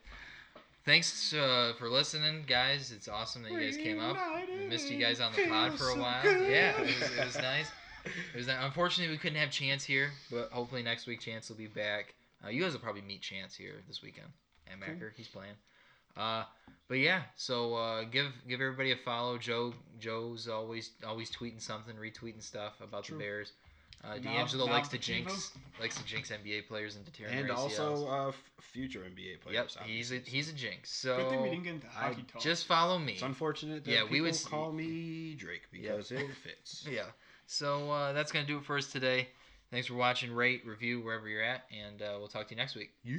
Speaker 1: thanks uh, for listening, guys. It's awesome that you guys came up. I missed you guys on the pod for a while. Yeah, it was, it was nice. It was nice. Unfortunately, we couldn't have Chance here, but hopefully next week Chance will be back. Uh, you guys will probably meet Chance here this weekend at Macker. He's playing. Uh, but yeah, so uh, give give everybody a follow. Joe Joe's always always tweeting something, retweeting stuff about
Speaker 2: True.
Speaker 1: the Bears. Uh,
Speaker 2: Now-
Speaker 1: D'Angelo
Speaker 2: now
Speaker 1: likes to
Speaker 2: Devo.
Speaker 1: jinx likes to jinx NBA players and deteriorate.
Speaker 3: and also uh, f- future NBA
Speaker 1: yep,
Speaker 3: players.
Speaker 1: he's a he's a jinx.
Speaker 2: Good thing we
Speaker 1: So
Speaker 2: didn't get into
Speaker 3: I
Speaker 2: hockey talk.
Speaker 1: just follow me.
Speaker 3: It's unfortunate that
Speaker 1: Yeah,
Speaker 3: people
Speaker 1: we would see-
Speaker 3: call me Drake because it fits.
Speaker 1: Yeah. So uh, that's gonna do it for us today. Thanks for watching. Rate, review wherever you're at, and uh, we'll talk to you next week.
Speaker 3: Yeah.